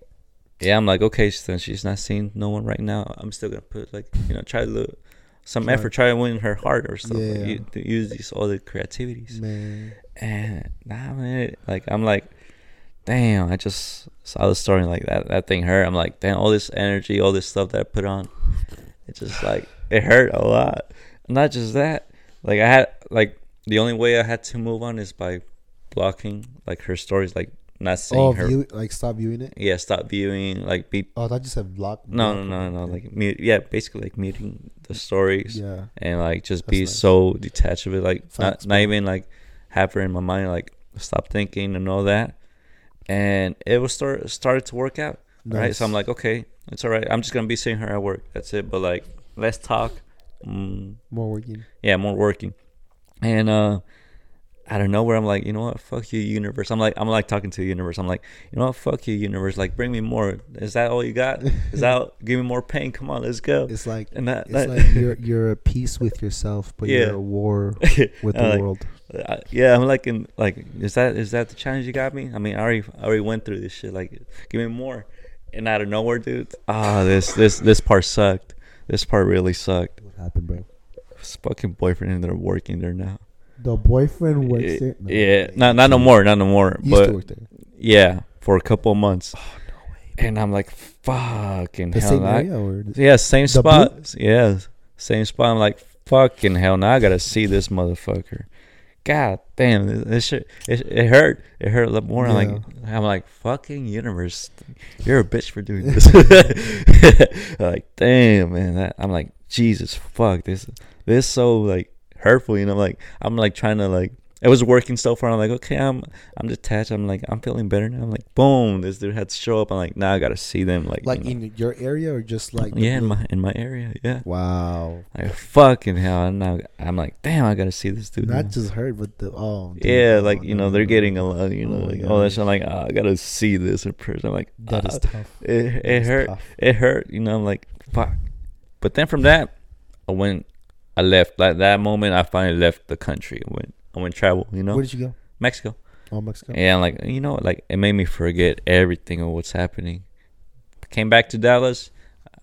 [SPEAKER 2] Yeah, I'm like okay. Since she's not seeing no one right now, I'm still gonna put like you know try to look, some
[SPEAKER 3] Try.
[SPEAKER 2] effort, try to win her heart or something.
[SPEAKER 3] Yeah.
[SPEAKER 2] You- to use these all the creativities.
[SPEAKER 3] man.
[SPEAKER 2] And nah, man, it- like I'm like, damn, I just saw the story and, like that. That thing hurt. I'm like, damn, all this energy, all this stuff that I put on, it just like it hurt a lot. Not just that, like I had like the only way I had to move on is by blocking like her stories, like not seeing
[SPEAKER 3] Oh,
[SPEAKER 2] her.
[SPEAKER 3] view, like stop viewing it.
[SPEAKER 2] yeah, stop viewing. Like be
[SPEAKER 3] Oh, I thought you said block.
[SPEAKER 2] no, no,
[SPEAKER 3] block
[SPEAKER 2] no,
[SPEAKER 3] it.
[SPEAKER 2] no. Like mute. Yeah, basically like muting the stories
[SPEAKER 3] yeah,
[SPEAKER 2] and like just
[SPEAKER 3] That's
[SPEAKER 2] be
[SPEAKER 3] nice.
[SPEAKER 2] so detached of it, like
[SPEAKER 3] Facts,
[SPEAKER 2] not, not
[SPEAKER 3] bro.
[SPEAKER 2] even like have her in my mind, like stop thinking and all that. And it was start started to work out, right? So I'm
[SPEAKER 3] Nice.
[SPEAKER 2] like, okay, it's all right. I'm just gonna be seeing her at work. That's it. But like, let's talk. Mm,
[SPEAKER 3] more working.
[SPEAKER 2] yeah, more working. And uh, I don't know where I'm like, you know what? Fuck you, universe. I'm like, I'm like talking to the universe. I'm like, you know what? Fuck you, universe. Like, bring me more. Is that all you got?
[SPEAKER 3] *laughs*
[SPEAKER 2] Is that give me more pain? Come on, let's go.
[SPEAKER 3] It's like
[SPEAKER 2] And that,
[SPEAKER 3] it's
[SPEAKER 2] that-
[SPEAKER 3] like you're you're at peace
[SPEAKER 2] *laughs*
[SPEAKER 3] with yourself, but
[SPEAKER 2] Yeah.
[SPEAKER 3] you're at
[SPEAKER 2] *laughs*
[SPEAKER 3] war with
[SPEAKER 2] I'm
[SPEAKER 3] the
[SPEAKER 2] like,
[SPEAKER 3] world.
[SPEAKER 2] Uh, yeah, I'm like, in, like, is that is that the challenge you got me? I mean, I already I already went through this shit. Like, give me more. And out of nowhere, dude. Ah, this this this part sucked. This part really sucked.
[SPEAKER 1] What happened, bro?
[SPEAKER 2] This fucking boyfriend and they're working there now.
[SPEAKER 1] The boyfriend works
[SPEAKER 2] Eh,
[SPEAKER 1] there. No.
[SPEAKER 2] yeah, not not no more, not no more.
[SPEAKER 3] You used to Oh,
[SPEAKER 2] but
[SPEAKER 3] work there.
[SPEAKER 2] yeah, for a couple of months. And I'm like, fucking
[SPEAKER 3] The
[SPEAKER 2] hell,
[SPEAKER 3] same
[SPEAKER 2] I-
[SPEAKER 3] area or
[SPEAKER 2] yeah, same
[SPEAKER 3] The
[SPEAKER 2] spot. Yeah, same spot. I'm like, fucking hell, now I gotta see this motherfucker. God damn, this, this shit, it, it hurt. It hurt a lot more. I'm like, I'm like, fucking universe, you're a bitch for doing this. *laughs* like, damn, man. That, I'm like, Jesus, fuck this. This so like hurtful, you know. Like, I'm like trying to like. It was working so far. I'm like, okay, I'm I'm detached. I'm like, I'm feeling better now. I'm like, boom, this dude had to show up. I'm like, now I gotta see them. Like,
[SPEAKER 3] like
[SPEAKER 2] you know.
[SPEAKER 3] in your area or just like the
[SPEAKER 2] yeah, in
[SPEAKER 3] blue-
[SPEAKER 2] my in my area, yeah.
[SPEAKER 3] Wow,
[SPEAKER 2] Like fucking hell, and now I'm like, damn, I gotta see this dude.
[SPEAKER 3] not
[SPEAKER 2] now.
[SPEAKER 3] just hurt, but the oh dude,
[SPEAKER 2] yeah,
[SPEAKER 3] no,
[SPEAKER 2] like you
[SPEAKER 3] no,
[SPEAKER 2] know, they're
[SPEAKER 3] no.
[SPEAKER 2] getting along, you know,
[SPEAKER 3] Oh my
[SPEAKER 2] like all that
[SPEAKER 3] gosh.
[SPEAKER 2] shit. I'm like, ah, I gotta see this in person. I'm like,
[SPEAKER 1] That is
[SPEAKER 2] ah,
[SPEAKER 1] tough.
[SPEAKER 2] it, it
[SPEAKER 3] It's
[SPEAKER 2] hurt,
[SPEAKER 3] tough.
[SPEAKER 2] it hurt, you know. I'm like, fuck. But then from that, I went, I left. Like that moment, I finally left the country. I went, I went travel, you know,
[SPEAKER 3] Where did you go?
[SPEAKER 2] Mexico.
[SPEAKER 3] Oh, Mexico.
[SPEAKER 2] Yeah, like you know, like it made me forget everything of what's happening. Came back to Dallas,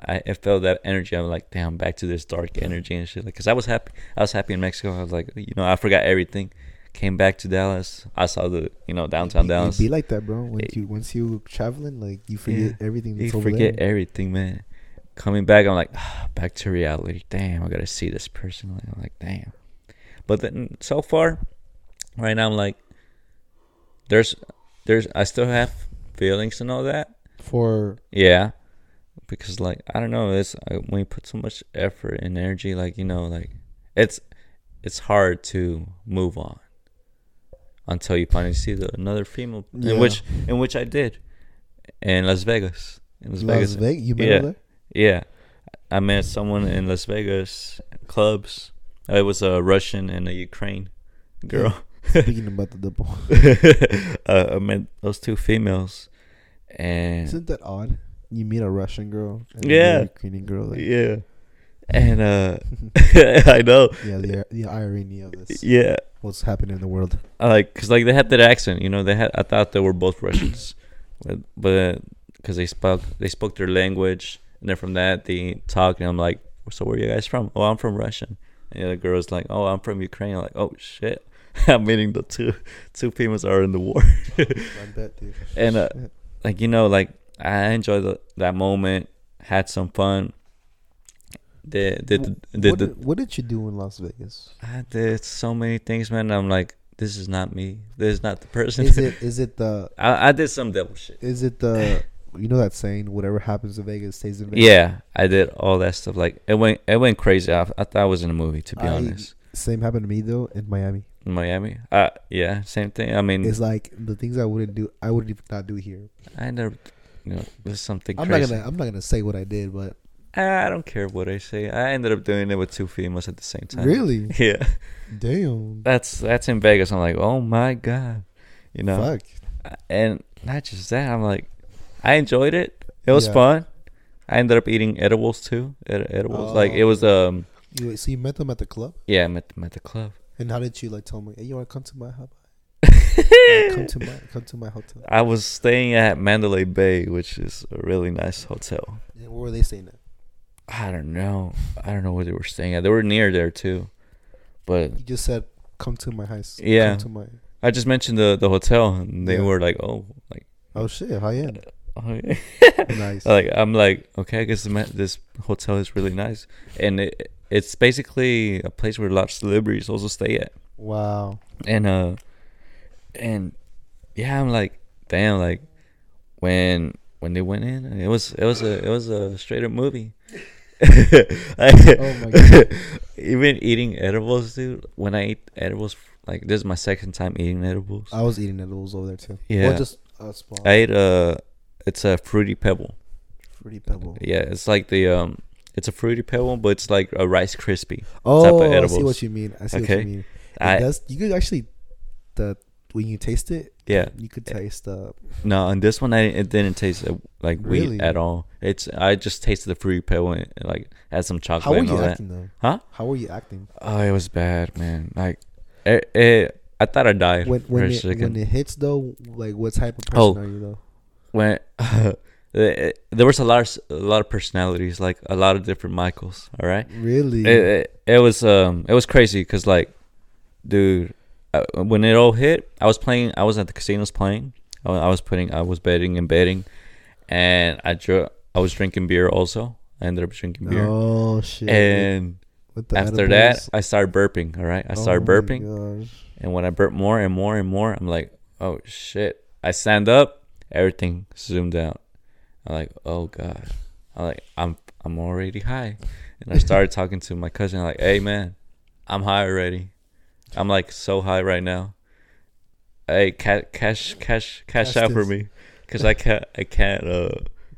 [SPEAKER 2] I, I felt that energy. I'm like, damn, back to this dark energy and shit. Like, cause I was happy, I was happy in Mexico. I was like, you know, I forgot everything. Came back to Dallas, I saw the you know downtown
[SPEAKER 3] It-
[SPEAKER 2] Dallas.
[SPEAKER 3] It be like that, bro. Once
[SPEAKER 2] It-
[SPEAKER 3] you once you traveling, like you forget
[SPEAKER 2] Yeah.
[SPEAKER 3] everything.
[SPEAKER 2] You
[SPEAKER 3] That's over
[SPEAKER 2] forget
[SPEAKER 3] there.
[SPEAKER 2] everything, man. Coming back, I'm like, ah, back to reality. Damn, I gotta see this person. Like, I'm like, damn. But then so far, right now, I'm like, there's, there's, I still have feelings and all that.
[SPEAKER 3] for
[SPEAKER 2] Yeah, because like I don't know, it's uh, when you put so much effort and energy, like you know, like it's it's hard to move on until you finally see the another female,
[SPEAKER 3] Yeah.
[SPEAKER 2] in which in which I did in Las Vegas, in Las,
[SPEAKER 3] Las Vegas.
[SPEAKER 2] Vegas,
[SPEAKER 3] You met
[SPEAKER 2] Yeah.
[SPEAKER 3] her there?
[SPEAKER 2] yeah. I met someone in Las Vegas clubs. Uh, It was a Russian and a Ukraine girl. *laughs*
[SPEAKER 3] Speaking about the double,
[SPEAKER 2] uh, I met those two females, and
[SPEAKER 3] isn't that odd? You meet a Russian girl, and
[SPEAKER 2] Yeah.
[SPEAKER 3] a Ukrainian girl. Like,
[SPEAKER 2] yeah. And uh *laughs* I know.
[SPEAKER 3] *laughs* yeah, the the irony of this,
[SPEAKER 2] Yeah.
[SPEAKER 3] what's happening in the world.
[SPEAKER 2] *laughs* I Like cuz like they had that accent, you know, they had I thought they were both
[SPEAKER 3] *coughs*
[SPEAKER 2] Russians. but but cuz they spoke they spoke their language and then from that they talked and I'm like, "So where are you guys from?" "Oh, I'm from Russian." And the other girl's like, "Oh, I'm from Ukraine." I'm like, "Oh shit." *laughs* I'm meeting the two two females are in the war. *laughs*
[SPEAKER 3] I bet, dude.
[SPEAKER 2] and uh, like you know like i enjoyed the, that moment had some fun did did the- did
[SPEAKER 3] what,
[SPEAKER 2] the,
[SPEAKER 3] did, what did you do in Las Vegas?
[SPEAKER 2] *laughs* i did so many things man i'm like this is not me this is not the person *laughs*
[SPEAKER 3] Is it is it the
[SPEAKER 2] I, I did some devil shit
[SPEAKER 3] is it the you know that saying? Whatever happens in Vegas stays in Vegas.
[SPEAKER 2] yeah i did all that stuff like it went it went crazy i, I thought i was in a movie to be
[SPEAKER 3] I-
[SPEAKER 2] honest
[SPEAKER 3] Same happened to me though in Miami.
[SPEAKER 2] Miami. Uh, yeah, same thing. I mean,
[SPEAKER 1] It's like the things I wouldn't do. I wouldn't even not do here.
[SPEAKER 2] I never, you know, there's something
[SPEAKER 1] I'm
[SPEAKER 2] crazy.
[SPEAKER 1] not gonna. I'm not gonna say what I did, but
[SPEAKER 2] I don't care what I say. I ended up doing it with two females at the same time.
[SPEAKER 1] really,
[SPEAKER 2] *laughs* Yeah.
[SPEAKER 1] damn,
[SPEAKER 2] That's that's in Vegas. I'm like, oh my god, you know.
[SPEAKER 1] fuck.
[SPEAKER 2] And not just that. I'm like, I enjoyed it. It was
[SPEAKER 1] Yeah.
[SPEAKER 2] fun. I ended up eating edibles too. Ed- edibles. Like
[SPEAKER 1] Oh.
[SPEAKER 2] it was um.
[SPEAKER 1] You, so you met them at the club,
[SPEAKER 2] Yeah, I'm at, I'm at the club.
[SPEAKER 1] and how did you like tell me? Hey, you wanna come to my
[SPEAKER 2] *laughs*
[SPEAKER 1] hub? Like, come to my come to my hotel.
[SPEAKER 2] I was staying at Mandalay Bay, which is a really nice hotel.
[SPEAKER 1] And where were they staying at?
[SPEAKER 2] I don't know. I don't know where they were staying at. They were near there too, but
[SPEAKER 1] You just said, "Come to my house."
[SPEAKER 2] Yeah.
[SPEAKER 1] Come to my.
[SPEAKER 2] I just mentioned the the hotel, and they
[SPEAKER 1] Yeah.
[SPEAKER 2] were like, "Oh, like,
[SPEAKER 1] Oh shit! High
[SPEAKER 2] *laughs*
[SPEAKER 1] end.
[SPEAKER 2] oh, yeah."
[SPEAKER 1] Nice.
[SPEAKER 2] like I'm like, okay, I guess this ma- this hotel is really nice, and it, it's basically a place where a lot of celebrities also stay at,
[SPEAKER 1] wow.
[SPEAKER 2] and uh, and yeah, I'm like, damn, like when when they went in, it was it was a it was a straight up movie. *laughs*
[SPEAKER 1] Oh my god.
[SPEAKER 2] Even eating edibles, dude. When I eat edibles, like this is my second time eating edibles.
[SPEAKER 1] I was eating edibles over there too.
[SPEAKER 2] Yeah.
[SPEAKER 1] Well, just a small.
[SPEAKER 2] I ate a, it's a fruity pebble.
[SPEAKER 1] fruity pebble.
[SPEAKER 2] Yeah, it's like the um, it's a fruity pebble, but it's like a rice crispy.
[SPEAKER 1] Oh, I
[SPEAKER 2] edibles.
[SPEAKER 1] see what you mean. I see
[SPEAKER 2] Okay.
[SPEAKER 1] what you mean. It
[SPEAKER 2] I
[SPEAKER 1] does. You could actually, the when you taste it,
[SPEAKER 2] yeah.
[SPEAKER 1] you could
[SPEAKER 2] Yeah.
[SPEAKER 1] taste the.
[SPEAKER 2] No, on this one I it didn't taste uh, like
[SPEAKER 1] Really?
[SPEAKER 2] wheat at all. It's I just tasted the fruity pebble and like had some chocolate
[SPEAKER 1] How were
[SPEAKER 2] and all
[SPEAKER 1] you
[SPEAKER 2] that.
[SPEAKER 1] acting though?
[SPEAKER 2] Huh?
[SPEAKER 1] How were you acting
[SPEAKER 2] Oh, it was bad, man. Like, it, it, I thought I died.
[SPEAKER 1] when
[SPEAKER 2] for
[SPEAKER 1] when
[SPEAKER 2] a
[SPEAKER 1] it,
[SPEAKER 2] second.
[SPEAKER 1] when it hits though? Like what type of person
[SPEAKER 2] Oh.
[SPEAKER 1] are you though?
[SPEAKER 2] when *laughs* there was a lot of s- a lot of personalities, like a lot of different Michaels. All right,
[SPEAKER 1] Really?
[SPEAKER 2] it, it, it was um it was crazy because like, dude, uh, when it all hit, I was playing. I was at the casinos playing. I, wa- I was putting. I was betting and betting, and I drew. I was drinking beer also. I ended up drinking beer,
[SPEAKER 1] Oh shit!
[SPEAKER 2] and
[SPEAKER 1] With the
[SPEAKER 2] after
[SPEAKER 1] edibles?
[SPEAKER 2] that, I started burping. All right, I started
[SPEAKER 1] Oh my
[SPEAKER 2] burping.
[SPEAKER 1] gosh.
[SPEAKER 2] And when I burp more and more and more, I'm like, oh shit. I stand up, everything zoomed out. I'm like, oh god. I'm like, I'm I'm already high. And I started talking to my cousin, like, hey man, I'm high already. I'm like so high right now. Hey, ca- cash, cash, cash
[SPEAKER 1] Cash
[SPEAKER 2] out for
[SPEAKER 1] this.
[SPEAKER 2] me, cause I can't, I can't. Uh,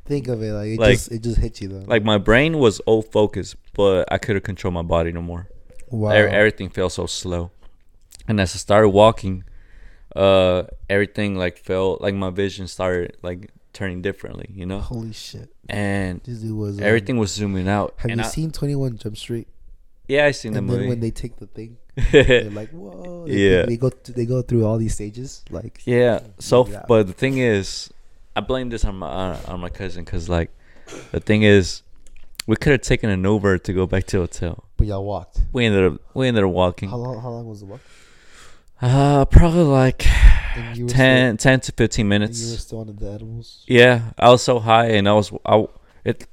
[SPEAKER 1] Think of it like it
[SPEAKER 2] Like-
[SPEAKER 1] just it just hit you though.
[SPEAKER 2] like my brain was all focused, but I couldn't control my body no more.
[SPEAKER 1] wow.
[SPEAKER 2] Ev- everything felt so slow. And as I started walking, uh, everything like felt like my vision started like turning differently, you know.
[SPEAKER 1] Holy shit!
[SPEAKER 2] And
[SPEAKER 1] This dude was um,
[SPEAKER 2] everything was zooming out.
[SPEAKER 1] Have
[SPEAKER 2] and
[SPEAKER 1] you
[SPEAKER 2] I-
[SPEAKER 1] seen Twenty One Jump Street?
[SPEAKER 2] Yeah, I seen the
[SPEAKER 1] and then when
[SPEAKER 2] movie.
[SPEAKER 1] they take the
[SPEAKER 2] *laughs*
[SPEAKER 1] thing, they're like, "Whoa!" They, *laughs*
[SPEAKER 2] Yeah.
[SPEAKER 1] they go they go through all these stages. Like,
[SPEAKER 2] yeah. So,
[SPEAKER 1] Yeah.
[SPEAKER 2] but the thing is, I blame this on my on, on my cousin because like, the thing is, we could have taken an Uber to go back to the hotel.
[SPEAKER 1] but y'all walked.
[SPEAKER 2] We ended up we ended up walking.
[SPEAKER 1] How long? How long was the walk?
[SPEAKER 2] Uh, probably like
[SPEAKER 1] And you were
[SPEAKER 2] 10, 10 to fifteen
[SPEAKER 1] Still, and
[SPEAKER 2] minutes.
[SPEAKER 1] you were still on the edibles.
[SPEAKER 2] Yeah, I was so high, and I was I it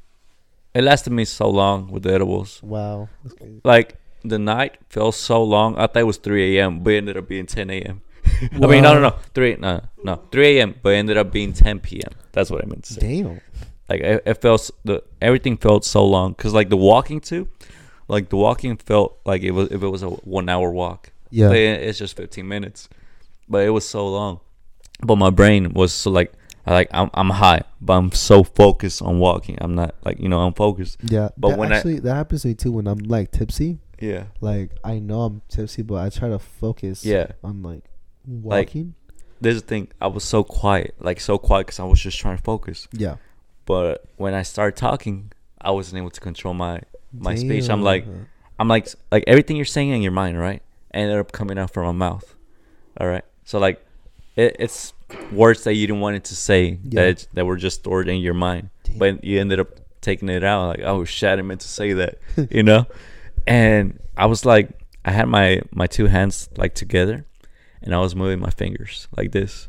[SPEAKER 2] it lasted me so long with the edibles.
[SPEAKER 1] Wow. That's crazy.
[SPEAKER 2] Like the night felt so long. I thought it was three a.m., but it ended up being ten a.m. *laughs* I mean, no, no, no, three, no, no, three a.m., but it ended up being ten p.m. That's what I meant to say.
[SPEAKER 1] Damn.
[SPEAKER 2] Like it, it felt s- the everything felt so long because like the walking too, like the walking felt like it was if it was a one hour walk.
[SPEAKER 1] Yeah.
[SPEAKER 2] But it- it's just fifteen minutes, but it was so long. But my brain was so like I like I'm I'm high, but I'm so focused on walking. I'm not like you know I'm focused.
[SPEAKER 1] Yeah.
[SPEAKER 2] But
[SPEAKER 1] But
[SPEAKER 2] when I-
[SPEAKER 1] actually, that happens to me too when I'm like tipsy.
[SPEAKER 2] Yeah.
[SPEAKER 1] Like I know I'm tipsy, but I try to focus.
[SPEAKER 2] Yeah.
[SPEAKER 1] On like
[SPEAKER 2] Like-
[SPEAKER 1] walking.
[SPEAKER 2] There's the thing. I was so quiet, like so quiet, because I was just trying to focus.
[SPEAKER 1] yeah.
[SPEAKER 2] But when I started talking, I wasn't able to control my my speech. I'm like
[SPEAKER 1] Damn.
[SPEAKER 2] I'm like like everything you're saying in your mind, right? Ended up coming out from my mouth. All right. So like, it, it's words that you didn't want it to say
[SPEAKER 1] Yeah.
[SPEAKER 2] that it's, that were just stored in your mind,
[SPEAKER 1] Damn.
[SPEAKER 2] but you ended up taking it out. Like, oh shit, I meant to say that, *laughs* you
[SPEAKER 1] *laughs*
[SPEAKER 2] know? And I was like, I had my my two hands like together, and I was moving my fingers like this,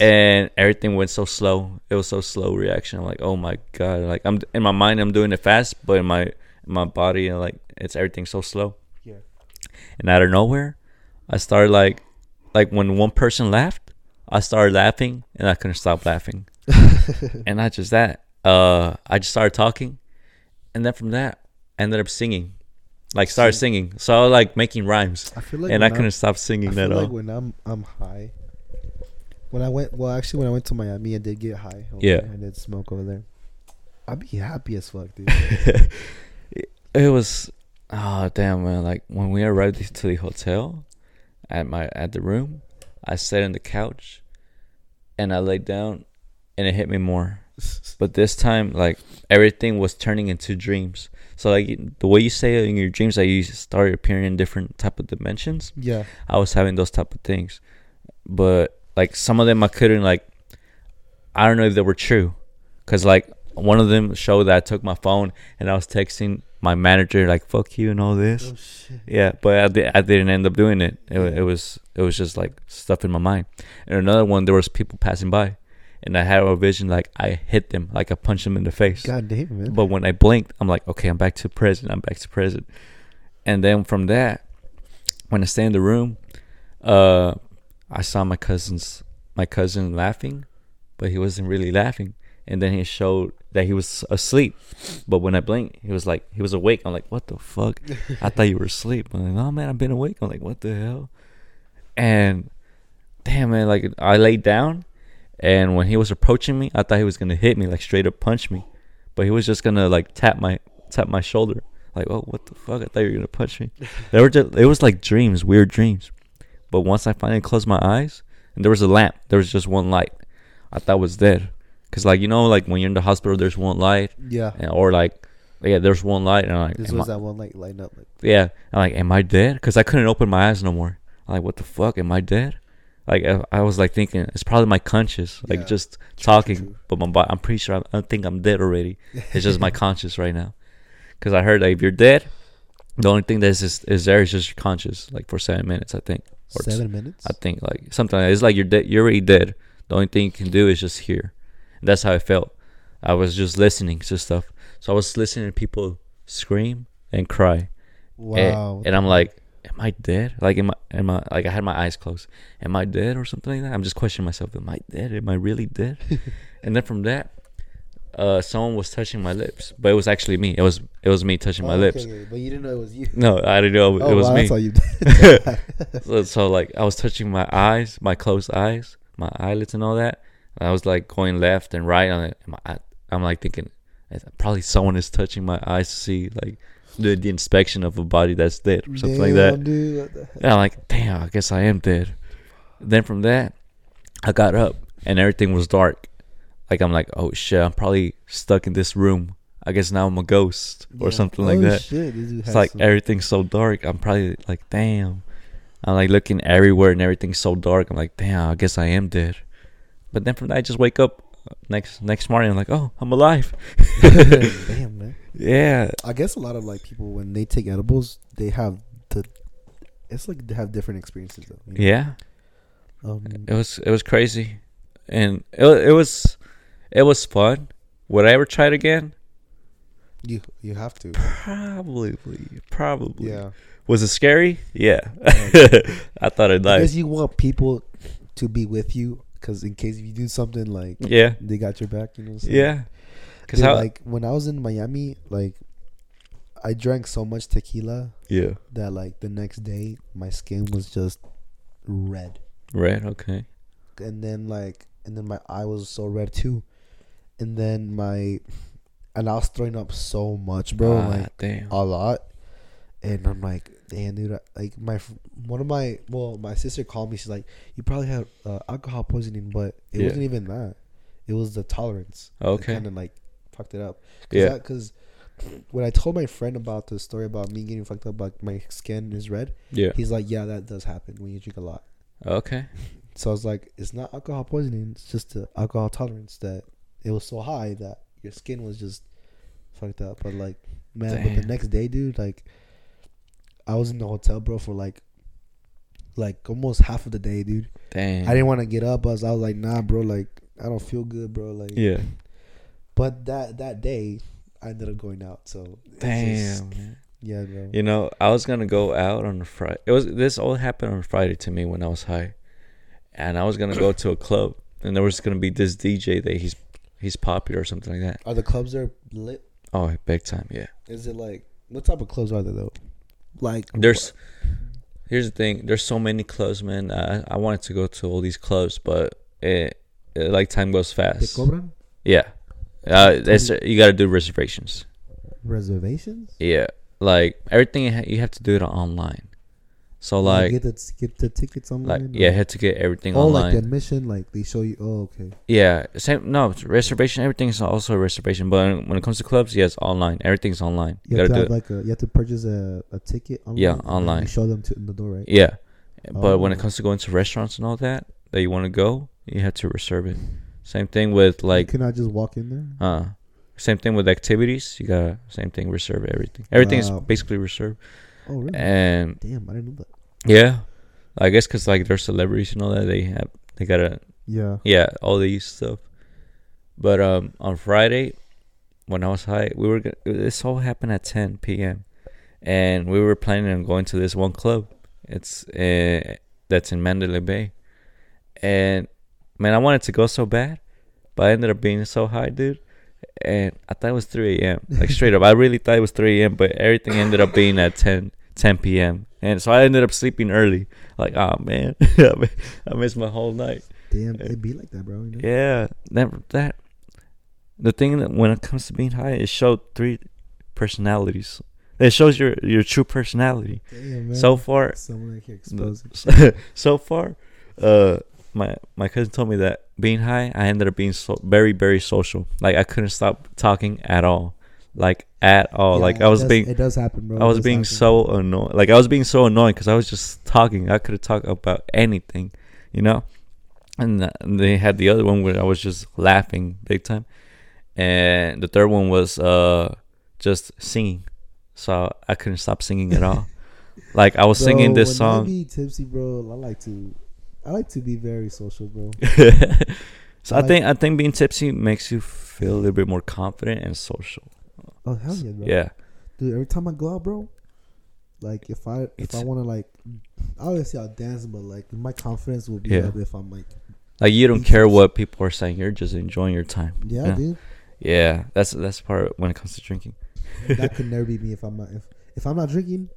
[SPEAKER 2] and everything went so slow. It was so slow reaction. I'm like, oh my god! Like I'm in my mind, I'm doing it fast, but in my my body, like it's everything so slow
[SPEAKER 1] Yeah.
[SPEAKER 2] and out of nowhere, I started like, like when one person laughed, I started laughing and I couldn't
[SPEAKER 1] *laughs*
[SPEAKER 2] stop laughing. and not just that, uh, I just started talking, and then from that, I ended up singing. like started singing. So I was like making rhymes,
[SPEAKER 1] I feel like
[SPEAKER 2] and I
[SPEAKER 1] when
[SPEAKER 2] couldn't
[SPEAKER 1] I'm-
[SPEAKER 2] stop singing
[SPEAKER 1] I
[SPEAKER 2] that
[SPEAKER 1] feel
[SPEAKER 2] all.
[SPEAKER 1] like when I'm I'm high. When I went, well, actually, when I went to Miami, I did get high. over
[SPEAKER 2] Yeah.
[SPEAKER 1] there. I did smoke over there. I'd be happy as fuck, dude. *laughs*
[SPEAKER 2] *laughs* it was oh damn man like when we arrived to the hotel at my at the room i sat on the couch and i laid down and it hit me more but this time like everything was turning into dreams so like the way you say it in your dreams that you start appearing in different type of dimensions
[SPEAKER 1] yeah,
[SPEAKER 2] I was having those type of things, but like some of them I couldn't like. I don't know if they were true, cause like one of them showed that I took my phone and I was texting my manager like "fuck you" and all this.
[SPEAKER 1] shit.
[SPEAKER 2] Yeah, but I, di- I didn't end up doing it. It, wa- it was it was just like stuff in my mind. And another one, there was people passing by, and I had a vision like I hit them, like I punched them in the face.
[SPEAKER 1] God damn man.
[SPEAKER 2] But when I blinked, I'm like, okay, I'm back to present. I'm back to present. And then from that, when I stay in the room, uh, I saw my cousins, my cousin laughing, but he wasn't really laughing. And then he showed that he was asleep. But when I blinked, he was like, he was awake. I'm like, what the fuck? I thought you were asleep. I'm like, oh man, I've been awake. I'm like, what the hell? And damn man, like I laid down, and when he was approaching me, I thought he was gonna hit me, like straight up punch me but he was just gonna like tap my tap my shoulder like oh what the fuck i thought you were gonna
[SPEAKER 1] *laughs*
[SPEAKER 2] punch me they were just it was like dreams weird dreams but once i finally closed my eyes and there was a lamp there was just one light i thought I was dead because like you know like when you're in the hospital there's one light
[SPEAKER 1] yeah,
[SPEAKER 2] and, or like yeah there's one light and i'm like
[SPEAKER 1] this
[SPEAKER 2] am
[SPEAKER 1] was
[SPEAKER 2] I-
[SPEAKER 1] that one like line up. Like,
[SPEAKER 2] yeah i'm like am i dead because i couldn't open my eyes no more I'm like what the fuck am i dead like I, I was like thinking it's probably my conscious like
[SPEAKER 1] Yeah.
[SPEAKER 2] just talking
[SPEAKER 1] true.
[SPEAKER 2] but my bo- i'm pretty sure I'm, i think i'm dead already
[SPEAKER 1] *laughs*
[SPEAKER 2] it's just my conscious right now. Because I heard that if you're dead, the only thing that is, is, is there is just your conscious, like for seven minutes, I think. Or
[SPEAKER 1] seven minutes.
[SPEAKER 2] I think like something like it's like you're dead. You're already dead. The only thing you can do is just hear. And that's how I felt. I was just listening to stuff. So I was listening to people scream and cry. And-
[SPEAKER 1] wow.
[SPEAKER 2] Eh,
[SPEAKER 1] *laughs*
[SPEAKER 2] And, I'm like, am I dead? Like, am I, am I, like, I had my eyes closed. Am I dead or something like that? I'm just questioning myself. Am I dead? Am I
[SPEAKER 1] *laughs*
[SPEAKER 2] really dead? and then from that, uh, someone was touching my lips, but it was actually me. It was, it was me touching my
[SPEAKER 1] Oh,
[SPEAKER 2] lips.
[SPEAKER 1] okay, but you didn't know it was you.
[SPEAKER 2] No, I didn't know it
[SPEAKER 1] Oh,
[SPEAKER 2] was
[SPEAKER 1] wow,
[SPEAKER 2] me.
[SPEAKER 1] That's all
[SPEAKER 2] *laughs*
[SPEAKER 1] you did.
[SPEAKER 2] so, so like I was touching my eyes, my closed eyes, my eyelids, and all that. And I was like going left and right. I'm like, am I, I'm like thinking, "Eh, probably someone is touching my eyes to see like the, the inspection of a body that's dead or something like that.
[SPEAKER 1] Damn, Dude, what the
[SPEAKER 2] And I'm like, damn, I guess I am dead. Then from that, I got up and everything was dark. Like I'm like, oh shit, I'm probably stuck in this room. I guess now I'm a ghost or
[SPEAKER 1] Yeah.
[SPEAKER 2] something like
[SPEAKER 1] Oh,
[SPEAKER 2] that.
[SPEAKER 1] Shit, this dude
[SPEAKER 2] It's
[SPEAKER 1] has
[SPEAKER 2] like
[SPEAKER 1] some-
[SPEAKER 2] everything's so dark. I'm probably like, damn. I'm like looking everywhere and everything's so dark. I'm like, damn, I guess I am dead. But then from that, I just wake up next next morning. I'm like, oh, I'm alive. *laughs*
[SPEAKER 1] Damn, man.
[SPEAKER 2] Yeah,
[SPEAKER 1] I guess a lot of like people when they take edibles, they have the. It's like they have different experiences though. you know?
[SPEAKER 2] yeah.
[SPEAKER 1] Um,
[SPEAKER 2] It was it was crazy, and it wa- it was it was fun. Would I ever try it again?
[SPEAKER 1] you you have to.
[SPEAKER 2] Probably, probably.
[SPEAKER 1] Yeah. Oh.
[SPEAKER 2] Was it scary? Yeah. *laughs* I thought I'd die.
[SPEAKER 1] Because you want people to be with you, because in case you do something like
[SPEAKER 2] Yeah,
[SPEAKER 1] they got your back, you know. so-
[SPEAKER 2] yeah. Cause
[SPEAKER 1] Dude,
[SPEAKER 2] how?
[SPEAKER 1] like when I was in Miami, like I drank so much tequila
[SPEAKER 2] yeah.
[SPEAKER 1] that like the next day my skin was just red,
[SPEAKER 2] Right. Okay.
[SPEAKER 1] and then like and then my eye was so red too, and then my and I was throwing up so much, bro.
[SPEAKER 2] Ah,
[SPEAKER 1] like
[SPEAKER 2] damn.
[SPEAKER 1] a lot, and I'm like, damn, dude. I, like my f- one of my well, my sister called me. She's like, you probably had uh, alcohol poisoning, but it
[SPEAKER 2] Yeah.
[SPEAKER 1] wasn't even that. It was the tolerance.
[SPEAKER 2] Okay.
[SPEAKER 1] kind of like fucked it up.
[SPEAKER 2] Yeah.
[SPEAKER 1] yeah, because when I told my friend about the story about me getting fucked up, like my skin is red.
[SPEAKER 2] Yeah.
[SPEAKER 1] He's like, yeah, that does happen when you drink a lot.
[SPEAKER 2] Okay.
[SPEAKER 1] So I was like, it's not alcohol poisoning. It's just the alcohol tolerance that it was so high that your skin was just fucked up. But like, man, but the
[SPEAKER 2] Damn.
[SPEAKER 1] next day, dude, like, I was in the hotel, bro, for like, like almost half of the day, dude.
[SPEAKER 2] Damn.
[SPEAKER 1] I didn't want to get up. I was, I was like, nah, bro, like, I don't feel good, bro. Like,
[SPEAKER 2] Yeah.
[SPEAKER 1] But that that day, I ended up going out. So it's just-
[SPEAKER 2] Damn. man.
[SPEAKER 1] yeah, bro.
[SPEAKER 2] You know, I was gonna go out on a Friday. It was this all happened on a Friday to me when I was high, and I was gonna go to a club, and there was gonna be this DJ that he's he's popular or something like that.
[SPEAKER 1] Are the clubs there lit?
[SPEAKER 2] Oh, big time, yeah.
[SPEAKER 1] Is it like what type of clubs are there though?
[SPEAKER 3] Like
[SPEAKER 2] There's here's the thing. There's so many clubs, man. I, I wanted to go to all these clubs, but it, it like time goes
[SPEAKER 1] They
[SPEAKER 2] fast.
[SPEAKER 1] cobran
[SPEAKER 2] Yeah, uh, that's you got to do reservations.
[SPEAKER 1] reservations.
[SPEAKER 2] Yeah, like everything you ha- you have to do it online. So
[SPEAKER 1] You
[SPEAKER 2] like
[SPEAKER 1] get the get the tickets online.
[SPEAKER 2] like
[SPEAKER 1] or-
[SPEAKER 2] yeah, had to get everything
[SPEAKER 1] Oh, like
[SPEAKER 2] online.
[SPEAKER 1] the admission, like they show you. Oh, okay.
[SPEAKER 2] Yeah, same. No it's reservation. Everything's also a reservation. But when it comes to clubs, yes, online. Everything's online. You,
[SPEAKER 1] You have
[SPEAKER 2] gotta
[SPEAKER 1] to
[SPEAKER 2] do
[SPEAKER 1] have
[SPEAKER 2] it.
[SPEAKER 1] like a. You have to purchase a, a ticket online.
[SPEAKER 2] Yeah,
[SPEAKER 1] and then
[SPEAKER 2] online.
[SPEAKER 1] You show them to in the door, right?
[SPEAKER 2] yeah, but when it
[SPEAKER 1] Oh.
[SPEAKER 2] comes to going to restaurants and all that that you want to go, you have to reserve it. Same thing with like
[SPEAKER 1] you cannot just walk in there.
[SPEAKER 2] uh, same thing with activities. You gotta same thing reserve everything. Everything's
[SPEAKER 1] Wow.
[SPEAKER 2] basically reserved.
[SPEAKER 1] Oh, really?
[SPEAKER 2] And
[SPEAKER 1] Damn, I didn't know that.
[SPEAKER 2] yeah, I guess because like they're celebrities and all that, they have they gotta
[SPEAKER 1] Yeah.
[SPEAKER 2] yeah, all these stuff. But um, on Friday, when I was high, we were go- this all happened at 10 p.m. and we were planning on going to this one club. It's uh, that's in Mandalay Bay, and man, I wanted to go so bad, but I ended up being so high, dude. And I thought it was 3 a.m. Like straight up, I really thought it was 3 a.m. But everything ended up being at 10 10 p.m. And so I ended up sleeping early. Like, oh man, *laughs* I missed my whole night.
[SPEAKER 1] Damn, it'd be like that, bro. You know?
[SPEAKER 2] Eh. Yeah, that that the thing that when it comes to being high, it showed three personalities. It shows your your true personality.
[SPEAKER 1] Damn, man.
[SPEAKER 2] So far, *laughs*
[SPEAKER 1] someone that can expose it.
[SPEAKER 2] so far, uh, my my cousin told me that being high, I ended up being so very very social. Like I couldn't stop talking at all, like at all.
[SPEAKER 1] Yeah,
[SPEAKER 2] oh, like I
[SPEAKER 1] it
[SPEAKER 2] was
[SPEAKER 1] does-
[SPEAKER 2] being
[SPEAKER 1] It does happen, bro.
[SPEAKER 2] I
[SPEAKER 1] It
[SPEAKER 2] was
[SPEAKER 1] does
[SPEAKER 2] being
[SPEAKER 1] happen.
[SPEAKER 2] so annoyed. Like I was being so annoying because I was just talking. I could have talked about anything, you know. And, th- and they had the other one where I was just laughing big time, and the third one was uh just singing. So I couldn't stop singing at
[SPEAKER 1] *laughs*
[SPEAKER 2] all. like I was singing
[SPEAKER 1] Bro,
[SPEAKER 2] this
[SPEAKER 1] when I
[SPEAKER 2] song.
[SPEAKER 1] be tipsy, bro. I like to, I like to be very social, bro.
[SPEAKER 2] *laughs* so I
[SPEAKER 1] Like-
[SPEAKER 2] think I think being tipsy makes you feel a little bit more confident and social.
[SPEAKER 1] Oh hell yeah, bro.
[SPEAKER 2] Yeah,
[SPEAKER 1] dude. Every time I go out, bro, like if I if I
[SPEAKER 2] It's-
[SPEAKER 1] want to like, obviously I'll dance, but like my confidence will be
[SPEAKER 2] Yeah.
[SPEAKER 1] up if I'm like,
[SPEAKER 2] like you don't
[SPEAKER 1] Being
[SPEAKER 2] care
[SPEAKER 1] tipsy.
[SPEAKER 2] what people are saying. You're just enjoying your time.
[SPEAKER 1] yeah,
[SPEAKER 2] Yeah.
[SPEAKER 1] dude,
[SPEAKER 2] Yeah, that's that's the part when it comes to drinking.
[SPEAKER 1] that could never be me if I'm not if, if I'm not drinking.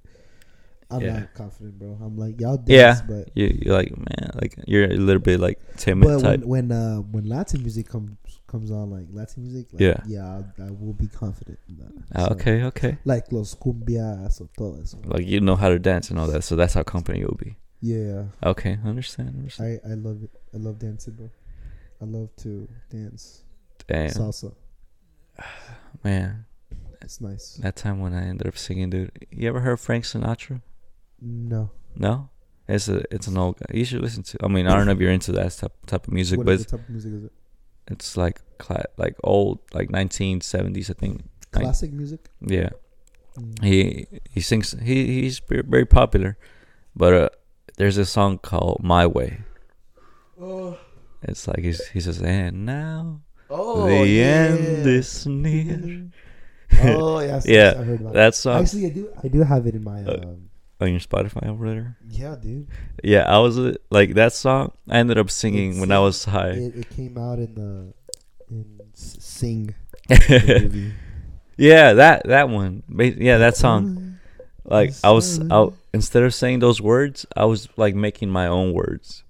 [SPEAKER 1] I'm
[SPEAKER 2] Yeah.
[SPEAKER 1] not confident, bro. I'm like y'all dance,
[SPEAKER 2] Yeah.
[SPEAKER 1] but
[SPEAKER 2] You you're like man, like you're a little bit like timid
[SPEAKER 1] but
[SPEAKER 2] type.
[SPEAKER 1] when when uh when Latin music comes comes on, like Latin music, like,
[SPEAKER 2] Yeah.
[SPEAKER 1] yeah, I, I will be confident. in that.
[SPEAKER 2] Ah,
[SPEAKER 1] So,
[SPEAKER 2] okay, okay.
[SPEAKER 1] like los cumbias or todo eso.
[SPEAKER 2] Like you know how to dance and all that, so that's how company you'll be.
[SPEAKER 1] Yeah,
[SPEAKER 2] Okay, understand. understand.
[SPEAKER 1] I I love it. I love dancing, bro. I love to dance
[SPEAKER 2] Damn,
[SPEAKER 1] salsa.
[SPEAKER 2] man,
[SPEAKER 1] It's nice.
[SPEAKER 2] that time when I ended up singing, dude. You ever heard Frank Sinatra?
[SPEAKER 1] No,
[SPEAKER 2] No, it's a it's an old guy. You should listen to. I mean, I don't know if you're into that type type of music,
[SPEAKER 1] what
[SPEAKER 2] but
[SPEAKER 1] is
[SPEAKER 2] it's,
[SPEAKER 1] the type of music is it?
[SPEAKER 2] it's like cla- like old like 1970s, I think. Like-
[SPEAKER 1] Classic music.
[SPEAKER 2] Yeah.
[SPEAKER 1] Mm.
[SPEAKER 2] he he sings he he's ve- very popular but uh, there's a song called my way it's like he's, he says and now
[SPEAKER 1] Oh,
[SPEAKER 2] the
[SPEAKER 1] yeah.
[SPEAKER 2] end is near
[SPEAKER 1] oh yes,
[SPEAKER 2] Yeah,
[SPEAKER 1] yes, I heard about that.
[SPEAKER 2] that song
[SPEAKER 1] Actually, I do. I do have it in my.
[SPEAKER 2] Uh,
[SPEAKER 1] Um,
[SPEAKER 2] on your spotify over there
[SPEAKER 1] yeah, dude.
[SPEAKER 2] yeah i was uh, like that song i ended up singing when i was high
[SPEAKER 1] It, it came out in the in S- Sing
[SPEAKER 2] *laughs*
[SPEAKER 1] the movie.
[SPEAKER 2] yeah that that one Ba- yeah that song like i was
[SPEAKER 1] Mm-hmm.
[SPEAKER 2] out instead of saying those words i was like making my own words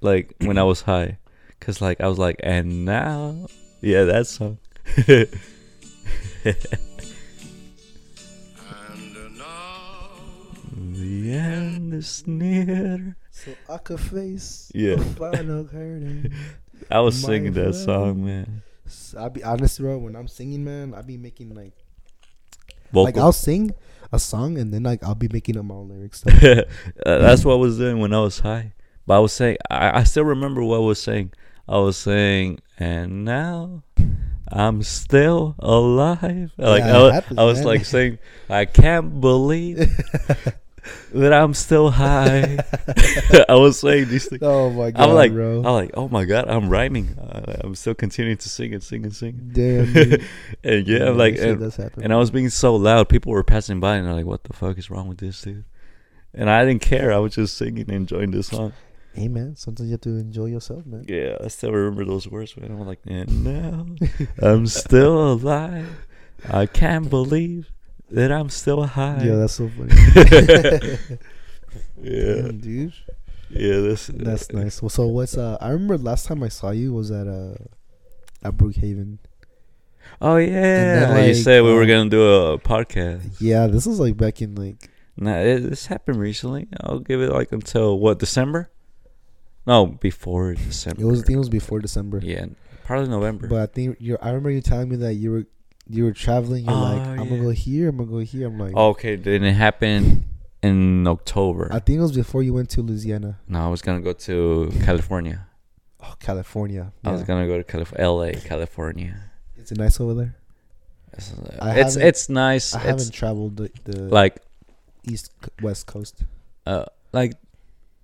[SPEAKER 2] like when i was high because like i was like and now yeah that song *laughs*
[SPEAKER 4] And now,
[SPEAKER 2] the end is near
[SPEAKER 1] So I could face.
[SPEAKER 2] Yeah.
[SPEAKER 1] the final curtain.
[SPEAKER 2] i was
[SPEAKER 1] My
[SPEAKER 2] singing that
[SPEAKER 1] friend.
[SPEAKER 2] song man
[SPEAKER 1] S- I'll be honest, bro. When I'm singing, man, I'll be making like like
[SPEAKER 2] vocal
[SPEAKER 1] I'll sing a song and then like I'll be making up my own lyrics.
[SPEAKER 2] *laughs* Uh, that's what i was doing when i was high but i was saying i, I still remember what i was saying i was saying and now I'm still alive. Like
[SPEAKER 1] Yeah,
[SPEAKER 2] I,
[SPEAKER 1] it
[SPEAKER 2] was,
[SPEAKER 1] happens,
[SPEAKER 2] I was
[SPEAKER 1] man. *laughs*
[SPEAKER 2] like saying, I can't believe that I'm
[SPEAKER 1] *laughs*
[SPEAKER 2] still high. *laughs* I was saying these things.
[SPEAKER 1] oh my god,
[SPEAKER 2] I'm like,
[SPEAKER 1] bro.
[SPEAKER 2] I'm like, oh my god, I'm rhyming. Uh, I'm still continuing to sing and sing and sing. *laughs*
[SPEAKER 1] Damn. dude.
[SPEAKER 2] and yeah,
[SPEAKER 1] Yeah,
[SPEAKER 2] I'm like,
[SPEAKER 1] that shit
[SPEAKER 2] and,
[SPEAKER 1] does happen.
[SPEAKER 2] and I was being so loud, people were passing by and they're like, what the fuck is wrong with this dude? And I didn't care. I was just singing and enjoying the song.
[SPEAKER 1] hey man, sometimes you have to enjoy yourself, man.
[SPEAKER 2] Yeah, I still remember those words.
[SPEAKER 1] *laughs*
[SPEAKER 2] Man, I'm like, and now I'm still alive. I can't believe That I'm still high.
[SPEAKER 1] Yeah,
[SPEAKER 2] *laughs*
[SPEAKER 1] that's so funny.
[SPEAKER 2] yeah,
[SPEAKER 1] Damn, dude.
[SPEAKER 2] yeah. That's
[SPEAKER 1] *laughs* That's nice. Well, so what's uh? I remember last time I saw you was at uh, at Brookhaven.
[SPEAKER 2] Oh yeah,
[SPEAKER 1] then,
[SPEAKER 2] you
[SPEAKER 1] like,
[SPEAKER 2] said we were
[SPEAKER 1] um,
[SPEAKER 2] gonna do a podcast.
[SPEAKER 1] Yeah, this is like back in like
[SPEAKER 2] Nah, it, this happened recently. I'll give it like until what December? No, before December.
[SPEAKER 1] it was. I think it was before December.
[SPEAKER 2] yeah, probably November.
[SPEAKER 1] But I think you. I remember you telling me that you were you were traveling. You're like,
[SPEAKER 2] Oh,
[SPEAKER 1] I'm
[SPEAKER 2] yeah. Oh,
[SPEAKER 1] gonna go here. I'm gonna go here. I'm like,
[SPEAKER 2] okay, then it happened in October.
[SPEAKER 1] I think it was before you went to Louisiana,
[SPEAKER 2] no, I was gonna go to California.
[SPEAKER 1] oh, California.
[SPEAKER 2] I was
[SPEAKER 1] Yeah.
[SPEAKER 2] gonna go to Calif- L.A., California.
[SPEAKER 1] Is it nice over there?
[SPEAKER 2] It's uh,
[SPEAKER 1] I
[SPEAKER 2] it's,
[SPEAKER 1] haven't-
[SPEAKER 2] it's nice.
[SPEAKER 1] I haven't
[SPEAKER 2] it's
[SPEAKER 1] traveled the, the
[SPEAKER 2] like
[SPEAKER 1] east c- west coast.
[SPEAKER 2] uh like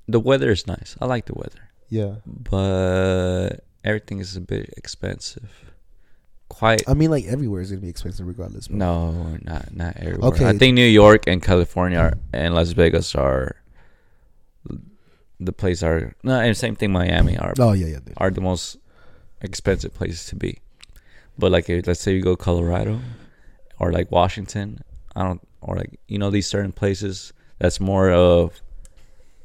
[SPEAKER 2] the weather is nice. I like the weather,
[SPEAKER 1] Yeah,
[SPEAKER 2] but everything is a bit expensive. Quite
[SPEAKER 1] I mean, like everywhere is gonna be expensive regardless. bro.
[SPEAKER 2] No, not not everywhere. I
[SPEAKER 1] Okay.
[SPEAKER 2] think New York and California are, and Las Vegas are the place are no, and same thing. Miami are
[SPEAKER 1] Oh yeah, yeah. Dude.
[SPEAKER 2] are the most expensive places to be. But like, if, let's say you go Colorado or like Washington, I don't or like you know these certain places that's more of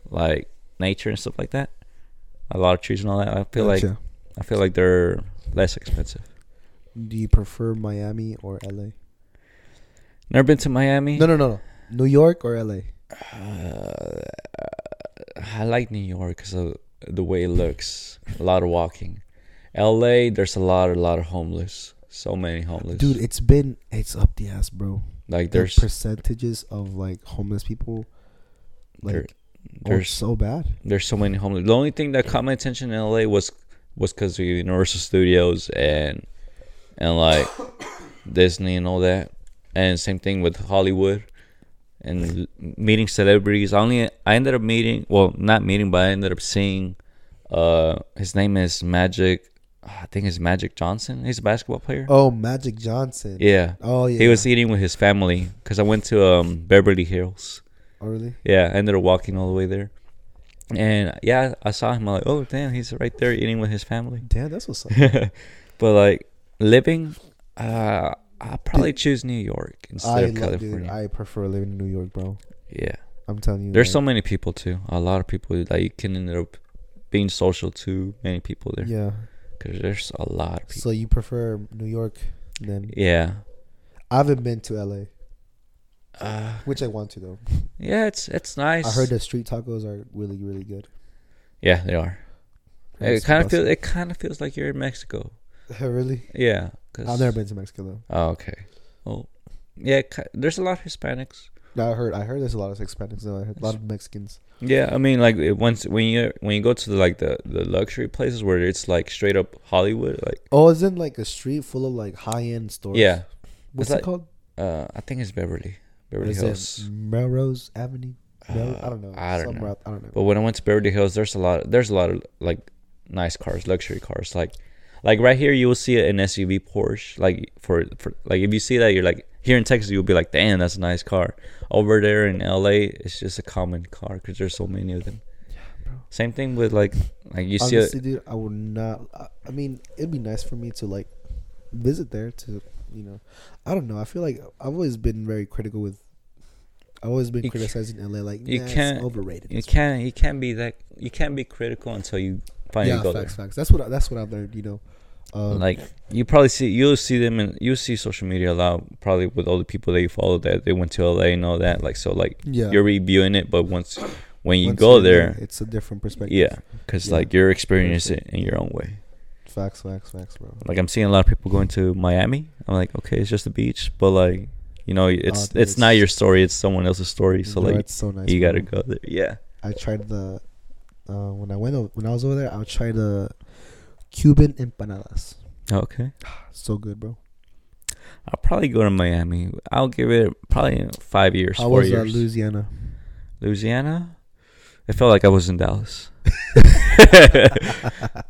[SPEAKER 2] like nature and stuff like that. A lot of trees and all that. I feel like
[SPEAKER 1] Gotcha.
[SPEAKER 2] I feel like they're less expensive.
[SPEAKER 1] Do you prefer Miami or LA?
[SPEAKER 2] Never been to Miami.
[SPEAKER 1] No, no, no, no. New York or LA?
[SPEAKER 2] Uh, I like New York because of the way it looks. A lot of walking. L.A. There's a lot, a lot of homeless. So many homeless.
[SPEAKER 1] Dude, it's been it's up the ass, bro.
[SPEAKER 2] like
[SPEAKER 1] The
[SPEAKER 2] there's
[SPEAKER 1] percentages of like homeless people
[SPEAKER 2] there-
[SPEAKER 1] like are
[SPEAKER 2] there's
[SPEAKER 1] so bad.
[SPEAKER 2] there's so many homeless. The only thing that caught my attention in L.A. was was because of Universal Studios and and like *coughs* Disney and all that. And same thing with Hollywood and l- meeting celebrities. I only I ended up meeting well not meeting but I ended up seeing uh his name is Magic I think it's Magic Johnson. He's a basketball player.
[SPEAKER 1] Oh, Magic Johnson.
[SPEAKER 2] Yeah.
[SPEAKER 1] Oh yeah.
[SPEAKER 2] He was eating with his family because I went to um, Beverly Hills.
[SPEAKER 1] Oh really?
[SPEAKER 2] Yeah, I ended up walking all the way there. And yeah, I saw him. I'm like, oh, damn, he's right there eating with his family.
[SPEAKER 1] Damn, that's
[SPEAKER 2] *laughs*
[SPEAKER 1] what's up.
[SPEAKER 2] but like living, uh, I'll probably choose New York instead
[SPEAKER 1] I
[SPEAKER 2] of
[SPEAKER 1] love
[SPEAKER 2] California.
[SPEAKER 1] dude, I prefer living in New York, bro.
[SPEAKER 2] yeah,
[SPEAKER 1] I'm telling you.
[SPEAKER 2] there's so
[SPEAKER 1] like,
[SPEAKER 2] many people too. A lot of people that you can end up being social to many people there
[SPEAKER 1] Yeah.
[SPEAKER 2] because there's a lot of people.
[SPEAKER 1] So you prefer New York then
[SPEAKER 2] yeah,
[SPEAKER 1] I haven't been to LA,
[SPEAKER 2] uh,
[SPEAKER 1] which I want to though.
[SPEAKER 2] yeah, it's it's nice.
[SPEAKER 1] I heard the street tacos are really, really good.
[SPEAKER 2] Yeah, they are. It
[SPEAKER 1] That's
[SPEAKER 2] kind of
[SPEAKER 1] awesome.
[SPEAKER 2] feels. It kind of feels like you're in Mexico.
[SPEAKER 1] *laughs* really?
[SPEAKER 2] Yeah, cause
[SPEAKER 1] I've never been to Mexico though.
[SPEAKER 2] Oh, okay. Well, yeah, ki- there's a lot of Hispanics.
[SPEAKER 1] No, I heard. I heard there's a lot of Hispanics. Though. I heard a lot of Mexicans.
[SPEAKER 2] Yeah, I mean, like it- once when you when you go to the, like the the luxury places where it's like straight up Hollywood, like
[SPEAKER 1] Oh, isn't like a street full of like high end stores?
[SPEAKER 2] yeah,
[SPEAKER 1] What's
[SPEAKER 2] It's
[SPEAKER 1] it
[SPEAKER 2] like-
[SPEAKER 1] called?
[SPEAKER 2] uh, I think it's Beverly Beverly
[SPEAKER 1] Is
[SPEAKER 2] Hills.
[SPEAKER 1] it Melrose Avenue? Mel-
[SPEAKER 2] Uh,
[SPEAKER 1] I don't know.
[SPEAKER 2] I don't
[SPEAKER 1] Somewhere
[SPEAKER 2] know.
[SPEAKER 1] out- I don't know.
[SPEAKER 2] But when I went to Beverly Hills, there's a lot there's a lot of like nice cars, luxury cars, like like right here you will see an SUV Porsche, like for for like if you see that you're like here in Texas you'll be like, damn, that's a nice car. Over there in LA, it's just a common car because there's so many of them.
[SPEAKER 1] bro.
[SPEAKER 2] Same thing with like like you see. a-
[SPEAKER 1] Honestly, dude, I would not. I- I mean, it'd be nice for me to like visit there to you know. I don't know. I feel like I've always been very critical with. I've always been
[SPEAKER 2] You ca-
[SPEAKER 1] criticizing LA like
[SPEAKER 2] you
[SPEAKER 1] nah,
[SPEAKER 2] can't-
[SPEAKER 1] it's overrated.
[SPEAKER 2] You
[SPEAKER 1] It's-
[SPEAKER 2] can't you can't be that you can't be critical until you finally
[SPEAKER 1] yeah,
[SPEAKER 2] go
[SPEAKER 1] facts, facts. That's what I- that's what I've learned. You know,
[SPEAKER 2] there.
[SPEAKER 1] um,
[SPEAKER 2] Like you probably see you'll see them and you'll see social media a lot probably with all the people that you follow that they went to LA and all that. Like so like
[SPEAKER 1] yeah.
[SPEAKER 2] you're reviewing it, but once when you
[SPEAKER 1] Once
[SPEAKER 2] go
[SPEAKER 1] you're
[SPEAKER 2] there,
[SPEAKER 1] it's a different perspective.
[SPEAKER 2] yeah, because
[SPEAKER 1] Yeah.
[SPEAKER 2] like you're experiencing it in your own way.
[SPEAKER 1] Facts, facts, facts, bro.
[SPEAKER 2] Like I'm seeing a lot of people going to Miami. I'm like, okay, it's just the beach, but like you know, it's
[SPEAKER 1] Ah, dude,
[SPEAKER 2] it's
[SPEAKER 1] it's
[SPEAKER 2] not
[SPEAKER 1] just-
[SPEAKER 2] your story; it's someone else's story. So
[SPEAKER 1] Bro,
[SPEAKER 2] like
[SPEAKER 1] it's so nice.
[SPEAKER 2] you
[SPEAKER 1] bro.
[SPEAKER 2] gotta go there. Yeah.
[SPEAKER 1] I tried the uh, when I went o- when I was over there. I tried the Cuban empanadas.
[SPEAKER 2] Okay.
[SPEAKER 1] So good, bro.
[SPEAKER 2] I'll probably go to Miami. I'll give it probably five years,
[SPEAKER 1] How
[SPEAKER 2] four
[SPEAKER 1] was uh,
[SPEAKER 2] years.
[SPEAKER 1] Louisiana?
[SPEAKER 2] Louisiana. It felt like I was in
[SPEAKER 1] *laughs*
[SPEAKER 2] Dallas. *laughs*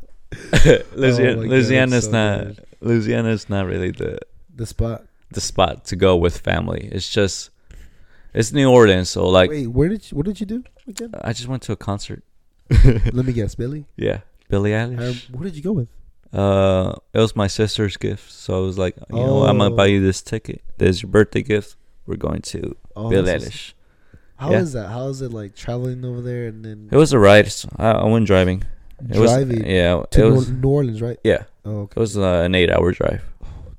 [SPEAKER 1] Oh
[SPEAKER 2] Louisiana,
[SPEAKER 1] my God,
[SPEAKER 2] Louisiana's
[SPEAKER 1] so
[SPEAKER 2] not
[SPEAKER 1] good.
[SPEAKER 2] Louisiana's not really the
[SPEAKER 1] the spot.
[SPEAKER 2] the spot to go with family. It's just it's New Orleans, so like
[SPEAKER 1] Wait, where did you, what did you do again?
[SPEAKER 2] I just went to a concert.
[SPEAKER 1] *laughs* Let me guess, Billy.
[SPEAKER 2] *laughs* yeah, Billie
[SPEAKER 1] Um,
[SPEAKER 2] Eilish.
[SPEAKER 1] what did you go with?
[SPEAKER 2] Uh, it was my sister's gift, so I was like, you know, what, I'm gonna buy
[SPEAKER 1] Oh.
[SPEAKER 2] you this ticket. There's your birthday gift. we're going to
[SPEAKER 1] Oh,
[SPEAKER 2] Bill
[SPEAKER 1] this is-
[SPEAKER 2] Eilish.
[SPEAKER 1] How
[SPEAKER 2] Yeah.
[SPEAKER 1] is that? How is it like traveling over there and then
[SPEAKER 2] It was a ride. so I, I went driving. It
[SPEAKER 1] Driving
[SPEAKER 2] was yeah.
[SPEAKER 1] to
[SPEAKER 2] It was
[SPEAKER 1] Nor- New Orleans, right?
[SPEAKER 2] yeah.
[SPEAKER 1] Oh,
[SPEAKER 2] It
[SPEAKER 1] okay.
[SPEAKER 2] was uh, an eight-hour drive.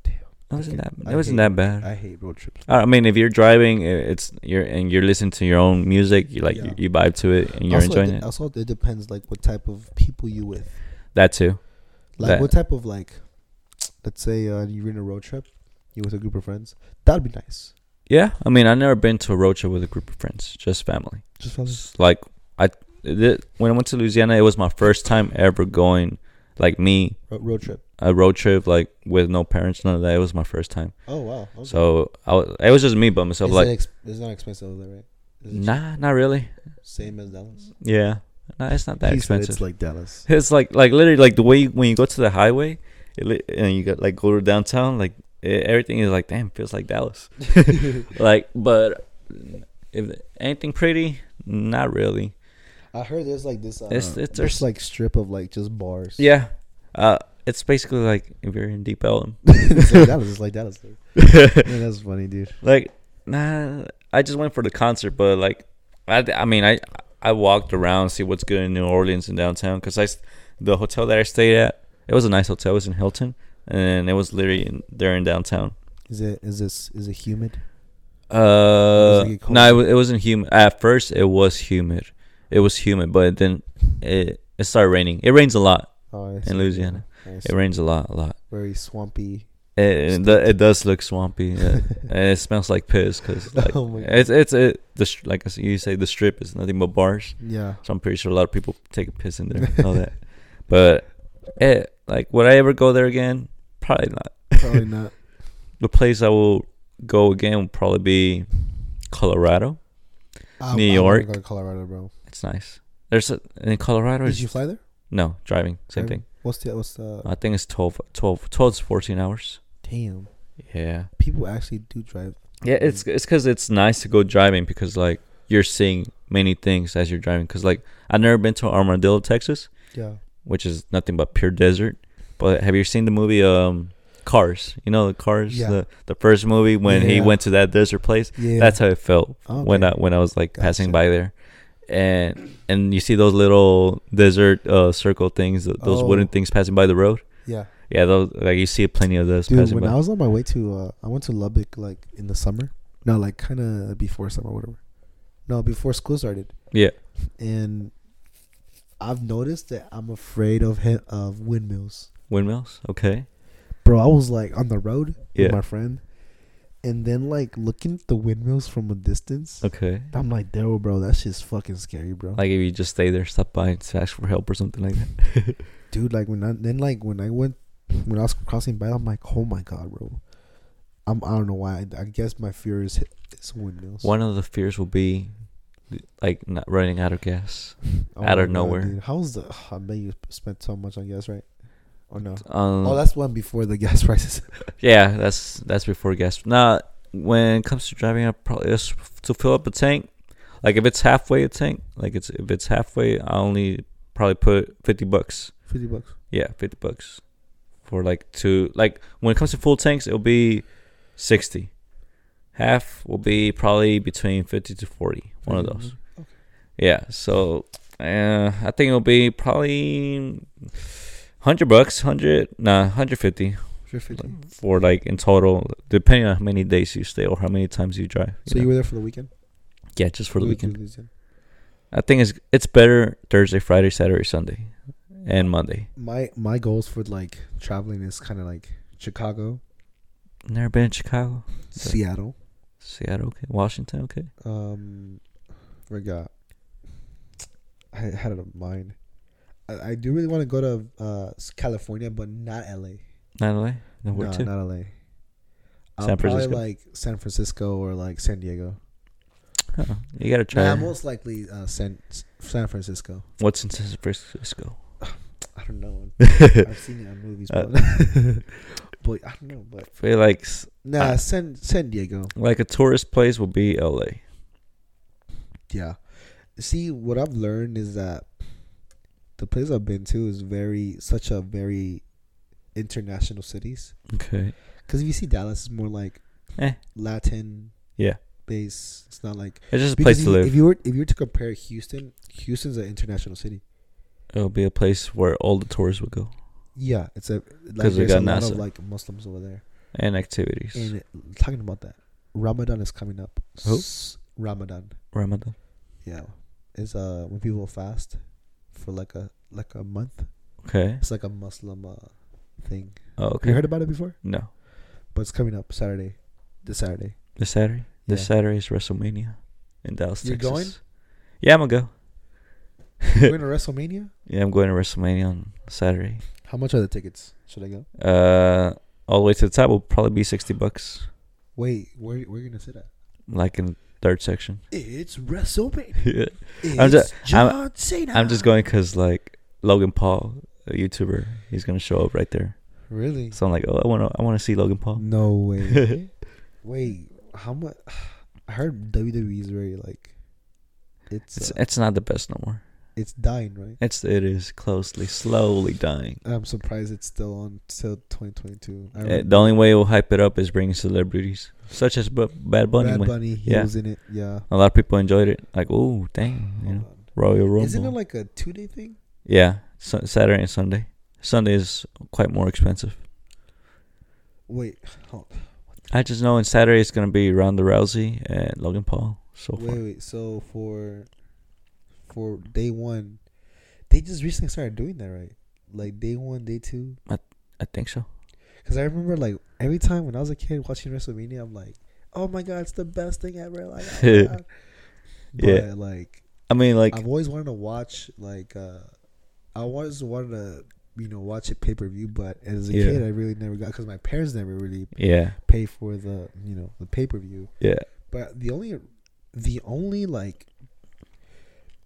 [SPEAKER 1] damn.
[SPEAKER 2] It wasn't
[SPEAKER 1] Okay.
[SPEAKER 2] that. It
[SPEAKER 1] I
[SPEAKER 2] wasn't
[SPEAKER 1] hate-
[SPEAKER 2] that bad.
[SPEAKER 1] I hate road trips.
[SPEAKER 2] Oh, I mean, if you're driving, i- it's you're and you're listening to your own music. You like
[SPEAKER 1] Yeah.
[SPEAKER 2] you, you vibe to it and you're
[SPEAKER 1] also,
[SPEAKER 2] enjoying
[SPEAKER 1] it,
[SPEAKER 2] it.
[SPEAKER 1] de- Also, it depends like what type of people you with.
[SPEAKER 2] That too.
[SPEAKER 1] Like
[SPEAKER 2] That-
[SPEAKER 1] what type of like, let's say uh, you're in a road trip, you with a group of friends. That'd be nice.
[SPEAKER 2] Yeah. I mean, I've never been to a road trip with a group of friends, just family.
[SPEAKER 1] Just felt
[SPEAKER 2] S- Like I, th- when I went to Louisiana, it was my first time ever going, like me,
[SPEAKER 1] ro- road trip.
[SPEAKER 2] a road trip like with no parents, none of that. It was my first time.
[SPEAKER 1] Oh wow. Okay.
[SPEAKER 2] So I was, it was just me by myself.
[SPEAKER 1] it's,
[SPEAKER 2] like
[SPEAKER 1] not ex- it's not expensive over there, right? Is it
[SPEAKER 2] nah, not really.
[SPEAKER 1] Same as Dallas.
[SPEAKER 2] Yeah, nah, it's not that
[SPEAKER 1] He said
[SPEAKER 2] expensive.
[SPEAKER 1] It's like Dallas.
[SPEAKER 2] It's like like literally like the way you, when you go to the highway, it, li- and you got like go to downtown, like e- everything is like damn feels like Dallas. *laughs* like, but if anything pretty, not really.
[SPEAKER 1] I heard there's like this. Uh,
[SPEAKER 2] It's- it's-
[SPEAKER 1] there's like strip of like just bars.
[SPEAKER 2] Yeah, uh, it's basically like if you're in Deep Ellum,
[SPEAKER 1] *laughs* *laughs* it's like Dallas. It's like Dallas.
[SPEAKER 2] *laughs*
[SPEAKER 1] dude. Man, that's funny, dude.
[SPEAKER 2] like nah. I just went for the concert, but like I I mean I I walked around see what's good in New Orleans and downtown because I s- the hotel that I stayed at it was a nice hotel. It was in Hilton, and it was literally in, there in downtown.
[SPEAKER 1] Is it is this is it humid?
[SPEAKER 2] Uh,
[SPEAKER 1] Doesn't get
[SPEAKER 2] no, it,
[SPEAKER 1] cold?
[SPEAKER 2] wa- it wasn't humid. At first, it was humid. It was humid, but then it it started raining. It rains a lot
[SPEAKER 1] Oh, it's
[SPEAKER 2] in Louisiana.
[SPEAKER 1] nice.
[SPEAKER 2] It rains a lot, a lot.
[SPEAKER 1] very swampy.
[SPEAKER 2] It it, do- it does look swampy.
[SPEAKER 1] *laughs*
[SPEAKER 2] yeah. and it smells like piss because like
[SPEAKER 1] Oh my God.
[SPEAKER 2] it's it's it the str- like I s- you say the strip is nothing but bars.
[SPEAKER 1] Yeah.
[SPEAKER 2] So I'm pretty sure a lot of people take a piss in there and all that. But it like would I ever go there again? Probably not.
[SPEAKER 1] *laughs* Probably
[SPEAKER 2] *laughs*
[SPEAKER 1] not.
[SPEAKER 2] The place I will go again will probably be Colorado.
[SPEAKER 1] I-
[SPEAKER 2] New
[SPEAKER 1] I wanna
[SPEAKER 2] York.
[SPEAKER 1] Go to Colorado, bro.
[SPEAKER 2] It's nice. There's a in Colorado.
[SPEAKER 1] Did
[SPEAKER 2] Is,
[SPEAKER 1] you fly there?
[SPEAKER 2] no driving. Same
[SPEAKER 1] Or-
[SPEAKER 2] thing. Uh,
[SPEAKER 1] What's the what's the?
[SPEAKER 2] I think it's 12, 12, 12 to fourteen hours.
[SPEAKER 1] damn,
[SPEAKER 2] Yeah.
[SPEAKER 1] people actually do drive.
[SPEAKER 2] Yeah. It's it's because it's nice to go driving because like you're seeing many things as you're driving. Because like I've never been to Armadillo, Texas,
[SPEAKER 1] Yeah.
[SPEAKER 2] which is nothing but pure desert. But have you seen the movie um Cars? You know the Cars,
[SPEAKER 1] Yeah.
[SPEAKER 2] the the first movie when he
[SPEAKER 1] Yeah.
[SPEAKER 2] went to that desert place.
[SPEAKER 1] Yeah. Oh,
[SPEAKER 2] That's how it felt when I
[SPEAKER 1] Okay.
[SPEAKER 2] when I was like passing
[SPEAKER 1] Gotcha.
[SPEAKER 2] by there, and and you see those little desert uh, circle things, th- those wooden
[SPEAKER 1] Oh.
[SPEAKER 2] things passing by the road.
[SPEAKER 1] yeah.
[SPEAKER 2] Yeah, those like you see plenty of those
[SPEAKER 1] Dude,
[SPEAKER 2] passing
[SPEAKER 1] when
[SPEAKER 2] by.
[SPEAKER 1] I was on my way to, uh, I went to Lubbock like in the summer. No, like kind of before summer, whatever. No, before school started,
[SPEAKER 2] yeah,
[SPEAKER 1] and I've noticed that I'm afraid of he- of windmills,
[SPEAKER 2] windmills. Okay,
[SPEAKER 1] bro. I was like on the road
[SPEAKER 2] Yeah.
[SPEAKER 1] with my friend, and then like looking at the windmills from a distance.
[SPEAKER 2] okay.
[SPEAKER 1] I'm like, damn, bro, that shit's fucking scary, bro.
[SPEAKER 2] Like if you just stay there, stop by and ask for help or something like that.
[SPEAKER 1] dude like when I, then like when i went when i was crossing by i'm like oh my god bro i'm i don't know why i, I guess my fear is hit is windmills
[SPEAKER 2] One of the fears will be like not running out of gas.
[SPEAKER 1] Oh
[SPEAKER 2] out of
[SPEAKER 1] my God,
[SPEAKER 2] nowhere.
[SPEAKER 1] dude. how's the i bet you spent so much on gas right or no
[SPEAKER 2] Um,
[SPEAKER 1] oh that's one before the *laughs* gas prices
[SPEAKER 2] yeah, that's that's before gas. Now, when it comes to driving, I probably just to fill up a tank. Like if it's halfway a tank, like it's if it's halfway, I only probably put fifty bucks.
[SPEAKER 1] 50 bucks
[SPEAKER 2] Yeah, fifty bucks for like two. Like when it comes to full tanks, it'll be sixty. Half will be probably between fifty to forty. One of
[SPEAKER 1] 50
[SPEAKER 2] those. Yeah. So uh, I think it'll be probably hundred bucks, hundred nah, hundred fifty
[SPEAKER 1] Sure, 50.
[SPEAKER 2] for like in total, depending on how many days you stay or how many times you drive.
[SPEAKER 1] so
[SPEAKER 2] know?
[SPEAKER 1] you were there for the weekend
[SPEAKER 2] yeah, just for the
[SPEAKER 1] You went to
[SPEAKER 2] weekend.
[SPEAKER 1] Louisiana.
[SPEAKER 2] I think it's it's better Thursday, Friday, Saturday, Sunday, and Monday.
[SPEAKER 1] my my goals for like traveling is kind of like chicago
[SPEAKER 2] Never been in Chicago, So-
[SPEAKER 1] seattle
[SPEAKER 2] Seattle, okay, Washington, okay.
[SPEAKER 1] Um, forgot. I had it in mind. I, I do really want to go to uh s- California, but not LA.
[SPEAKER 2] Not LA, nowhere
[SPEAKER 1] no,
[SPEAKER 2] too.
[SPEAKER 1] not LA. I'll
[SPEAKER 2] San
[SPEAKER 1] probably
[SPEAKER 2] Francisco?
[SPEAKER 1] like San Francisco or like San Diego.
[SPEAKER 2] Huh, You gotta try.
[SPEAKER 1] Nah, most likely uh, San San Francisco.
[SPEAKER 2] What's in San *laughs* Francisco?
[SPEAKER 1] I don't know. I've seen it on movies,
[SPEAKER 2] Uh,
[SPEAKER 1] but, *laughs*
[SPEAKER 2] *laughs*
[SPEAKER 1] but I don't know. But
[SPEAKER 2] feel like s-
[SPEAKER 1] nah,
[SPEAKER 2] I-
[SPEAKER 1] San San Diego.
[SPEAKER 2] like a tourist place would be LA.
[SPEAKER 1] Yeah. See, what I've learned is that the place I've been to is very such a very international cities.
[SPEAKER 2] Okay.
[SPEAKER 1] Because if you see Dallas, it's more like
[SPEAKER 2] Eh.
[SPEAKER 1] Latin,
[SPEAKER 2] Yeah.
[SPEAKER 1] base. It's not like
[SPEAKER 2] It's just a
[SPEAKER 1] because
[SPEAKER 2] place to
[SPEAKER 1] if-
[SPEAKER 2] live.
[SPEAKER 1] If you were if you were to compare Houston, Houston's an international city.
[SPEAKER 2] It'll be a place where all the tourists would go
[SPEAKER 1] Yeah, it's a like
[SPEAKER 2] 'Cause they
[SPEAKER 1] there's a
[SPEAKER 2] got
[SPEAKER 1] lot
[SPEAKER 2] NASA.
[SPEAKER 1] of like Muslims over there.
[SPEAKER 2] and activities.
[SPEAKER 1] And talking about that, Ramadan is coming up.
[SPEAKER 2] Who?
[SPEAKER 1] S- Ramadan.
[SPEAKER 2] Ramadan.
[SPEAKER 1] Yeah, is uh when people fast for like a like a month.
[SPEAKER 2] Okay.
[SPEAKER 1] It's like a Muslim uh, thing.
[SPEAKER 2] Oh, okay.
[SPEAKER 1] You heard about it before?
[SPEAKER 2] no.
[SPEAKER 1] But it's coming up Saturday, this Saturday.
[SPEAKER 2] This Saturday. This
[SPEAKER 1] Yeah.
[SPEAKER 2] Saturday is WrestleMania in Dallas,
[SPEAKER 1] You're
[SPEAKER 2] Texas.
[SPEAKER 1] going?
[SPEAKER 2] Yeah, I'm gonna
[SPEAKER 1] We're
[SPEAKER 2] go.
[SPEAKER 1] going to WrestleMania.
[SPEAKER 2] *laughs* yeah, I'm going to WrestleMania on Saturday.
[SPEAKER 1] How much are the tickets? Should I go?
[SPEAKER 2] Uh, all the way to the top will probably be sixty bucks,
[SPEAKER 1] Wait, where where are you gonna sit at?
[SPEAKER 2] like in third section. *laughs*
[SPEAKER 1] It's WrestleMania. It's
[SPEAKER 2] I'm just- I'm-
[SPEAKER 1] Cena.
[SPEAKER 2] I'm just going because like Logan Paul, a YouTuber, he's gonna show up right there.
[SPEAKER 1] Really?
[SPEAKER 2] So I'm like, oh, I wanna, I wanna see Logan Paul.
[SPEAKER 1] No
[SPEAKER 2] *laughs*
[SPEAKER 1] way. Wait, how much? *sighs* I heard WWE is very like. It's uh,
[SPEAKER 2] It's
[SPEAKER 1] it's,
[SPEAKER 2] it's not the best no more.
[SPEAKER 1] it's dying, right?
[SPEAKER 2] It's it is closely, slowly dying.
[SPEAKER 1] I'm surprised it's still on till 2022. I
[SPEAKER 2] Uh, the only way we'll hype it up is bringing celebrities such as B- Bad Bunny.
[SPEAKER 1] Bad
[SPEAKER 2] when
[SPEAKER 1] Bunny, he
[SPEAKER 2] yeah.
[SPEAKER 1] was in it. Yeah.
[SPEAKER 2] A lot of people enjoyed it. Like, oh, dang,
[SPEAKER 1] Hold
[SPEAKER 2] you know,
[SPEAKER 1] on.
[SPEAKER 2] Royal Rumble.
[SPEAKER 1] Isn't it like a two day thing?
[SPEAKER 2] yeah, Su- Saturday and Sunday. Sunday is quite more expensive.
[SPEAKER 1] Wait, hold on.
[SPEAKER 2] I just know on Saturday it's gonna be Ronda Rousey and Logan Paul. So far,
[SPEAKER 1] wait, wait. So for for day one, they just recently started doing that, right? Like day one, day two.
[SPEAKER 2] I think so.
[SPEAKER 1] Because I remember like every time when I was a kid watching WrestleMania, I'm like, oh my god, it's the best thing ever. Like, *laughs* oh my God. but,
[SPEAKER 2] *laughs* Yeah.
[SPEAKER 1] like
[SPEAKER 2] I mean, like,
[SPEAKER 1] I've always wanted to watch like uh I always wanted to you know watch it pay per view, but as a
[SPEAKER 2] Yeah.
[SPEAKER 1] kid, I really never got because my parents never really
[SPEAKER 2] yeah,
[SPEAKER 1] pay for the you know the pay per view.
[SPEAKER 2] yeah.
[SPEAKER 1] But the only, the only like,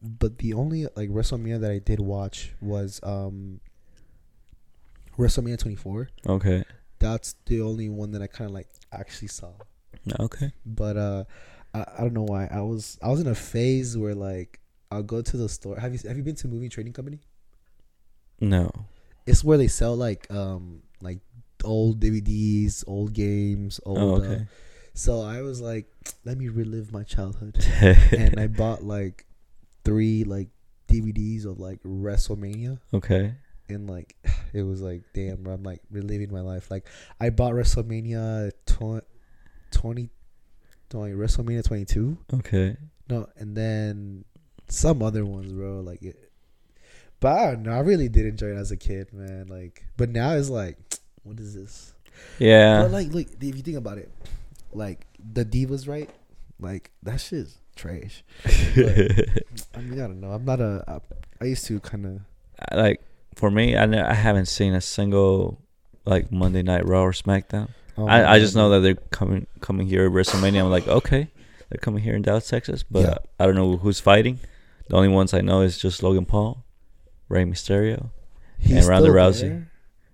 [SPEAKER 1] but the only like WrestleMania that I did watch was um WrestleMania 24.
[SPEAKER 2] Okay,
[SPEAKER 1] That's the only one that I kind of like actually saw.
[SPEAKER 2] okay.
[SPEAKER 1] But uh, I, I don't know why I was I was in a phase where like I'll go to the store. Have you have you been to Movie Trading Company?
[SPEAKER 2] No,
[SPEAKER 1] It's where they sell like um like old DVDs, old games, old.
[SPEAKER 2] oh,
[SPEAKER 1] Uh,
[SPEAKER 2] okay.
[SPEAKER 1] so I was like, let me relive my childhood.
[SPEAKER 2] *laughs*
[SPEAKER 1] and I bought like three like DVDs of like WrestleMania
[SPEAKER 2] okay,
[SPEAKER 1] and like *sighs* it was like damn bro, I'm like reliving my life like I bought WrestleMania tw- 20 no, like, WrestleMania 22
[SPEAKER 2] okay.
[SPEAKER 1] no and then some other ones bro like it but I don't know I really did enjoy it as a kid man like but now it's like what is this
[SPEAKER 2] Yeah,
[SPEAKER 1] but
[SPEAKER 2] *laughs*
[SPEAKER 1] like, look, if you think about it, like the divas, right? Like that shit's trash. But, I mean, I don't know. I'm not a. I, I used to kind of.
[SPEAKER 2] I- like for me, I ne- I haven't seen a single like Monday Night Raw or SmackDown.
[SPEAKER 1] um,
[SPEAKER 2] I, I just know that they're coming coming here at WrestleMania. I'm like, okay, they're coming here in Dallas, Texas, but
[SPEAKER 1] Yeah.
[SPEAKER 2] I don't know who's fighting. The only ones I know is just Logan Paul, Rey Mysterio. and Ronda Rousey.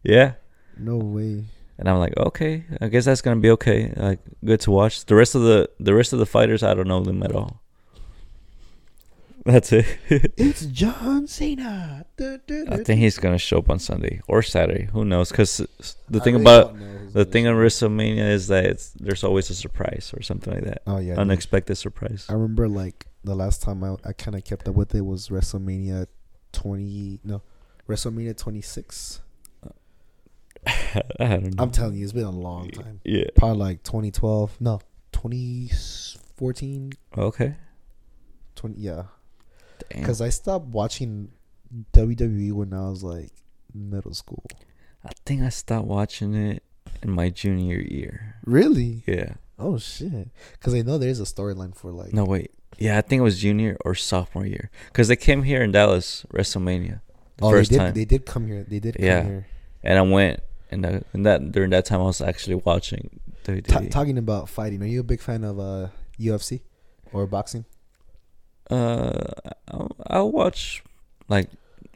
[SPEAKER 2] Yeah,
[SPEAKER 1] No way.
[SPEAKER 2] and I'm like, okay, I guess that's gonna be okay. Like, good to watch. The rest of the the rest of the fighters, I don't know them at all. That's it.
[SPEAKER 1] It's John Cena.
[SPEAKER 2] I think he's gonna show up on Sunday or Saturday. Who knows? Because the thing about the thing on WrestleMania is that it's, there's always a surprise or something like that,
[SPEAKER 1] Oh yeah. dude.
[SPEAKER 2] unexpected surprise.
[SPEAKER 1] I remember like the last time I I kind of kept up with it was WrestleMania 20. No, WrestleMania 26.
[SPEAKER 2] *laughs* I don't know.
[SPEAKER 1] I'm telling you, it's been a long time.
[SPEAKER 2] Mm-hmm. yeah.
[SPEAKER 1] probably like 2012 no 2014
[SPEAKER 2] Okay.
[SPEAKER 1] 20 yeah
[SPEAKER 2] Damn.
[SPEAKER 1] because i stopped watching wwe when i was like middle school
[SPEAKER 2] I think I stopped watching it in my junior year.
[SPEAKER 1] really
[SPEAKER 2] Yeah.
[SPEAKER 1] oh shit because i know there's a storyline for like
[SPEAKER 2] No, wait. Yeah, I think it was junior or sophomore year because they came here in Dallas WrestleMania the
[SPEAKER 1] oh
[SPEAKER 2] first
[SPEAKER 1] they did
[SPEAKER 2] time,
[SPEAKER 1] they did come here they did come
[SPEAKER 2] Yeah.
[SPEAKER 1] here
[SPEAKER 2] and I went and, I, and that during that time I was actually watching WWE.
[SPEAKER 1] Ta talking about fighting are you a big fan of uh ufc or boxing
[SPEAKER 2] Uh, I'll, I'll watch like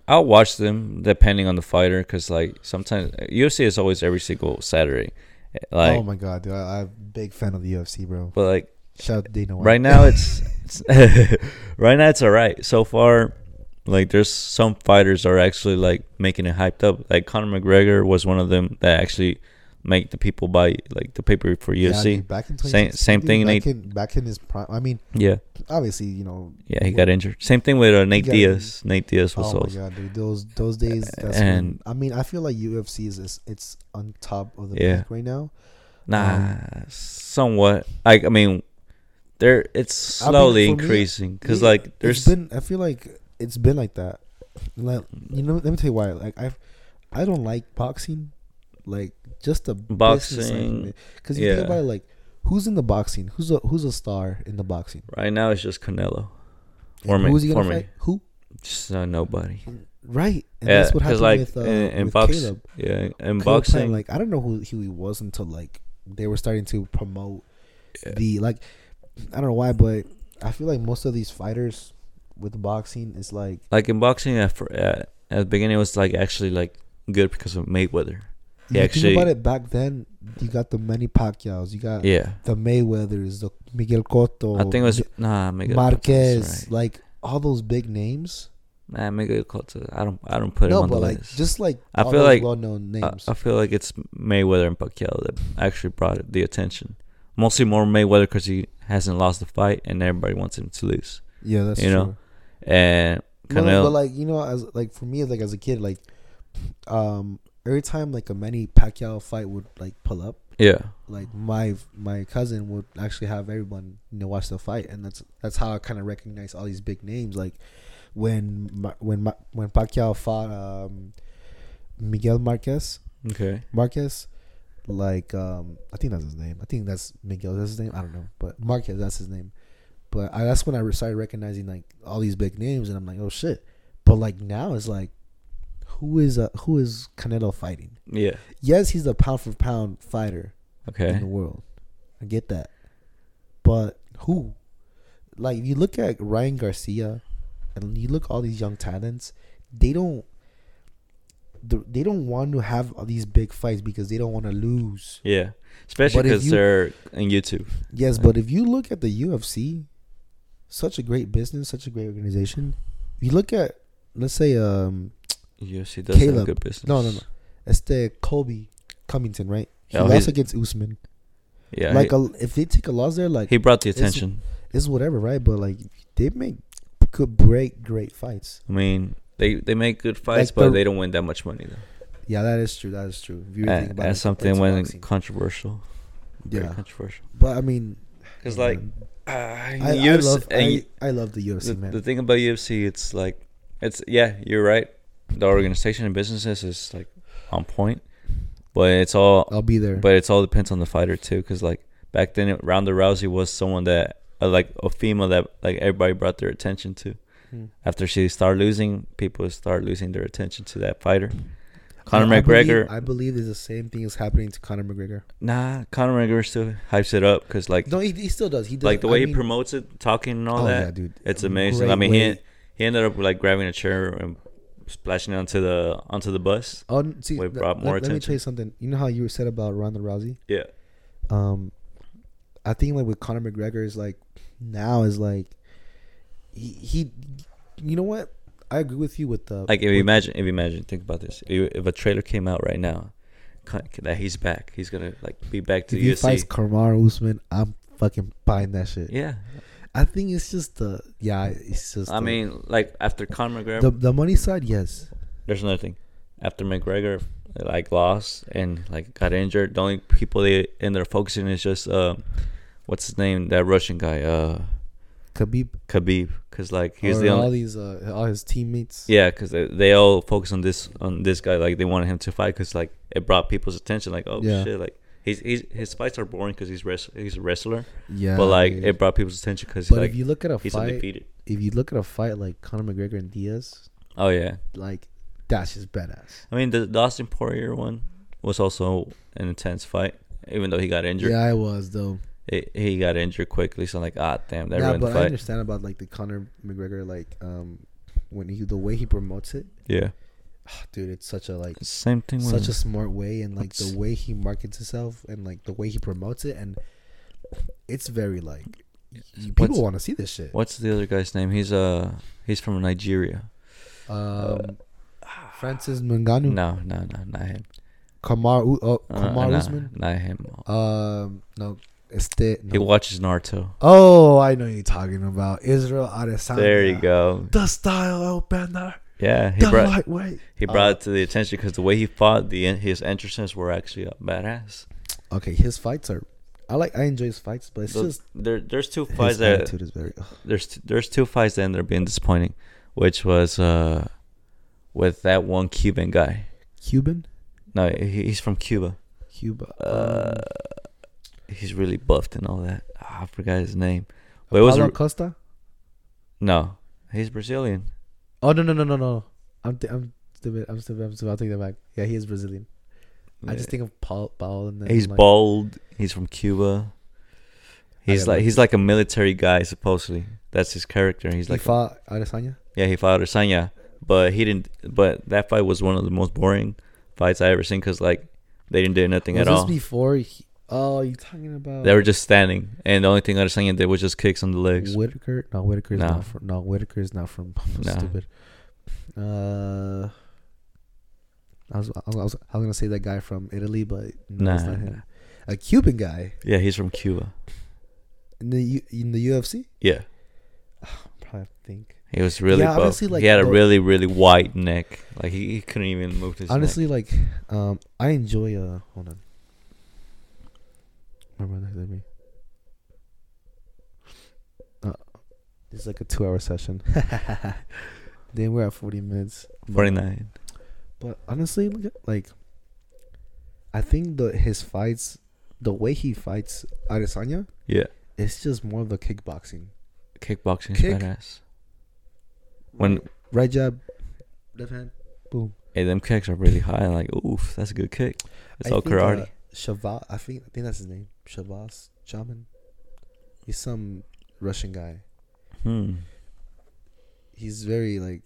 [SPEAKER 2] I'll watch them depending on the fighter because like sometimes UFC is always every single Saturday, Eh, like
[SPEAKER 1] oh my god dude I, i'm a big fan of the ufc bro
[SPEAKER 2] but like
[SPEAKER 1] shout out to dana white
[SPEAKER 2] right now it's,
[SPEAKER 1] *laughs*
[SPEAKER 2] it's *laughs* right now it's all right so far. Like there's some fighters are actually like making it hyped up. Like Conor McGregor was one of them that actually make the people buy like the paper for
[SPEAKER 1] Yeah,
[SPEAKER 2] UFC.
[SPEAKER 1] dude, back in 2016,
[SPEAKER 2] same same thing.
[SPEAKER 1] Back
[SPEAKER 2] Nate.
[SPEAKER 1] in, back in his prime. I mean,
[SPEAKER 2] yeah,
[SPEAKER 1] obviously, you know.
[SPEAKER 2] yeah, he got injured. Same thing with uh, Nate
[SPEAKER 1] got-
[SPEAKER 2] Diaz. Nate Diaz was
[SPEAKER 1] oh
[SPEAKER 2] also.
[SPEAKER 1] my god, dude, those those days. That's
[SPEAKER 2] And-
[SPEAKER 1] when, I mean, I feel like UFC is- is it's on top of the
[SPEAKER 2] Yeah.
[SPEAKER 1] pack right now.
[SPEAKER 2] Nah,
[SPEAKER 1] Um,
[SPEAKER 2] somewhat. I I mean, there it's
[SPEAKER 1] I mean,
[SPEAKER 2] slowly
[SPEAKER 1] for me,
[SPEAKER 2] increasing because
[SPEAKER 1] Yeah,
[SPEAKER 2] like there's
[SPEAKER 1] it's been I feel like it's been like that. Like, you know, let me tell you why. Like I, I don't like boxing. Like just the
[SPEAKER 2] Boxing,
[SPEAKER 1] because you
[SPEAKER 2] yeah.
[SPEAKER 1] think about it, like who's in the boxing? Who's a who's a star in the boxing?
[SPEAKER 2] right now it's just Canelo. For
[SPEAKER 1] And
[SPEAKER 2] me,
[SPEAKER 1] who's he gonna
[SPEAKER 2] for me.
[SPEAKER 1] fight? Who?
[SPEAKER 2] Just uh, nobody.
[SPEAKER 1] Right, and
[SPEAKER 2] yeah,
[SPEAKER 1] that's what
[SPEAKER 2] 'cause,
[SPEAKER 1] happened
[SPEAKER 2] like
[SPEAKER 1] with, uh,
[SPEAKER 2] in, in
[SPEAKER 1] with
[SPEAKER 2] box,
[SPEAKER 1] Caleb.
[SPEAKER 2] yeah, in
[SPEAKER 1] Caleb Plant,
[SPEAKER 2] boxing,
[SPEAKER 1] like I don't know who, who he was until like they were starting to promote the like I don't know why, but I feel like most of these fighters with boxing is like
[SPEAKER 2] like in boxing at, fir- at, at the beginning it was like actually like good because of Mayweather. He
[SPEAKER 1] you
[SPEAKER 2] actually,
[SPEAKER 1] think about it back then, you got the many Pacquiao's, you got
[SPEAKER 2] yeah.
[SPEAKER 1] the Mayweathers, the Miguel Cotto,
[SPEAKER 2] I think it was
[SPEAKER 1] Mi-
[SPEAKER 2] nah Miguel
[SPEAKER 1] Oh, Marquez,
[SPEAKER 2] Cotto's Right.
[SPEAKER 1] like all those big names.
[SPEAKER 2] Nah, Miguel Cotto. I don't I don't put him
[SPEAKER 1] no,
[SPEAKER 2] on
[SPEAKER 1] but
[SPEAKER 2] the
[SPEAKER 1] like
[SPEAKER 2] list.
[SPEAKER 1] just like
[SPEAKER 2] I
[SPEAKER 1] all
[SPEAKER 2] feel
[SPEAKER 1] those
[SPEAKER 2] like- uh,
[SPEAKER 1] well-known
[SPEAKER 2] I,
[SPEAKER 1] names.
[SPEAKER 2] I feel like it's Mayweather and Pacquiao that actually brought it, the attention. Mostly more Mayweather because he hasn't lost the fight and everybody wants him to lose.
[SPEAKER 1] yeah, that's
[SPEAKER 2] you
[SPEAKER 1] true.
[SPEAKER 2] know, And
[SPEAKER 1] But,
[SPEAKER 2] Canelo,
[SPEAKER 1] but like you know, as like for me, like as a kid, like um every time like a many Pacquiao fight would like pull up,
[SPEAKER 2] yeah,
[SPEAKER 1] like my my cousin would actually have everyone you know watch the fight, and that's that's how I kind of recognize all these big names. Like when Ma- when Ma- when Pacquiao fought um, Miguel Marquez,
[SPEAKER 2] okay,
[SPEAKER 1] Marquez, like um, I think that's his name. I think that's Miguel. That's his name. I don't know, but Marquez that's his name. But I, that's when I started recognizing like all these big names, and I'm like, oh shit. But like now it's like, who is uh, who is Canelo fighting?
[SPEAKER 2] yeah,
[SPEAKER 1] Yes, he's a pound for pound fighter in
[SPEAKER 2] okay,
[SPEAKER 1] the world. I get that. But who? Like you look at Ryan Garcia and you look at all these young talents, they don't the- they don't want to have all these big fights because they don't want to lose.
[SPEAKER 2] yeah. Especially
[SPEAKER 1] But if
[SPEAKER 2] because
[SPEAKER 1] you-
[SPEAKER 2] they're on YouTube.
[SPEAKER 1] Yes, but if you look at the UFC, such a great business, such a great organization. You look at let's say um
[SPEAKER 2] UFC does have
[SPEAKER 1] Caleb.
[SPEAKER 2] good business.
[SPEAKER 1] no no no, it's the Kobe Cummington, right? He
[SPEAKER 2] Oh,
[SPEAKER 1] lost
[SPEAKER 2] he-
[SPEAKER 1] against Usman.
[SPEAKER 2] Yeah,
[SPEAKER 1] like
[SPEAKER 2] he,
[SPEAKER 1] a, if they take a loss there, like
[SPEAKER 2] he brought the
[SPEAKER 1] it's-
[SPEAKER 2] attention.
[SPEAKER 1] it's whatever, right? But like they make could break great fights.
[SPEAKER 2] I mean, they they make good fights,
[SPEAKER 1] Like
[SPEAKER 2] but
[SPEAKER 1] the-
[SPEAKER 2] they don't win that much money though.
[SPEAKER 1] Yeah, that is true. That is true. If you really think
[SPEAKER 2] And
[SPEAKER 1] about
[SPEAKER 2] that's
[SPEAKER 1] it,
[SPEAKER 2] something
[SPEAKER 1] it's
[SPEAKER 2] when
[SPEAKER 1] boxing.
[SPEAKER 2] controversial. Very
[SPEAKER 1] yeah,
[SPEAKER 2] controversial.
[SPEAKER 1] but I mean,
[SPEAKER 2] Because like,
[SPEAKER 1] man,
[SPEAKER 2] uh,
[SPEAKER 1] I, I
[SPEAKER 2] UFC
[SPEAKER 1] love
[SPEAKER 2] and
[SPEAKER 1] I, I love the UFC
[SPEAKER 2] the,
[SPEAKER 1] man.
[SPEAKER 2] the thing about UFC, it's like, it's yeah, you're right. The organization and businesses is like on point, but it's all,
[SPEAKER 1] I'll be there.
[SPEAKER 2] but it's all depends on the fighter too. Because like back then, Ronda Rousey was someone that uh, like a female that like everybody brought their attention to.
[SPEAKER 1] Hmm.
[SPEAKER 2] After she started losing, people start losing their attention to that fighter.
[SPEAKER 1] I-
[SPEAKER 2] Conor
[SPEAKER 1] I believe-
[SPEAKER 2] McGregor,
[SPEAKER 1] I believe there's the same thing is happening to Conor McGregor.
[SPEAKER 2] nah, Conor McGregor still hypes it up because like
[SPEAKER 1] No, he, he still does. He does.
[SPEAKER 2] like the way
[SPEAKER 1] I
[SPEAKER 2] he
[SPEAKER 1] mean,
[SPEAKER 2] promotes it, talking and all
[SPEAKER 1] Oh,
[SPEAKER 2] that.
[SPEAKER 1] yeah, dude.
[SPEAKER 2] It's amazing. I
[SPEAKER 1] Great
[SPEAKER 2] mean, he
[SPEAKER 1] way.
[SPEAKER 2] he ended up like grabbing a chair and splashing onto the onto the bus.
[SPEAKER 1] Oh, n- see,
[SPEAKER 2] way
[SPEAKER 1] th-
[SPEAKER 2] brought
[SPEAKER 1] let,
[SPEAKER 2] more
[SPEAKER 1] let me
[SPEAKER 2] attention.
[SPEAKER 1] tell you something. You know how you said about Ronda Rousey?
[SPEAKER 2] Yeah,
[SPEAKER 1] um I think like with Conor McGregor is like now is like he, he you know what I agree with you with the
[SPEAKER 2] like if you imagine, if you imagine, think about this: if if a trailer came out right now, con- that he's back, he's gonna like be back to
[SPEAKER 1] if
[SPEAKER 2] the
[SPEAKER 1] he fights
[SPEAKER 2] UFC.
[SPEAKER 1] Kamaru Usman I'm fucking buying that shit
[SPEAKER 2] Yeah,
[SPEAKER 1] I think it's just the yeah it's just
[SPEAKER 2] I
[SPEAKER 1] the,
[SPEAKER 2] mean, like after Conor McGregor,
[SPEAKER 1] the the money side yes
[SPEAKER 2] there's another thing. After McGregor, like lost and like got injured, the only people they ended up focusing is just uh, what's his name, that Russian guy, uh,
[SPEAKER 1] Khabib
[SPEAKER 2] Khabib, because like he
[SPEAKER 1] or
[SPEAKER 2] was the only
[SPEAKER 1] all these uh, all his teammates
[SPEAKER 2] Yeah, because they, they all focus on this on this guy. Like they wanted him to fight because like it brought people's attention. Like oh
[SPEAKER 1] Yeah.
[SPEAKER 2] shit, like he's, he's his fights are boring because he's wrest, he's a wrestler.
[SPEAKER 1] yeah
[SPEAKER 2] but like
[SPEAKER 1] dude.
[SPEAKER 2] it brought people's attention because
[SPEAKER 1] but
[SPEAKER 2] like
[SPEAKER 1] if you look at a
[SPEAKER 2] he's
[SPEAKER 1] fight
[SPEAKER 2] undefeated.
[SPEAKER 1] if you look at a fight like Conor McGregor and Diaz
[SPEAKER 2] Oh yeah,
[SPEAKER 1] like that's just badass
[SPEAKER 2] I mean the, the Austin Poirier one was also an intense fight. Even though he got injured,
[SPEAKER 1] yeah I was though
[SPEAKER 2] He- he got injured quickly. So I'm like ah damn, that
[SPEAKER 1] Yeah,
[SPEAKER 2] ruined the
[SPEAKER 1] but I
[SPEAKER 2] fight.
[SPEAKER 1] understand about like the Conor McGregor like um when he the way he promotes it, ah,
[SPEAKER 2] Yeah,
[SPEAKER 1] dude, it's such a like
[SPEAKER 2] same thing. With
[SPEAKER 1] such a smart way and like
[SPEAKER 2] It's-
[SPEAKER 1] the way he markets himself and like the way he promotes it and it's very like you-
[SPEAKER 2] What's-
[SPEAKER 1] people want to see this shit.
[SPEAKER 2] what's the other guy's name? He's uh he's from Nigeria. *sighs*
[SPEAKER 1] Um, Francis Ngannou.
[SPEAKER 2] No, no, no, not him.
[SPEAKER 1] Kamar U- oh,
[SPEAKER 2] Uh,
[SPEAKER 1] Kamar
[SPEAKER 2] nah,
[SPEAKER 1] Usman.
[SPEAKER 2] not him.
[SPEAKER 1] Um, no, este.
[SPEAKER 2] He
[SPEAKER 1] No.
[SPEAKER 2] watches Naruto.
[SPEAKER 1] Oh, I know you're talking about Israel Adesanya.
[SPEAKER 2] There you go.
[SPEAKER 1] The style El Bender,
[SPEAKER 2] Yeah, he
[SPEAKER 1] the
[SPEAKER 2] brought
[SPEAKER 1] lightweight.
[SPEAKER 2] he brought it to the attention because the way he fought, the en- his entrances were actually uh, badass.
[SPEAKER 1] Okay, his fights are. I like. I enjoy his fights, but it's
[SPEAKER 2] The-
[SPEAKER 1] just
[SPEAKER 2] there, there's two
[SPEAKER 1] his
[SPEAKER 2] fights that
[SPEAKER 1] attitude is very. ugh.
[SPEAKER 2] there's t- there's two fights that ended up being disappointing, which was uh, with that one Cuban guy.
[SPEAKER 1] Cuban,
[SPEAKER 2] No, he, he's from Cuba.
[SPEAKER 1] Cuba. um,
[SPEAKER 2] Uh, he's really buffed and all that. Ah, I forgot his name. But
[SPEAKER 1] But
[SPEAKER 2] it was
[SPEAKER 1] Paulo
[SPEAKER 2] a-
[SPEAKER 1] Costa.
[SPEAKER 2] no, he's Brazilian.
[SPEAKER 1] Oh no no no no no! I'm th- I'm stupid. I'm stupid. I'm stupid. I'll take that back. Yeah, he is Brazilian. I just think of Paul Paul and then
[SPEAKER 2] Uh, he's
[SPEAKER 1] I'm like,
[SPEAKER 2] bald. He's from Cuba. He's
[SPEAKER 1] gotta
[SPEAKER 2] like
[SPEAKER 1] look
[SPEAKER 2] he's like a military guy supposedly. That's his character. He's
[SPEAKER 1] He
[SPEAKER 2] like
[SPEAKER 1] fought Adesanya.
[SPEAKER 2] yeah, he fought Adesanya, but he didn't. But that fight was one of the most boring fights I ever seen because like they didn't do nothing
[SPEAKER 1] Was
[SPEAKER 2] at
[SPEAKER 1] this
[SPEAKER 2] all.
[SPEAKER 1] before? He, oh, you talking about?
[SPEAKER 2] They were just standing, and the only thing Adesanya did was just kicks on the legs.
[SPEAKER 1] Whitaker. No, Whitaker is
[SPEAKER 2] No.
[SPEAKER 1] not from. No, Whitaker is not from. *laughs* I'm
[SPEAKER 2] No.
[SPEAKER 1] Stupid. Uh, I was, I was I was gonna say that guy from Italy, but no, it's
[SPEAKER 2] Nah,
[SPEAKER 1] not
[SPEAKER 2] nah.
[SPEAKER 1] him. A Cuban guy
[SPEAKER 2] Yeah, he's from Cuba.
[SPEAKER 1] in the U, in the UFC.
[SPEAKER 2] Yeah,
[SPEAKER 1] Probably think.
[SPEAKER 2] he was really.
[SPEAKER 1] Yeah,
[SPEAKER 2] buff.
[SPEAKER 1] honestly, like,
[SPEAKER 2] he had a
[SPEAKER 1] the-
[SPEAKER 2] really really wide neck. Like he, he couldn't even move his.
[SPEAKER 1] Honestly, like, um, I enjoy. Uh, hold on. My brother hit me. Uh, it's like a two-hour session. *laughs* then we're at forty minutes.
[SPEAKER 2] neck. forty nine.
[SPEAKER 1] But honestly, look at- like, I think the his fights, the way he fights Adesanya,
[SPEAKER 2] Yeah,
[SPEAKER 1] it's just more of the kickboxing,
[SPEAKER 2] kickboxing
[SPEAKER 1] Kick.
[SPEAKER 2] badass. When
[SPEAKER 1] right jab, left hand, boom.
[SPEAKER 2] Hey, them kicks are really high. Like, oof, that's a good kick. It's
[SPEAKER 1] I
[SPEAKER 2] all
[SPEAKER 1] think,
[SPEAKER 2] karate.
[SPEAKER 1] Uh, Shavas, I think I think that's his name. Shavas Chaman. He's some Russian guy.
[SPEAKER 2] hmm.
[SPEAKER 1] He's very like.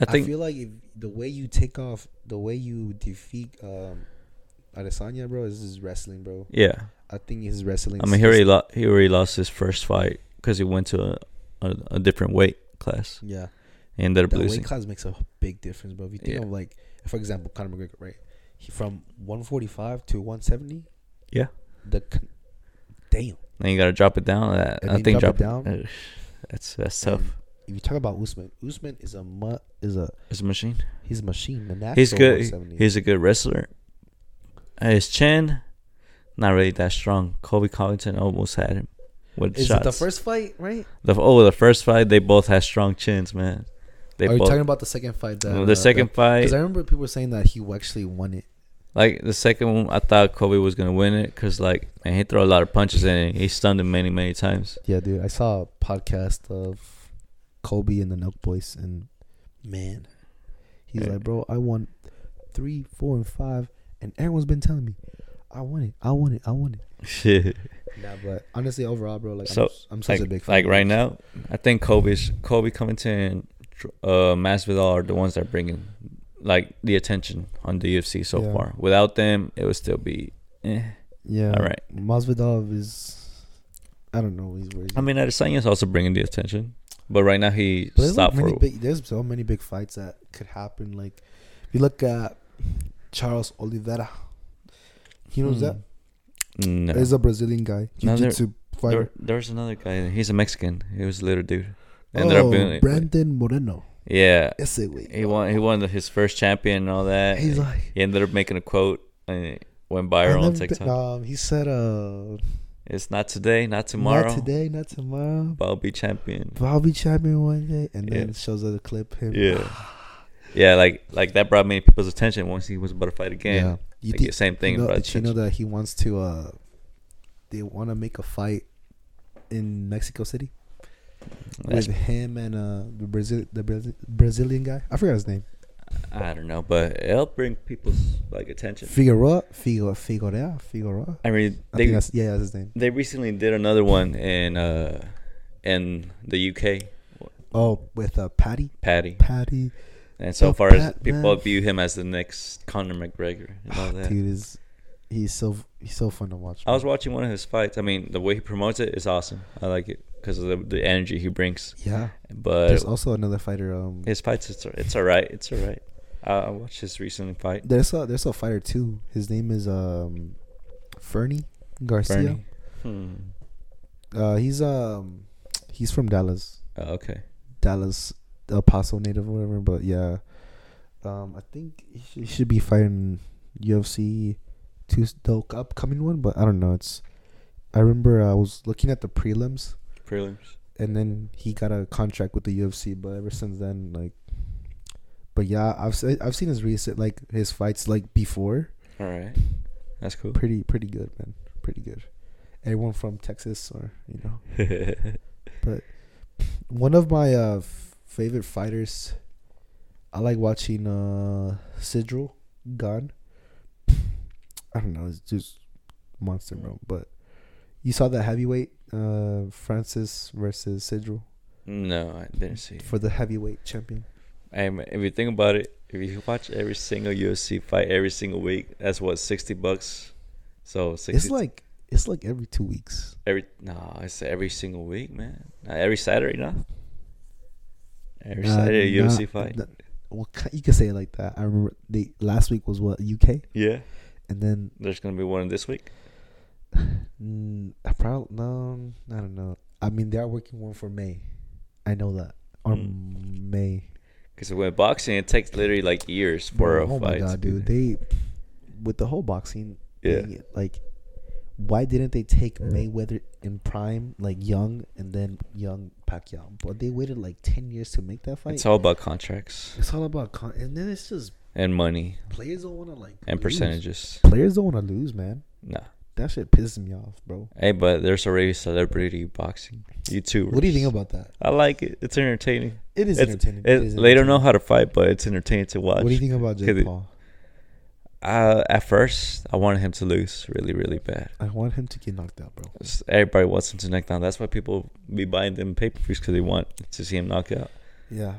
[SPEAKER 2] I
[SPEAKER 1] I,
[SPEAKER 2] think
[SPEAKER 1] feel like if the way you take off, the way you defeat um, Adesanya, bro, is his wrestling, bro.
[SPEAKER 2] yeah.
[SPEAKER 1] I think his wrestling.
[SPEAKER 2] I mean,
[SPEAKER 1] is-
[SPEAKER 2] he already lo- he already lost his first fight because he went to a, a, a different weight class
[SPEAKER 1] Yeah.
[SPEAKER 2] and ended up
[SPEAKER 1] that
[SPEAKER 2] losing.
[SPEAKER 1] weight class makes a big difference, bro. If you think
[SPEAKER 2] Yeah.
[SPEAKER 1] of like, for example, Conor McGregor, right? He from 145 to 170.
[SPEAKER 2] Yeah.
[SPEAKER 1] The con- damn.
[SPEAKER 2] Then you gotta drop it down. That,
[SPEAKER 1] And
[SPEAKER 2] I
[SPEAKER 1] then
[SPEAKER 2] think
[SPEAKER 1] drop
[SPEAKER 2] drop,
[SPEAKER 1] it down.
[SPEAKER 2] uh, *sighs* that's that's tough.
[SPEAKER 1] And If you talk about Usman, Usman is a mu- is a
[SPEAKER 2] He's a machine.
[SPEAKER 1] he's a machine. The
[SPEAKER 2] He's
[SPEAKER 1] natural
[SPEAKER 2] good.
[SPEAKER 1] 170.
[SPEAKER 2] He's a good wrestler. Uh, His chin, not really that strong. Kobe Covington almost had him with
[SPEAKER 1] is
[SPEAKER 2] shots.
[SPEAKER 1] it the first fight, right?
[SPEAKER 2] The- oh, the first fight they both had strong chins, man. They
[SPEAKER 1] Are you
[SPEAKER 2] both.
[SPEAKER 1] talking about the second fight? That,
[SPEAKER 2] the second fight,
[SPEAKER 1] Because I remember people saying that he actually won it.
[SPEAKER 2] Like the second one, I thought Kobe was gonna win it because like man, he threw a lot of punches in it. He stunned him many, many times. *laughs*
[SPEAKER 1] Yeah, dude. I saw a podcast of Kobe and the Milk Boys, and man, he's
[SPEAKER 2] Yeah.
[SPEAKER 1] like, bro, I won three, four, and five, and everyone's been telling me, I won it, I won it, I won it.
[SPEAKER 2] Shit.
[SPEAKER 1] Nah, but honestly, overall, bro, like,
[SPEAKER 2] So,
[SPEAKER 1] I'm, I'm such
[SPEAKER 2] like,
[SPEAKER 1] a big fan.
[SPEAKER 2] like
[SPEAKER 1] of
[SPEAKER 2] right
[SPEAKER 1] his.
[SPEAKER 2] now, I think Kobe's Kobe Covington, uh, Masvidal are the ones that are bringing like the attention on the UFC so
[SPEAKER 1] Yeah.
[SPEAKER 2] far. Without them, it would still be. Eh.
[SPEAKER 1] yeah,
[SPEAKER 2] All right.
[SPEAKER 1] Masvidal is, I don't know, he's where.
[SPEAKER 2] I mean, Adesanya is also bringing the attention, but right now he
[SPEAKER 1] But there's
[SPEAKER 2] stopped
[SPEAKER 1] like many
[SPEAKER 2] for.
[SPEAKER 1] big. There's so many big fights that could happen. Like, if you look at Charles Oliveira, he knows
[SPEAKER 2] Hmm.
[SPEAKER 1] that
[SPEAKER 2] no.
[SPEAKER 1] he's a Brazilian guy,
[SPEAKER 2] No, there-
[SPEAKER 1] jiu-jitsu
[SPEAKER 2] There,
[SPEAKER 1] fighter.
[SPEAKER 2] there was another guy. He's a Mexican. He was a little dude. Ended
[SPEAKER 1] Oh,
[SPEAKER 2] up being-
[SPEAKER 1] Brandon Moreno.
[SPEAKER 2] Yeah,
[SPEAKER 1] Ese güey.
[SPEAKER 2] He won. He won the, his first champion and all that.
[SPEAKER 1] He's like.
[SPEAKER 2] he ended up making a quote and it went
[SPEAKER 1] "I've
[SPEAKER 2] viral on
[SPEAKER 1] never been-
[SPEAKER 2] TikTok.
[SPEAKER 1] um, he said, uh,
[SPEAKER 2] It's not today, not tomorrow.
[SPEAKER 1] Not today, not tomorrow.
[SPEAKER 2] But I'll be champion.
[SPEAKER 1] But I'll be champion one day. And then
[SPEAKER 2] Yeah.
[SPEAKER 1] it shows a clip. Him.
[SPEAKER 2] Yeah, *sighs* yeah. Like like that brought many people's attention once he was about to fight again.
[SPEAKER 1] Yeah. You
[SPEAKER 2] Like,
[SPEAKER 1] think,
[SPEAKER 2] the same thing.
[SPEAKER 1] you know,
[SPEAKER 2] brought
[SPEAKER 1] did you know
[SPEAKER 2] attention.
[SPEAKER 1] that he wants to, uh, they want to make a fight in Mexico City?
[SPEAKER 2] That's-
[SPEAKER 1] with him and uh the Brazil the Brazil, Brazilian guy. I forgot his name.
[SPEAKER 2] I don't know, but it'll bring people's like attention.
[SPEAKER 1] Figueroa, Figo, Figueroa, Figueroa.
[SPEAKER 2] I mean,
[SPEAKER 1] I
[SPEAKER 2] they
[SPEAKER 1] think that's yeah, that's his name.
[SPEAKER 2] they recently did another one in uh in the UK,
[SPEAKER 1] Oh, with uh Patty,
[SPEAKER 2] Patty,
[SPEAKER 1] Patty.
[SPEAKER 2] and so
[SPEAKER 1] The
[SPEAKER 2] far as
[SPEAKER 1] Pat-
[SPEAKER 2] people
[SPEAKER 1] man.
[SPEAKER 2] view him as the next Conor McGregor
[SPEAKER 1] *laughs*
[SPEAKER 2] and all that.
[SPEAKER 1] Dude is he's so he's so fun to watch.
[SPEAKER 2] I
[SPEAKER 1] bro.
[SPEAKER 2] was watching one of his fights. I mean, the way he promotes it is awesome. I like it because of the, the energy he brings.
[SPEAKER 1] yeah.
[SPEAKER 2] But
[SPEAKER 1] There's also another fighter. Um,
[SPEAKER 2] his fights, it's it's all right. It's all right. I I watched his recent fight.
[SPEAKER 1] There's a there's a fighter too. His name is um, Fernie Garcia.
[SPEAKER 2] Bernie. Hmm.
[SPEAKER 1] Uh, he's um, he's from Dallas,
[SPEAKER 2] Oh, okay.
[SPEAKER 1] Dallas, El Paso native or whatever. But yeah, um, I think he should, he should be fighting UFC two the upcoming one. But I don't know. It's I remember uh, I was looking at the prelims,
[SPEAKER 2] Prelims.
[SPEAKER 1] and then he got a contract with the UFC. But ever since then, like, but yeah, I've se- I've seen his recent like his fights like before.
[SPEAKER 2] All right. That's cool. *laughs*
[SPEAKER 1] pretty pretty good, man. Pretty good. Everyone from Texas, or you know, one of my uh, f- favorite fighters. I like watching uh Sidral Gunn. I don't know, it's just monster, bro. But you saw that heavyweight uh Francis versus Sidral
[SPEAKER 2] no, I didn't see. it.
[SPEAKER 1] for the heavyweight champion.
[SPEAKER 2] And if you think about it, if you watch every single UFC fight every single week, that's what sixty bucks. So sixty.
[SPEAKER 1] It's like it's like every two weeks.
[SPEAKER 2] every no, it's every single week, man. Not every Saturday, no. Every
[SPEAKER 1] Uh,
[SPEAKER 2] Saturday
[SPEAKER 1] nah,
[SPEAKER 2] UFC fight.
[SPEAKER 1] nah, well, ki- you can say it like that. I remember they last week was what UK,
[SPEAKER 2] yeah,
[SPEAKER 1] and then *sighs*
[SPEAKER 2] there's gonna be one this week.
[SPEAKER 1] Mm, I probably no. I don't know. I mean, they are working one for May. I know that or
[SPEAKER 2] Mm.
[SPEAKER 1] May.
[SPEAKER 2] Because when boxing, it takes literally like years for
[SPEAKER 1] Bro, oh
[SPEAKER 2] a fight. to be
[SPEAKER 1] dude!
[SPEAKER 2] there.
[SPEAKER 1] They with the whole boxing.
[SPEAKER 2] Yeah.
[SPEAKER 1] thing, like, why didn't they take Mayweather in prime, like young, and then young Pacquiao? But they waited like ten years to make that fight.
[SPEAKER 2] It's all about contracts
[SPEAKER 1] It's all about con- and then it's just
[SPEAKER 2] and money
[SPEAKER 1] players don't want to like
[SPEAKER 2] and
[SPEAKER 1] lose.
[SPEAKER 2] percentages.
[SPEAKER 1] Players don't want to lose, man.
[SPEAKER 2] Nah.
[SPEAKER 1] That shit pisses me off, bro.
[SPEAKER 2] Hey, but there's already celebrity boxing. YouTubers.
[SPEAKER 1] What do you think about that?
[SPEAKER 2] I like it. It's entertaining.
[SPEAKER 1] It is
[SPEAKER 2] It's-
[SPEAKER 1] entertaining.
[SPEAKER 2] it-
[SPEAKER 1] It is
[SPEAKER 2] They don't
[SPEAKER 1] entertaining.
[SPEAKER 2] know how to fight, but it's entertaining to watch.
[SPEAKER 1] What do you think about
[SPEAKER 2] Could
[SPEAKER 1] Jake
[SPEAKER 2] it-
[SPEAKER 1] Paul?
[SPEAKER 2] Uh, at first, I wanted him to lose really, really bad.
[SPEAKER 1] I want him to get knocked out, bro.
[SPEAKER 2] S- Everybody wants him to knock down. That's why people be buying them pay per views because they want to see him knock out.
[SPEAKER 1] Yeah.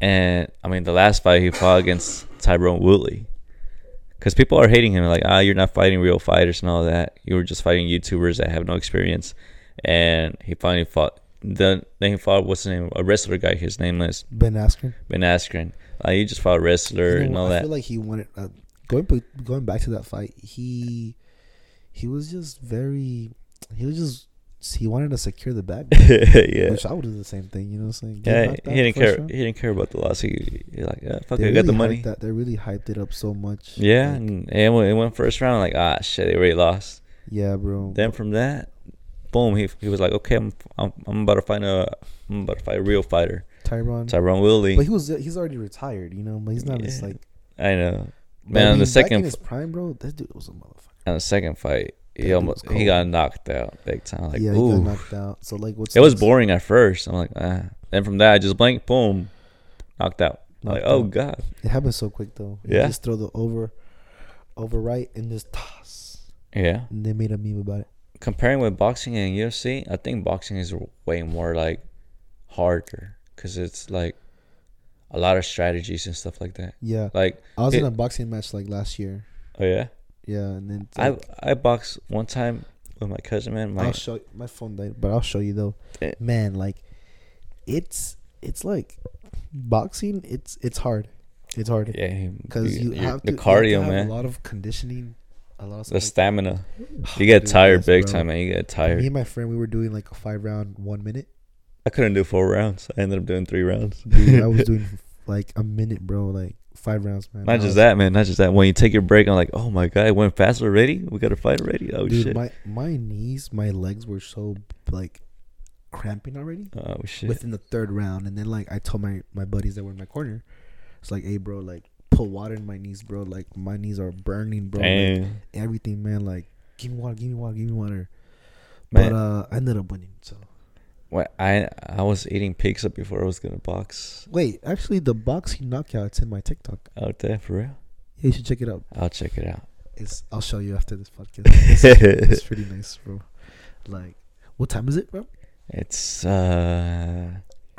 [SPEAKER 2] And I mean, the last fight he fought against Tyrone Woodley, because people are hating him, like, ah, you're not fighting real fighters and all that. You were just fighting YouTubers that have no experience. And he finally fought. Then, then he fought what's his name? A wrestler guy. His name is
[SPEAKER 1] Ben Askren.
[SPEAKER 2] Ben Askren. Like, he just fought a wrestler
[SPEAKER 1] You
[SPEAKER 2] and
[SPEAKER 1] know,
[SPEAKER 2] all
[SPEAKER 1] I
[SPEAKER 2] that.
[SPEAKER 1] feel
[SPEAKER 2] *laughs*
[SPEAKER 1] like he wanted uh, going b- going back to that fight. He he was just very he was just he wanted to secure the bag,
[SPEAKER 2] *laughs* yeah.
[SPEAKER 1] which I would do the same thing. You know what I'm saying? Get
[SPEAKER 2] Yeah,
[SPEAKER 1] knocked
[SPEAKER 2] he
[SPEAKER 1] out
[SPEAKER 2] didn't
[SPEAKER 1] first
[SPEAKER 2] care.
[SPEAKER 1] round.
[SPEAKER 2] He didn't care about the loss. He, he like, yeah, fuck,
[SPEAKER 1] They
[SPEAKER 2] it, I
[SPEAKER 1] really
[SPEAKER 2] got the
[SPEAKER 1] hyped
[SPEAKER 2] money.
[SPEAKER 1] That they really hyped it up so much.
[SPEAKER 2] Yeah,
[SPEAKER 1] Like,
[SPEAKER 2] and it went, it went first round. Like, ah, shit, they already lost.
[SPEAKER 1] yeah, bro.
[SPEAKER 2] Then from that, boom, he, he was like, okay, I'm, I'm I'm about to find a I'm about to fight a real fighter,
[SPEAKER 1] Tyron.
[SPEAKER 2] Tyrone Willie.
[SPEAKER 1] But he was he's already retired. You know, but he's not as
[SPEAKER 2] Yeah.
[SPEAKER 1] like
[SPEAKER 2] I know.
[SPEAKER 1] but
[SPEAKER 2] Man,
[SPEAKER 1] I
[SPEAKER 2] on the
[SPEAKER 1] mean, back in
[SPEAKER 2] second
[SPEAKER 1] his prime, bro. That dude was a motherfucker.
[SPEAKER 2] on the second fight, he
[SPEAKER 1] dude
[SPEAKER 2] almost
[SPEAKER 1] was
[SPEAKER 2] he
[SPEAKER 1] cold.
[SPEAKER 2] got knocked out big time. Like,
[SPEAKER 1] yeah, he got
[SPEAKER 2] ooh,
[SPEAKER 1] knocked out. So like, what's
[SPEAKER 2] it was
[SPEAKER 1] next?
[SPEAKER 2] boring at first. I'm like, ah. Then from that, I just blank, boom, knocked out. like,
[SPEAKER 1] Knocked
[SPEAKER 2] oh
[SPEAKER 1] out.
[SPEAKER 2] god,
[SPEAKER 1] It happens so quick though. You
[SPEAKER 2] Yeah.
[SPEAKER 1] just throw the over, over right, and just toss.
[SPEAKER 2] yeah.
[SPEAKER 1] And they made a meme about it.
[SPEAKER 2] comparing with boxing and UFC, I think boxing is way more like harder because it's like a lot of strategies and stuff like that.
[SPEAKER 1] Yeah,
[SPEAKER 2] Like,
[SPEAKER 1] I was in
[SPEAKER 2] it-
[SPEAKER 1] a boxing match like last year.
[SPEAKER 2] oh yeah,
[SPEAKER 1] Yeah, and then it's
[SPEAKER 2] I
[SPEAKER 1] like- Oh,
[SPEAKER 2] I boxed one time with my cousin, man. My
[SPEAKER 1] I'll show my phone died, but I'll show you though.
[SPEAKER 2] Eh.
[SPEAKER 1] Man, like, it's it's like boxing. It's it's hard. It's hard
[SPEAKER 2] yeah, he-
[SPEAKER 1] because you, have
[SPEAKER 2] the
[SPEAKER 1] to, you have to
[SPEAKER 2] cardio,
[SPEAKER 1] have
[SPEAKER 2] man,
[SPEAKER 1] A lot of conditioning. A lot of
[SPEAKER 2] the
[SPEAKER 1] stuff
[SPEAKER 2] stamina.
[SPEAKER 1] like-
[SPEAKER 2] You get
[SPEAKER 1] Dude,
[SPEAKER 2] tired
[SPEAKER 1] yes,
[SPEAKER 2] big
[SPEAKER 1] bro.
[SPEAKER 2] time, man. You get
[SPEAKER 1] Me
[SPEAKER 2] tired.
[SPEAKER 1] and my friend, we were doing like a five round, one minute.
[SPEAKER 2] I couldn't do four rounds. I ended up doing three rounds.
[SPEAKER 1] Dude, I was doing *laughs* like a minute, bro. Like five rounds, man. I
[SPEAKER 2] Not
[SPEAKER 1] was- *laughs*
[SPEAKER 2] just that, man. Not just that. When you take your break, I'm like, oh my god, it went fast already. We got to fight already. Oh
[SPEAKER 1] Dude,
[SPEAKER 2] shit.
[SPEAKER 1] my my knees, my legs were so like cramping already
[SPEAKER 2] oh shit.
[SPEAKER 1] within the third round, and then like I told my my buddies that were in my corner, it's like, hey, bro, like put water in my knees, bro. Like my knees are burning, bro. Like,
[SPEAKER 2] Damn.
[SPEAKER 1] everything, man. Like give me water, give me water, give me water.
[SPEAKER 2] Man.
[SPEAKER 1] But uh, I ended up winning. So
[SPEAKER 2] Well, I I was eating pizza before I was gonna box
[SPEAKER 1] wait, actually, the boxing knockout, it's in my TikTok.
[SPEAKER 2] out there for real.
[SPEAKER 1] Yeah, you should check it out.
[SPEAKER 2] I'll check it out. *laughs*
[SPEAKER 1] It's I'll show you after this podcast. It's, it's pretty nice, bro. Like, what time is it, bro?
[SPEAKER 2] It's uh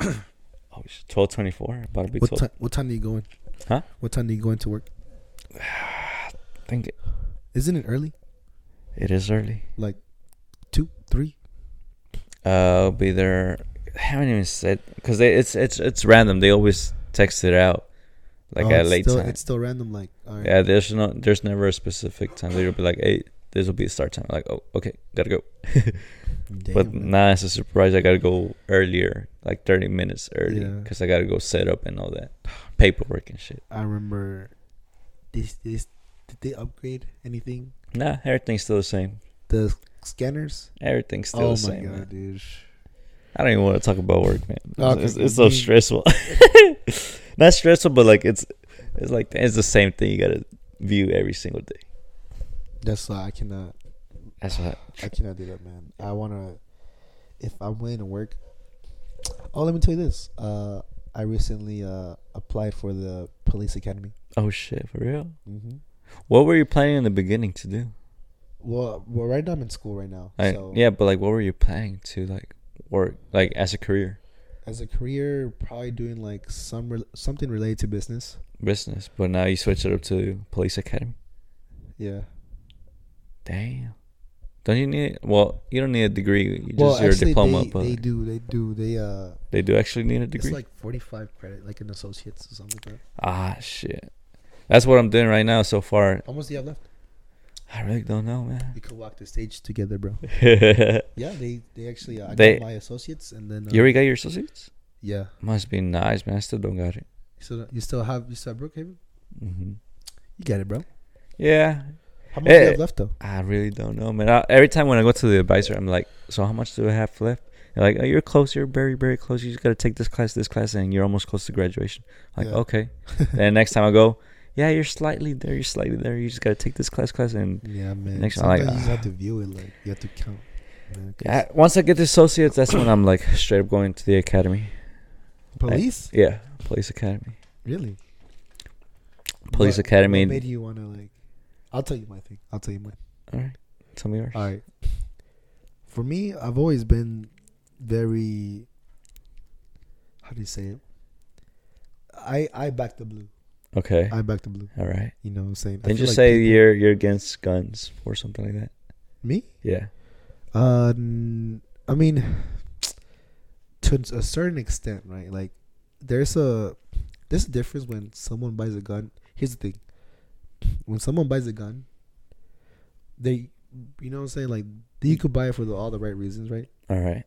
[SPEAKER 2] *coughs* oh twelve twenty four. About to be
[SPEAKER 1] What
[SPEAKER 2] twelve.
[SPEAKER 1] time? What time do you go in?
[SPEAKER 2] Huh?
[SPEAKER 1] What time do you go into work?
[SPEAKER 2] I *sighs* think
[SPEAKER 1] Isn't it early?
[SPEAKER 2] it is early.
[SPEAKER 1] Like two, three?
[SPEAKER 2] Uh, I'll be there. I haven't even said because it's it's it's random. They always text it out. like
[SPEAKER 1] Oh,
[SPEAKER 2] at
[SPEAKER 1] it's
[SPEAKER 2] late
[SPEAKER 1] still,
[SPEAKER 2] time.
[SPEAKER 1] It's still random. Like all right.
[SPEAKER 2] Yeah, there's no, there's never a specific time. They'll be like, hey, this will be start time. Like, oh, okay, gotta go.
[SPEAKER 1] Damn,
[SPEAKER 2] but
[SPEAKER 1] man.
[SPEAKER 2] now it's a surprise. I gotta go earlier, like 30 minutes early,
[SPEAKER 1] Yeah.
[SPEAKER 2] because I gotta go set up and all that *sighs* paperwork and shit.
[SPEAKER 1] I remember. This this did they upgrade anything?
[SPEAKER 2] Nah, everything's still the same.
[SPEAKER 1] The scanners.
[SPEAKER 2] Everything's
[SPEAKER 1] oh my
[SPEAKER 2] still the same.
[SPEAKER 1] god,
[SPEAKER 2] man.
[SPEAKER 1] dude.
[SPEAKER 2] I don't even want to talk about work, man. It's-
[SPEAKER 1] Okay, Mm-hmm.
[SPEAKER 2] it's, it's so
[SPEAKER 1] you-
[SPEAKER 2] stressful. Not stressful, *laughs* but like it's, it's like it's the same thing. You gotta view every single day.
[SPEAKER 1] That's why I cannot.
[SPEAKER 2] That's what.
[SPEAKER 1] I cannot do that, man. I wanna. If I'm willing to work. Oh, let me tell you this. Uh, I recently uh applied for the police academy.
[SPEAKER 2] Oh shit, for real.
[SPEAKER 1] Mm-hmm.
[SPEAKER 2] What were you planning in the beginning to do?
[SPEAKER 1] Well, well, right now I'm in school right now.
[SPEAKER 2] Like,
[SPEAKER 1] so
[SPEAKER 2] yeah, but like, what were you planning to like work like as a career,
[SPEAKER 1] as a career, probably doing like some rel something related to business.
[SPEAKER 2] business? But now you switched it up to police academy.
[SPEAKER 1] Yeah.
[SPEAKER 2] Damn. Don't you need? Well, you don't need a degree. You
[SPEAKER 1] well,
[SPEAKER 2] just your
[SPEAKER 1] actually,
[SPEAKER 2] diploma.
[SPEAKER 1] they,
[SPEAKER 2] but
[SPEAKER 1] they do. They do. They uh.
[SPEAKER 2] they do actually need a
[SPEAKER 1] It's
[SPEAKER 2] degree.
[SPEAKER 1] like 45 credit, like an associate's or something like that.
[SPEAKER 2] ah shit. That's what I'm doing right now so far.
[SPEAKER 1] How much do you have left?
[SPEAKER 2] I really don't know, man.
[SPEAKER 1] We could walk the stage together, bro.
[SPEAKER 2] you
[SPEAKER 1] Yeah, they they actually. Uh, I
[SPEAKER 2] They-
[SPEAKER 1] got my associates, and then uh,
[SPEAKER 2] already got your associates?
[SPEAKER 1] yeah.
[SPEAKER 2] Must be nice, man. I still don't got it.
[SPEAKER 1] So you still have you still have Brookhaven?
[SPEAKER 2] hmm
[SPEAKER 1] You got it, bro.
[SPEAKER 2] Yeah,
[SPEAKER 1] How much do you
[SPEAKER 2] Eh.
[SPEAKER 1] have left though?
[SPEAKER 2] I really don't know, man. I, every time when I go to the advisor, I'm like, "So how much do I have left?" They're like, oh, "You're close. You're very, very close. You just gotta take this class, this class, and you're almost close to graduation." Like,
[SPEAKER 1] Yeah.
[SPEAKER 2] okay. then next time I go, yeah, you're slightly there. You're slightly there. You just gotta take this class, class, and
[SPEAKER 1] Yeah, man.
[SPEAKER 2] Next one, like,
[SPEAKER 1] Sometimes you just have to view it like you have to count. man, 'cause
[SPEAKER 2] yeah. Once I get the associates, that's when I'm like straight up going to the academy.
[SPEAKER 1] Police?
[SPEAKER 2] Yeah, police academy.
[SPEAKER 1] Really?
[SPEAKER 2] Police
[SPEAKER 1] What-
[SPEAKER 2] academy.
[SPEAKER 1] What made you want to like? I'll tell you my thing. I'll tell you mine.
[SPEAKER 2] All right, tell me yours.
[SPEAKER 1] All right. For me, I've always been very. How do you say it? I I back the blue.
[SPEAKER 2] Okay.
[SPEAKER 1] I back the blue.
[SPEAKER 2] All right.
[SPEAKER 1] You know what I'm saying? I
[SPEAKER 2] Then
[SPEAKER 1] feel
[SPEAKER 2] just
[SPEAKER 1] like
[SPEAKER 2] say
[SPEAKER 1] people-
[SPEAKER 2] you're you're against guns or something like that.
[SPEAKER 1] me.
[SPEAKER 2] Yeah.
[SPEAKER 1] Uh, n- I mean, to a certain extent, right? Like, there's a there's a difference when someone buys a gun. Here's the thing: when someone buys a gun, they, you know, what I'm saying like you could buy it for the, all the right reasons, right?
[SPEAKER 2] All right.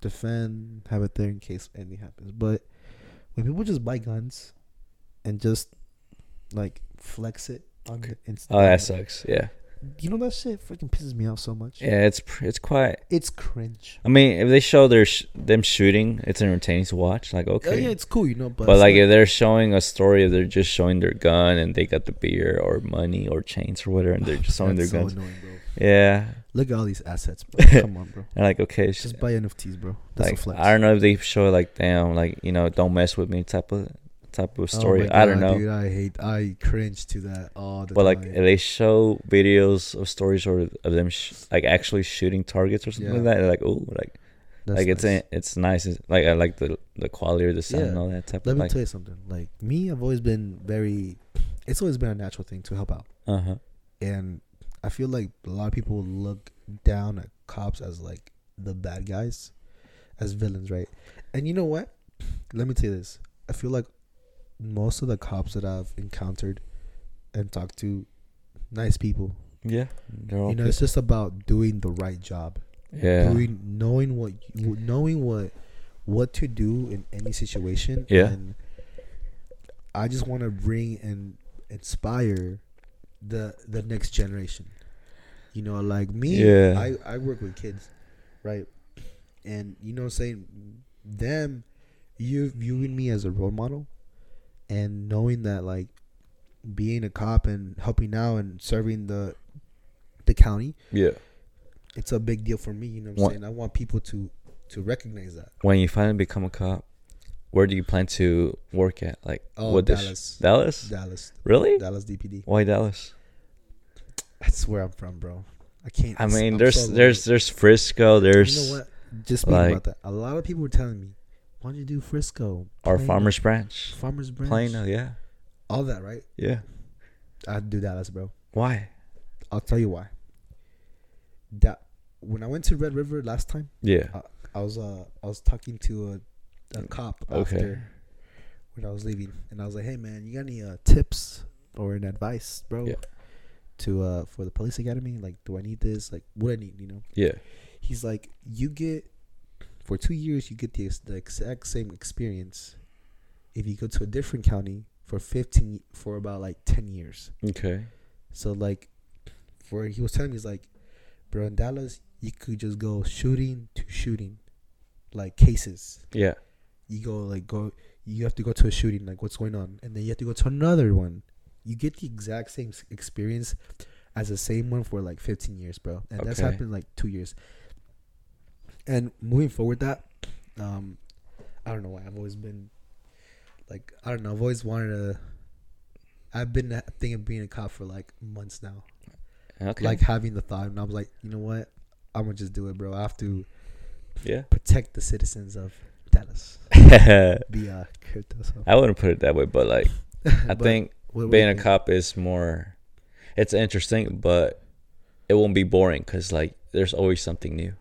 [SPEAKER 1] Defend, have it there in case anything happens. But when people just buy guns and just like flex it on the Instagram,
[SPEAKER 2] Oh, that sucks. Yeah.
[SPEAKER 1] you know that shit freaking pisses me off so much.
[SPEAKER 2] Yeah. It's pr- it's quite.
[SPEAKER 1] It's cringe.
[SPEAKER 2] I mean, if they show their sh- them shooting, it's entertaining to watch. Like,
[SPEAKER 1] Oh
[SPEAKER 2] okay.
[SPEAKER 1] yeah, it's cool, you know. But,
[SPEAKER 2] but
[SPEAKER 1] it's
[SPEAKER 2] like, if they're showing a story, if they're just showing their gun and they got the beer or money or chains or whatever, and they're
[SPEAKER 1] *sighs*
[SPEAKER 2] just showing their
[SPEAKER 1] That's so
[SPEAKER 2] guns.
[SPEAKER 1] annoying, bro.
[SPEAKER 2] Yeah.
[SPEAKER 1] Look at all these assets,
[SPEAKER 2] *laughs*
[SPEAKER 1] bro. Come on, bro.
[SPEAKER 2] And like, okay, it's
[SPEAKER 1] Just buy NFTs, bro. That's a
[SPEAKER 2] like
[SPEAKER 1] flex.
[SPEAKER 2] I don't know if they show like, damn, like you know, don't mess with me type of type of
[SPEAKER 1] Oh my
[SPEAKER 2] story. I don't
[SPEAKER 1] God,
[SPEAKER 2] know.
[SPEAKER 1] Dude, I hate. I cringe to that all the
[SPEAKER 2] But like
[SPEAKER 1] time.
[SPEAKER 2] they show videos of stories or of them sh- like actually shooting targets or something like
[SPEAKER 1] Yeah.
[SPEAKER 2] that. Like oh, like
[SPEAKER 1] That's
[SPEAKER 2] like it's
[SPEAKER 1] nice.
[SPEAKER 2] it's nice. It's, like I like the the quality of the sound
[SPEAKER 1] Yeah.
[SPEAKER 2] and all that type
[SPEAKER 1] Let
[SPEAKER 2] of
[SPEAKER 1] me
[SPEAKER 2] like.
[SPEAKER 1] tell you something. Like me, I've always been very. It's always been a natural thing to help out,
[SPEAKER 2] Uh huh.
[SPEAKER 1] and I feel like a lot of people look down at cops as like the bad guys, as villains, right? And you know what? Let me tell you this. I feel like most of the cops that I've encountered and talked to, nice people.
[SPEAKER 2] Yeah, they're all
[SPEAKER 1] You know,
[SPEAKER 2] good.
[SPEAKER 1] it's just about doing the right job,
[SPEAKER 2] yeah.
[SPEAKER 1] doing knowing what you, knowing what what to do in any situation.
[SPEAKER 2] Yeah.
[SPEAKER 1] And I just want to bring and inspire the the next generation. You know, like me,
[SPEAKER 2] Yeah.
[SPEAKER 1] I I work with kids, right? And you know, what I'm saying them, you viewing me as a role model, and knowing that like being a cop and helping out and serving the the county
[SPEAKER 2] yeah.
[SPEAKER 1] it's a big deal for me. You know what I'm
[SPEAKER 2] What-
[SPEAKER 1] saying? I want people to to recognize that.
[SPEAKER 2] When you finally become a cop, where do you plan to work at? Like
[SPEAKER 1] Oh,
[SPEAKER 2] what dish-
[SPEAKER 1] Dallas.
[SPEAKER 2] Dallas?
[SPEAKER 1] Dallas,
[SPEAKER 2] really?
[SPEAKER 1] Dallas DPD.
[SPEAKER 2] Why Dallas?
[SPEAKER 1] That's where I'm from, bro. I can't.
[SPEAKER 2] I mean,
[SPEAKER 1] I'm
[SPEAKER 2] there's
[SPEAKER 1] so
[SPEAKER 2] there's there's Frisco,
[SPEAKER 1] lonely.
[SPEAKER 2] there's
[SPEAKER 1] You know what? Just speaking
[SPEAKER 2] like-
[SPEAKER 1] about that, a lot of people were telling me, "Why don't you do Frisco?"
[SPEAKER 2] our
[SPEAKER 1] Plano,
[SPEAKER 2] Farmers Branch,
[SPEAKER 1] Farmers Branch,
[SPEAKER 2] Plano. Yeah,
[SPEAKER 1] all that, right?
[SPEAKER 2] yeah.
[SPEAKER 1] I'd do Dallas, bro.
[SPEAKER 2] Why?
[SPEAKER 1] I'll tell you why. That when I went to Red River last time,
[SPEAKER 2] Yeah.
[SPEAKER 1] I, I was uh I was talking to a, a cop
[SPEAKER 2] Okay.
[SPEAKER 1] after when I was leaving, and I was like, "Hey, man, you got any uh, tips or an advice, bro,
[SPEAKER 2] Yeah.
[SPEAKER 1] to uh for the police academy? Like, do I need this? Like, what I need, you know?"
[SPEAKER 2] Yeah.
[SPEAKER 1] He's like, "You get for two years, you get the, ex- the exact same experience if you go to a different county for fifteen for about like ten years."
[SPEAKER 2] Okay.
[SPEAKER 1] So like, for he was telling me, he's like, "Bro, in Dallas, you could just go shooting to shooting, like cases."
[SPEAKER 2] Yeah.
[SPEAKER 1] you go like go you have to go to a shooting like what's going on and then you have to go to another one you get the exact same s- experience as the same one for like 15 years bro and that's
[SPEAKER 2] Okay.
[SPEAKER 1] happened like two years and moving forward that um i don't know why i've always been like i don't know i've always wanted to i've been a- thinking of being a cop for like months now
[SPEAKER 2] Okay.
[SPEAKER 1] like having the thought and i was like you know what i'm gonna just do it bro i have to
[SPEAKER 2] *laughs* yeah.
[SPEAKER 1] protect the citizens of dallas
[SPEAKER 2] I
[SPEAKER 1] be a crypto so.
[SPEAKER 2] wouldn't put it that way, but like
[SPEAKER 1] *laughs*
[SPEAKER 2] I
[SPEAKER 1] But
[SPEAKER 2] think
[SPEAKER 1] what- what do you
[SPEAKER 2] being a
[SPEAKER 1] think?
[SPEAKER 2] cop is more it's interesting but it won't be boring because like there's always something new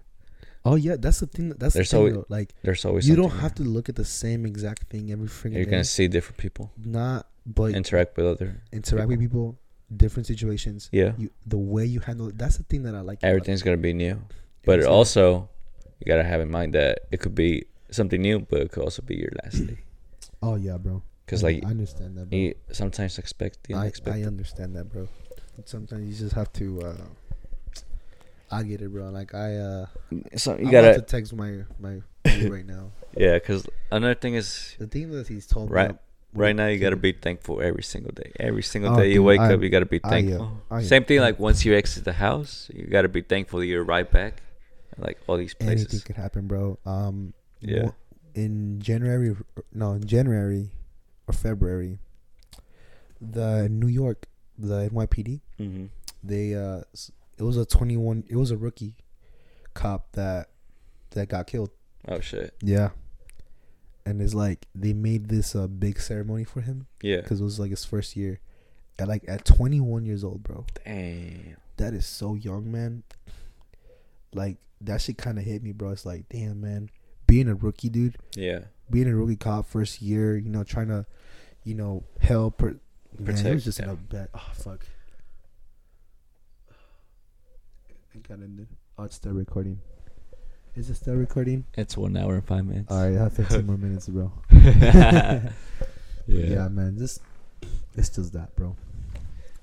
[SPEAKER 1] Oh yeah, that's the thing. That's
[SPEAKER 2] There's
[SPEAKER 1] the thing.
[SPEAKER 2] always-
[SPEAKER 1] though. Like
[SPEAKER 2] there's always
[SPEAKER 1] you
[SPEAKER 2] something
[SPEAKER 1] don't have to look at the same exact thing every freaking
[SPEAKER 2] you're
[SPEAKER 1] day.
[SPEAKER 2] gonna see different people
[SPEAKER 1] Not but
[SPEAKER 2] interact with other
[SPEAKER 1] interact with people, different situations.
[SPEAKER 2] yeah
[SPEAKER 1] You the way you handle it. That's the thing that I like. about it.
[SPEAKER 2] everything's gonna be new but it
[SPEAKER 1] Exactly.
[SPEAKER 2] also you gotta have in mind that it could be something new but it could also be your last day
[SPEAKER 5] Oh yeah, bro.
[SPEAKER 2] because
[SPEAKER 5] I-
[SPEAKER 2] like
[SPEAKER 5] I understand that, bro.
[SPEAKER 2] you sometimes expect the
[SPEAKER 1] I, I
[SPEAKER 2] unexpected
[SPEAKER 1] understand that, bro. Sometimes you just have to. uh I get it, bro. Like I, uh
[SPEAKER 2] so you
[SPEAKER 1] I'm about
[SPEAKER 2] gotta
[SPEAKER 1] to text my my dude right now.
[SPEAKER 2] yeah because another thing is
[SPEAKER 1] The thing that he's told
[SPEAKER 2] Right-
[SPEAKER 1] me. up-
[SPEAKER 2] Right now, you gotta be thankful every single day. Every single
[SPEAKER 5] Oh,
[SPEAKER 2] day you
[SPEAKER 5] dude,
[SPEAKER 2] wake
[SPEAKER 5] I-
[SPEAKER 2] up, you gotta be
[SPEAKER 5] I am.
[SPEAKER 2] thankful.
[SPEAKER 5] I uh, am.
[SPEAKER 2] Same thing, like once you exit the house, you gotta be thankful that you're right back. Like all these
[SPEAKER 5] Anything
[SPEAKER 2] places.
[SPEAKER 5] could happen, bro. Um,
[SPEAKER 2] Yeah.
[SPEAKER 5] wha-
[SPEAKER 1] in January, no, in January or February, the New York, the NYPD,
[SPEAKER 2] hmm
[SPEAKER 1] they uh, s- it was a twenty-one, it was a rookie cop that that got killed.
[SPEAKER 2] Oh shit.
[SPEAKER 1] Yeah, and it's like they made this uh, big ceremony for him
[SPEAKER 2] Yeah.
[SPEAKER 1] because it was like his first year, at like at twenty-one years old, bro.
[SPEAKER 2] Damn.
[SPEAKER 1] That is so young, man. Like that shit kind of hit me, bro. It's like, damn, man, being a rookie, dude
[SPEAKER 2] Yeah.
[SPEAKER 1] being a rookie cop first year, you know, trying to, you know, help. Or, man, it
[SPEAKER 2] Protect,
[SPEAKER 1] was just in
[SPEAKER 2] yeah.
[SPEAKER 1] a bad. Oh fuck!
[SPEAKER 5] It got ended. Oh, it's still recording. Is it still recording?
[SPEAKER 2] It's one hour and five minutes. *laughs*
[SPEAKER 5] All right, *laughs* I have 15 more minutes, bro. Yeah,
[SPEAKER 2] yeah. *laughs* yeah.
[SPEAKER 5] man. Just it's just that, bro.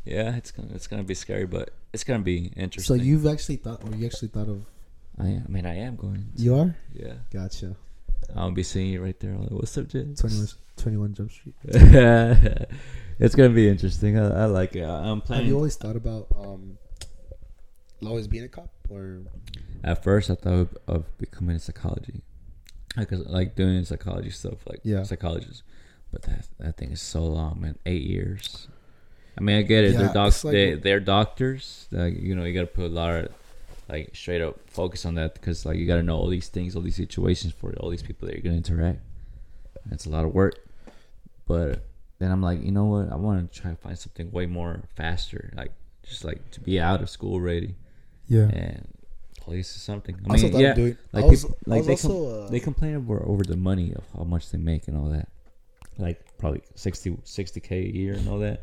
[SPEAKER 2] It's gonna it's gonna be scary, but it's gonna be
[SPEAKER 5] So
[SPEAKER 2] interesting.
[SPEAKER 5] you've actually thought, or you actually thought of?
[SPEAKER 2] I, am, I mean, I am going. to-
[SPEAKER 5] You are?
[SPEAKER 2] yeah.
[SPEAKER 5] Gotcha.
[SPEAKER 2] I'll be seeing you right there. Like, What's up, Jim?
[SPEAKER 5] 21, 21 Jump Street.
[SPEAKER 2] *laughs* it's gonna be interesting. I, I like it. I, I'm
[SPEAKER 5] Have
[SPEAKER 2] planning.
[SPEAKER 5] you always thought about um
[SPEAKER 1] Always being a cop, or
[SPEAKER 2] At first, I thought of, of becoming a psychology, like 'cause, like doing psychology stuff, like
[SPEAKER 5] Yeah.
[SPEAKER 2] psychologist. But that that thing is so long, man. Eight years. I mean, I get it.
[SPEAKER 1] Yeah,
[SPEAKER 2] they're docs.
[SPEAKER 1] it's like-
[SPEAKER 2] they they're doctors. Like, you know, you gotta put a lot of like straight up focus on that because like you gotta know all these things, all these situations for all these people that you're gonna interact. And it's a lot of work. But then I'm like, you know what? I want to try to find something way more faster, like just like to be out of school already
[SPEAKER 5] yeah
[SPEAKER 2] and police is something. I
[SPEAKER 1] Also
[SPEAKER 2] mean,
[SPEAKER 1] thought of
[SPEAKER 2] yeah,
[SPEAKER 1] doing- I
[SPEAKER 2] like,
[SPEAKER 1] was-
[SPEAKER 2] people,
[SPEAKER 1] I
[SPEAKER 2] like
[SPEAKER 1] was
[SPEAKER 2] they, com-
[SPEAKER 1] also, uh,
[SPEAKER 2] they complain over, over the money of how much they make and all that, like probably 60 k a year and all that.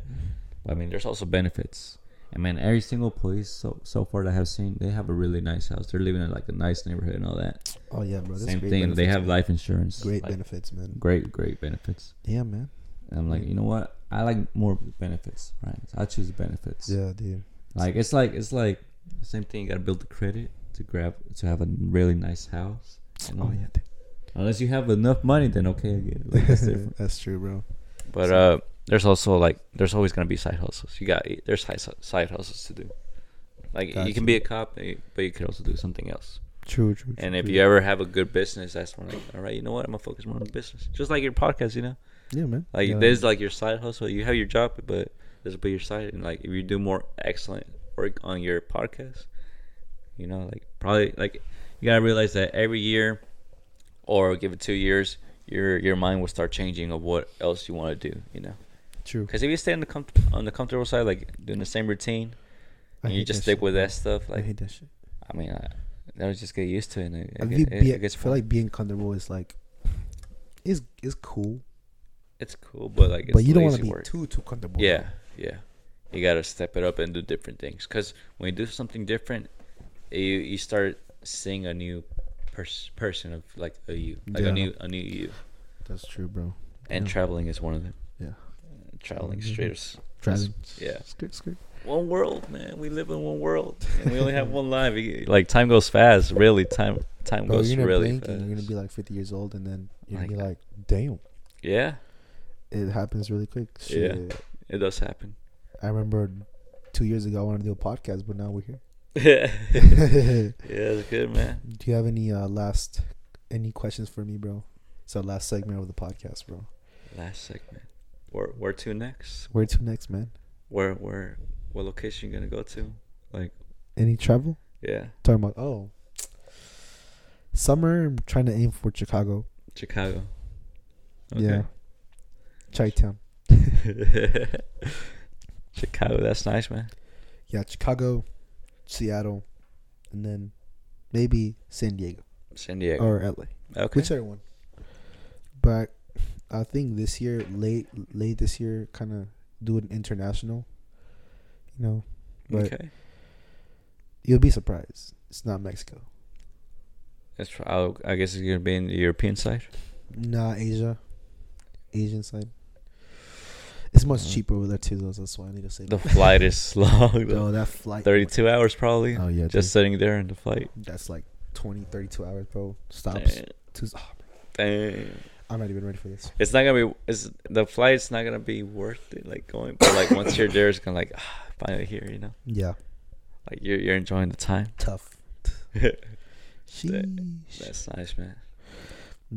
[SPEAKER 2] But, I mean, there's also benefits. I mean, every single police so so far that I have seen, they have a really nice house. They're living in like a nice neighborhood and all that.
[SPEAKER 1] oh yeah, bro. that's
[SPEAKER 2] Same
[SPEAKER 1] great
[SPEAKER 2] thing. They
[SPEAKER 1] benefits,
[SPEAKER 2] have
[SPEAKER 1] man.
[SPEAKER 2] life insurance.
[SPEAKER 1] great
[SPEAKER 2] like,
[SPEAKER 1] benefits, man.
[SPEAKER 2] Great, great benefits.
[SPEAKER 1] Yeah, man.
[SPEAKER 2] And I'm like, you know what? I like more of the benefits, right? So I choose benefits.
[SPEAKER 1] Yeah, dude.
[SPEAKER 2] Like it's like it's like the same thing. You gotta build the credit to grab to have a really nice house. and all
[SPEAKER 1] Oh yeah,
[SPEAKER 2] that. Unless you have enough money, then okay, I get it. Like, that's
[SPEAKER 1] dude.
[SPEAKER 2] different.
[SPEAKER 1] that's true, bro.
[SPEAKER 2] *laughs* But uh, there's also like there's always gonna be side hustles. You got there's side side hustles to do. Like you
[SPEAKER 1] Gotcha.
[SPEAKER 2] can be a cop, eh, but you could also do something else.
[SPEAKER 1] True, true.
[SPEAKER 2] And if you ever have a good business, that's when like, all right, you know what? I'm gonna focus more on the business, just like your podcast. You know,
[SPEAKER 1] yeah, man.
[SPEAKER 2] like
[SPEAKER 1] yeah.
[SPEAKER 2] there's like your side hustle. You have your job, but this will be your side. And like if you do more excellent work on your podcast, you know, like probably like you gotta realize that every year, or give it two years, your your mind will start changing of what else you want to do. You know,
[SPEAKER 1] true.
[SPEAKER 2] because if you stay on the com- on the comfortable side, like doing the same routine,
[SPEAKER 1] I
[SPEAKER 2] and you
[SPEAKER 1] hate
[SPEAKER 2] just
[SPEAKER 1] that
[SPEAKER 2] stick
[SPEAKER 1] shit,
[SPEAKER 2] with
[SPEAKER 1] bro.
[SPEAKER 2] that stuff,
[SPEAKER 1] I
[SPEAKER 2] like
[SPEAKER 1] hate that shit.
[SPEAKER 2] I mean, I, that was just get used to it. And it,
[SPEAKER 1] I
[SPEAKER 2] it,
[SPEAKER 1] think
[SPEAKER 2] it-
[SPEAKER 1] be-
[SPEAKER 2] it gets
[SPEAKER 1] feel
[SPEAKER 2] fun.
[SPEAKER 1] like being comfortable is like, is is cool,
[SPEAKER 2] it's cool, but like, it's
[SPEAKER 1] but you don't want
[SPEAKER 2] lazy
[SPEAKER 1] to be
[SPEAKER 2] work.
[SPEAKER 1] too too comfortable.
[SPEAKER 2] Yeah, yeah. You gotta step it up and do different things. Cause when you do something different, you you start seeing a new pers- person of like a you, like
[SPEAKER 1] Yeah.
[SPEAKER 2] a new a new you.
[SPEAKER 1] that's true, bro.
[SPEAKER 2] And
[SPEAKER 1] Yeah.
[SPEAKER 2] traveling is one of them. Uh,
[SPEAKER 1] Yeah.
[SPEAKER 2] Traveling
[SPEAKER 1] Mhm.
[SPEAKER 2] straight is
[SPEAKER 1] Driving.
[SPEAKER 2] yeah.
[SPEAKER 1] Skirt, skirt.
[SPEAKER 2] One world, man. We live in one world, and we only have one life. You- *laughs* Like time goes fast. Really, time time
[SPEAKER 1] Bro,
[SPEAKER 2] goes
[SPEAKER 1] you're gonna
[SPEAKER 2] really
[SPEAKER 1] blink
[SPEAKER 2] fast.
[SPEAKER 1] and you're gonna be like 50 years old, and then you're gonna be
[SPEAKER 2] Like-
[SPEAKER 1] like, damn,
[SPEAKER 2] yeah,
[SPEAKER 1] it happens really quick.
[SPEAKER 2] Yeah.
[SPEAKER 1] Shit.
[SPEAKER 2] it does happen.
[SPEAKER 1] I remember two years ago I wanted to do a podcast, but now we're here.
[SPEAKER 2] *laughs*
[SPEAKER 1] *laughs*
[SPEAKER 2] yeah,
[SPEAKER 1] do
[SPEAKER 2] it's good, man.
[SPEAKER 1] you have any uh, last any questions for me, bro? It's our last segment of the podcast, bro.
[SPEAKER 2] Last segment. Where where to next?
[SPEAKER 1] Where to next, man?
[SPEAKER 2] Where where what location you gonna go to? Like
[SPEAKER 1] Any travel?
[SPEAKER 2] yeah,
[SPEAKER 1] Talking about oh, summer. I'm trying to aim for Chicago.
[SPEAKER 2] Chicago.
[SPEAKER 1] Yeah, Chi Town.
[SPEAKER 2] Yeah. *laughs* Chicago, that's nice, man.
[SPEAKER 1] Yeah, Chicago, Seattle, and then maybe San Diego
[SPEAKER 2] San Diego.
[SPEAKER 1] or LA.
[SPEAKER 2] okay.
[SPEAKER 1] Whichever one. But I think this year, late late this year, kind of do an international. You know, but-
[SPEAKER 2] okay.
[SPEAKER 1] you'll be surprised. It's not Mexico.
[SPEAKER 2] That's fr- I'll- I guess it's gonna be in the European side.
[SPEAKER 1] Nah, Asia, Asian side. It's much
[SPEAKER 2] Uh,
[SPEAKER 1] cheaper over there too, though. so That's why I need to say *laughs*
[SPEAKER 2] The
[SPEAKER 1] that.
[SPEAKER 2] flight is *laughs* long. though.
[SPEAKER 1] Bro, that flight.
[SPEAKER 2] Thirty-two hours probably.
[SPEAKER 1] Oh yeah,
[SPEAKER 2] Just
[SPEAKER 1] just
[SPEAKER 2] sitting there in the flight.
[SPEAKER 1] that's like 20, 32 hours, bro. Stops.
[SPEAKER 2] Damn.
[SPEAKER 1] Two, oh, bro,
[SPEAKER 2] Damn.
[SPEAKER 1] I'm not even ready for this.
[SPEAKER 2] It's not gonna be. It's the flight's not gonna be worth it. Like going, but like once you're there, it's gonna like *sighs* ah, finally here. You know,
[SPEAKER 1] Yeah,
[SPEAKER 2] like you're you're enjoying the time. *laughs*
[SPEAKER 1] tough. Sheesh.
[SPEAKER 2] That's nice, man.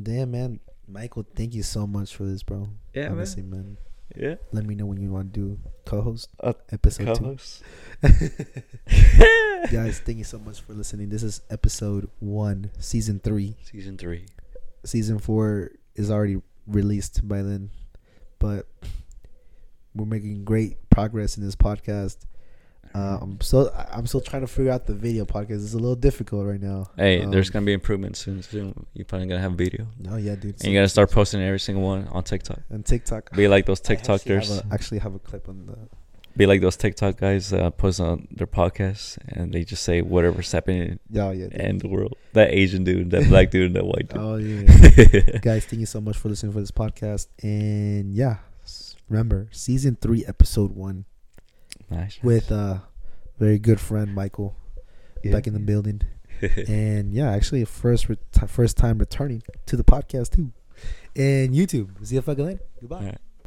[SPEAKER 1] Damn, man. Michael, thank you so much for this, bro.
[SPEAKER 2] Yeah,
[SPEAKER 1] Honestly, man.
[SPEAKER 2] man. Yeah.
[SPEAKER 1] Let me know when you want to do co-host
[SPEAKER 2] Uh,
[SPEAKER 1] episode
[SPEAKER 2] Co-host.
[SPEAKER 1] two. *laughs* Guys, thank you so much for listening. This is episode one, season three.
[SPEAKER 2] Season three.
[SPEAKER 1] Season four is already released by then, but we're making great progress in this podcast. Uh, I'm still I- I'm still trying to figure out the video podcast. It's a little difficult right now.
[SPEAKER 2] Hey, there's
[SPEAKER 1] Um,
[SPEAKER 2] gonna be improvements soon. Soon you're probably gonna have video,
[SPEAKER 1] oh yeah, dude.
[SPEAKER 2] and you gotta start posting every single one on TikTok.
[SPEAKER 1] on TikTok.
[SPEAKER 2] Be like those
[SPEAKER 1] I actually have
[SPEAKER 2] TikTokers.
[SPEAKER 1] a- actually have a clip on the
[SPEAKER 2] Be like those TikTok guys uh, post on their podcasts, and they just say whatever's happening
[SPEAKER 1] yeah yeah. dude.
[SPEAKER 2] in the world. That Asian
[SPEAKER 1] *laughs*
[SPEAKER 2] dude, that black dude, and that white dude.
[SPEAKER 1] Oh yeah.
[SPEAKER 2] *laughs*
[SPEAKER 1] Guys, thank you so much for listening for this podcast. And yeah, s- remember season three, episode one,
[SPEAKER 2] nice. *laughs*
[SPEAKER 1] with uh very good friend Michael
[SPEAKER 2] Yeah.
[SPEAKER 1] back in the building. and yeah, actually first re- ti- first time returning to the podcast too, and YouTube. See you fucking later. Goodbye.
[SPEAKER 2] All right.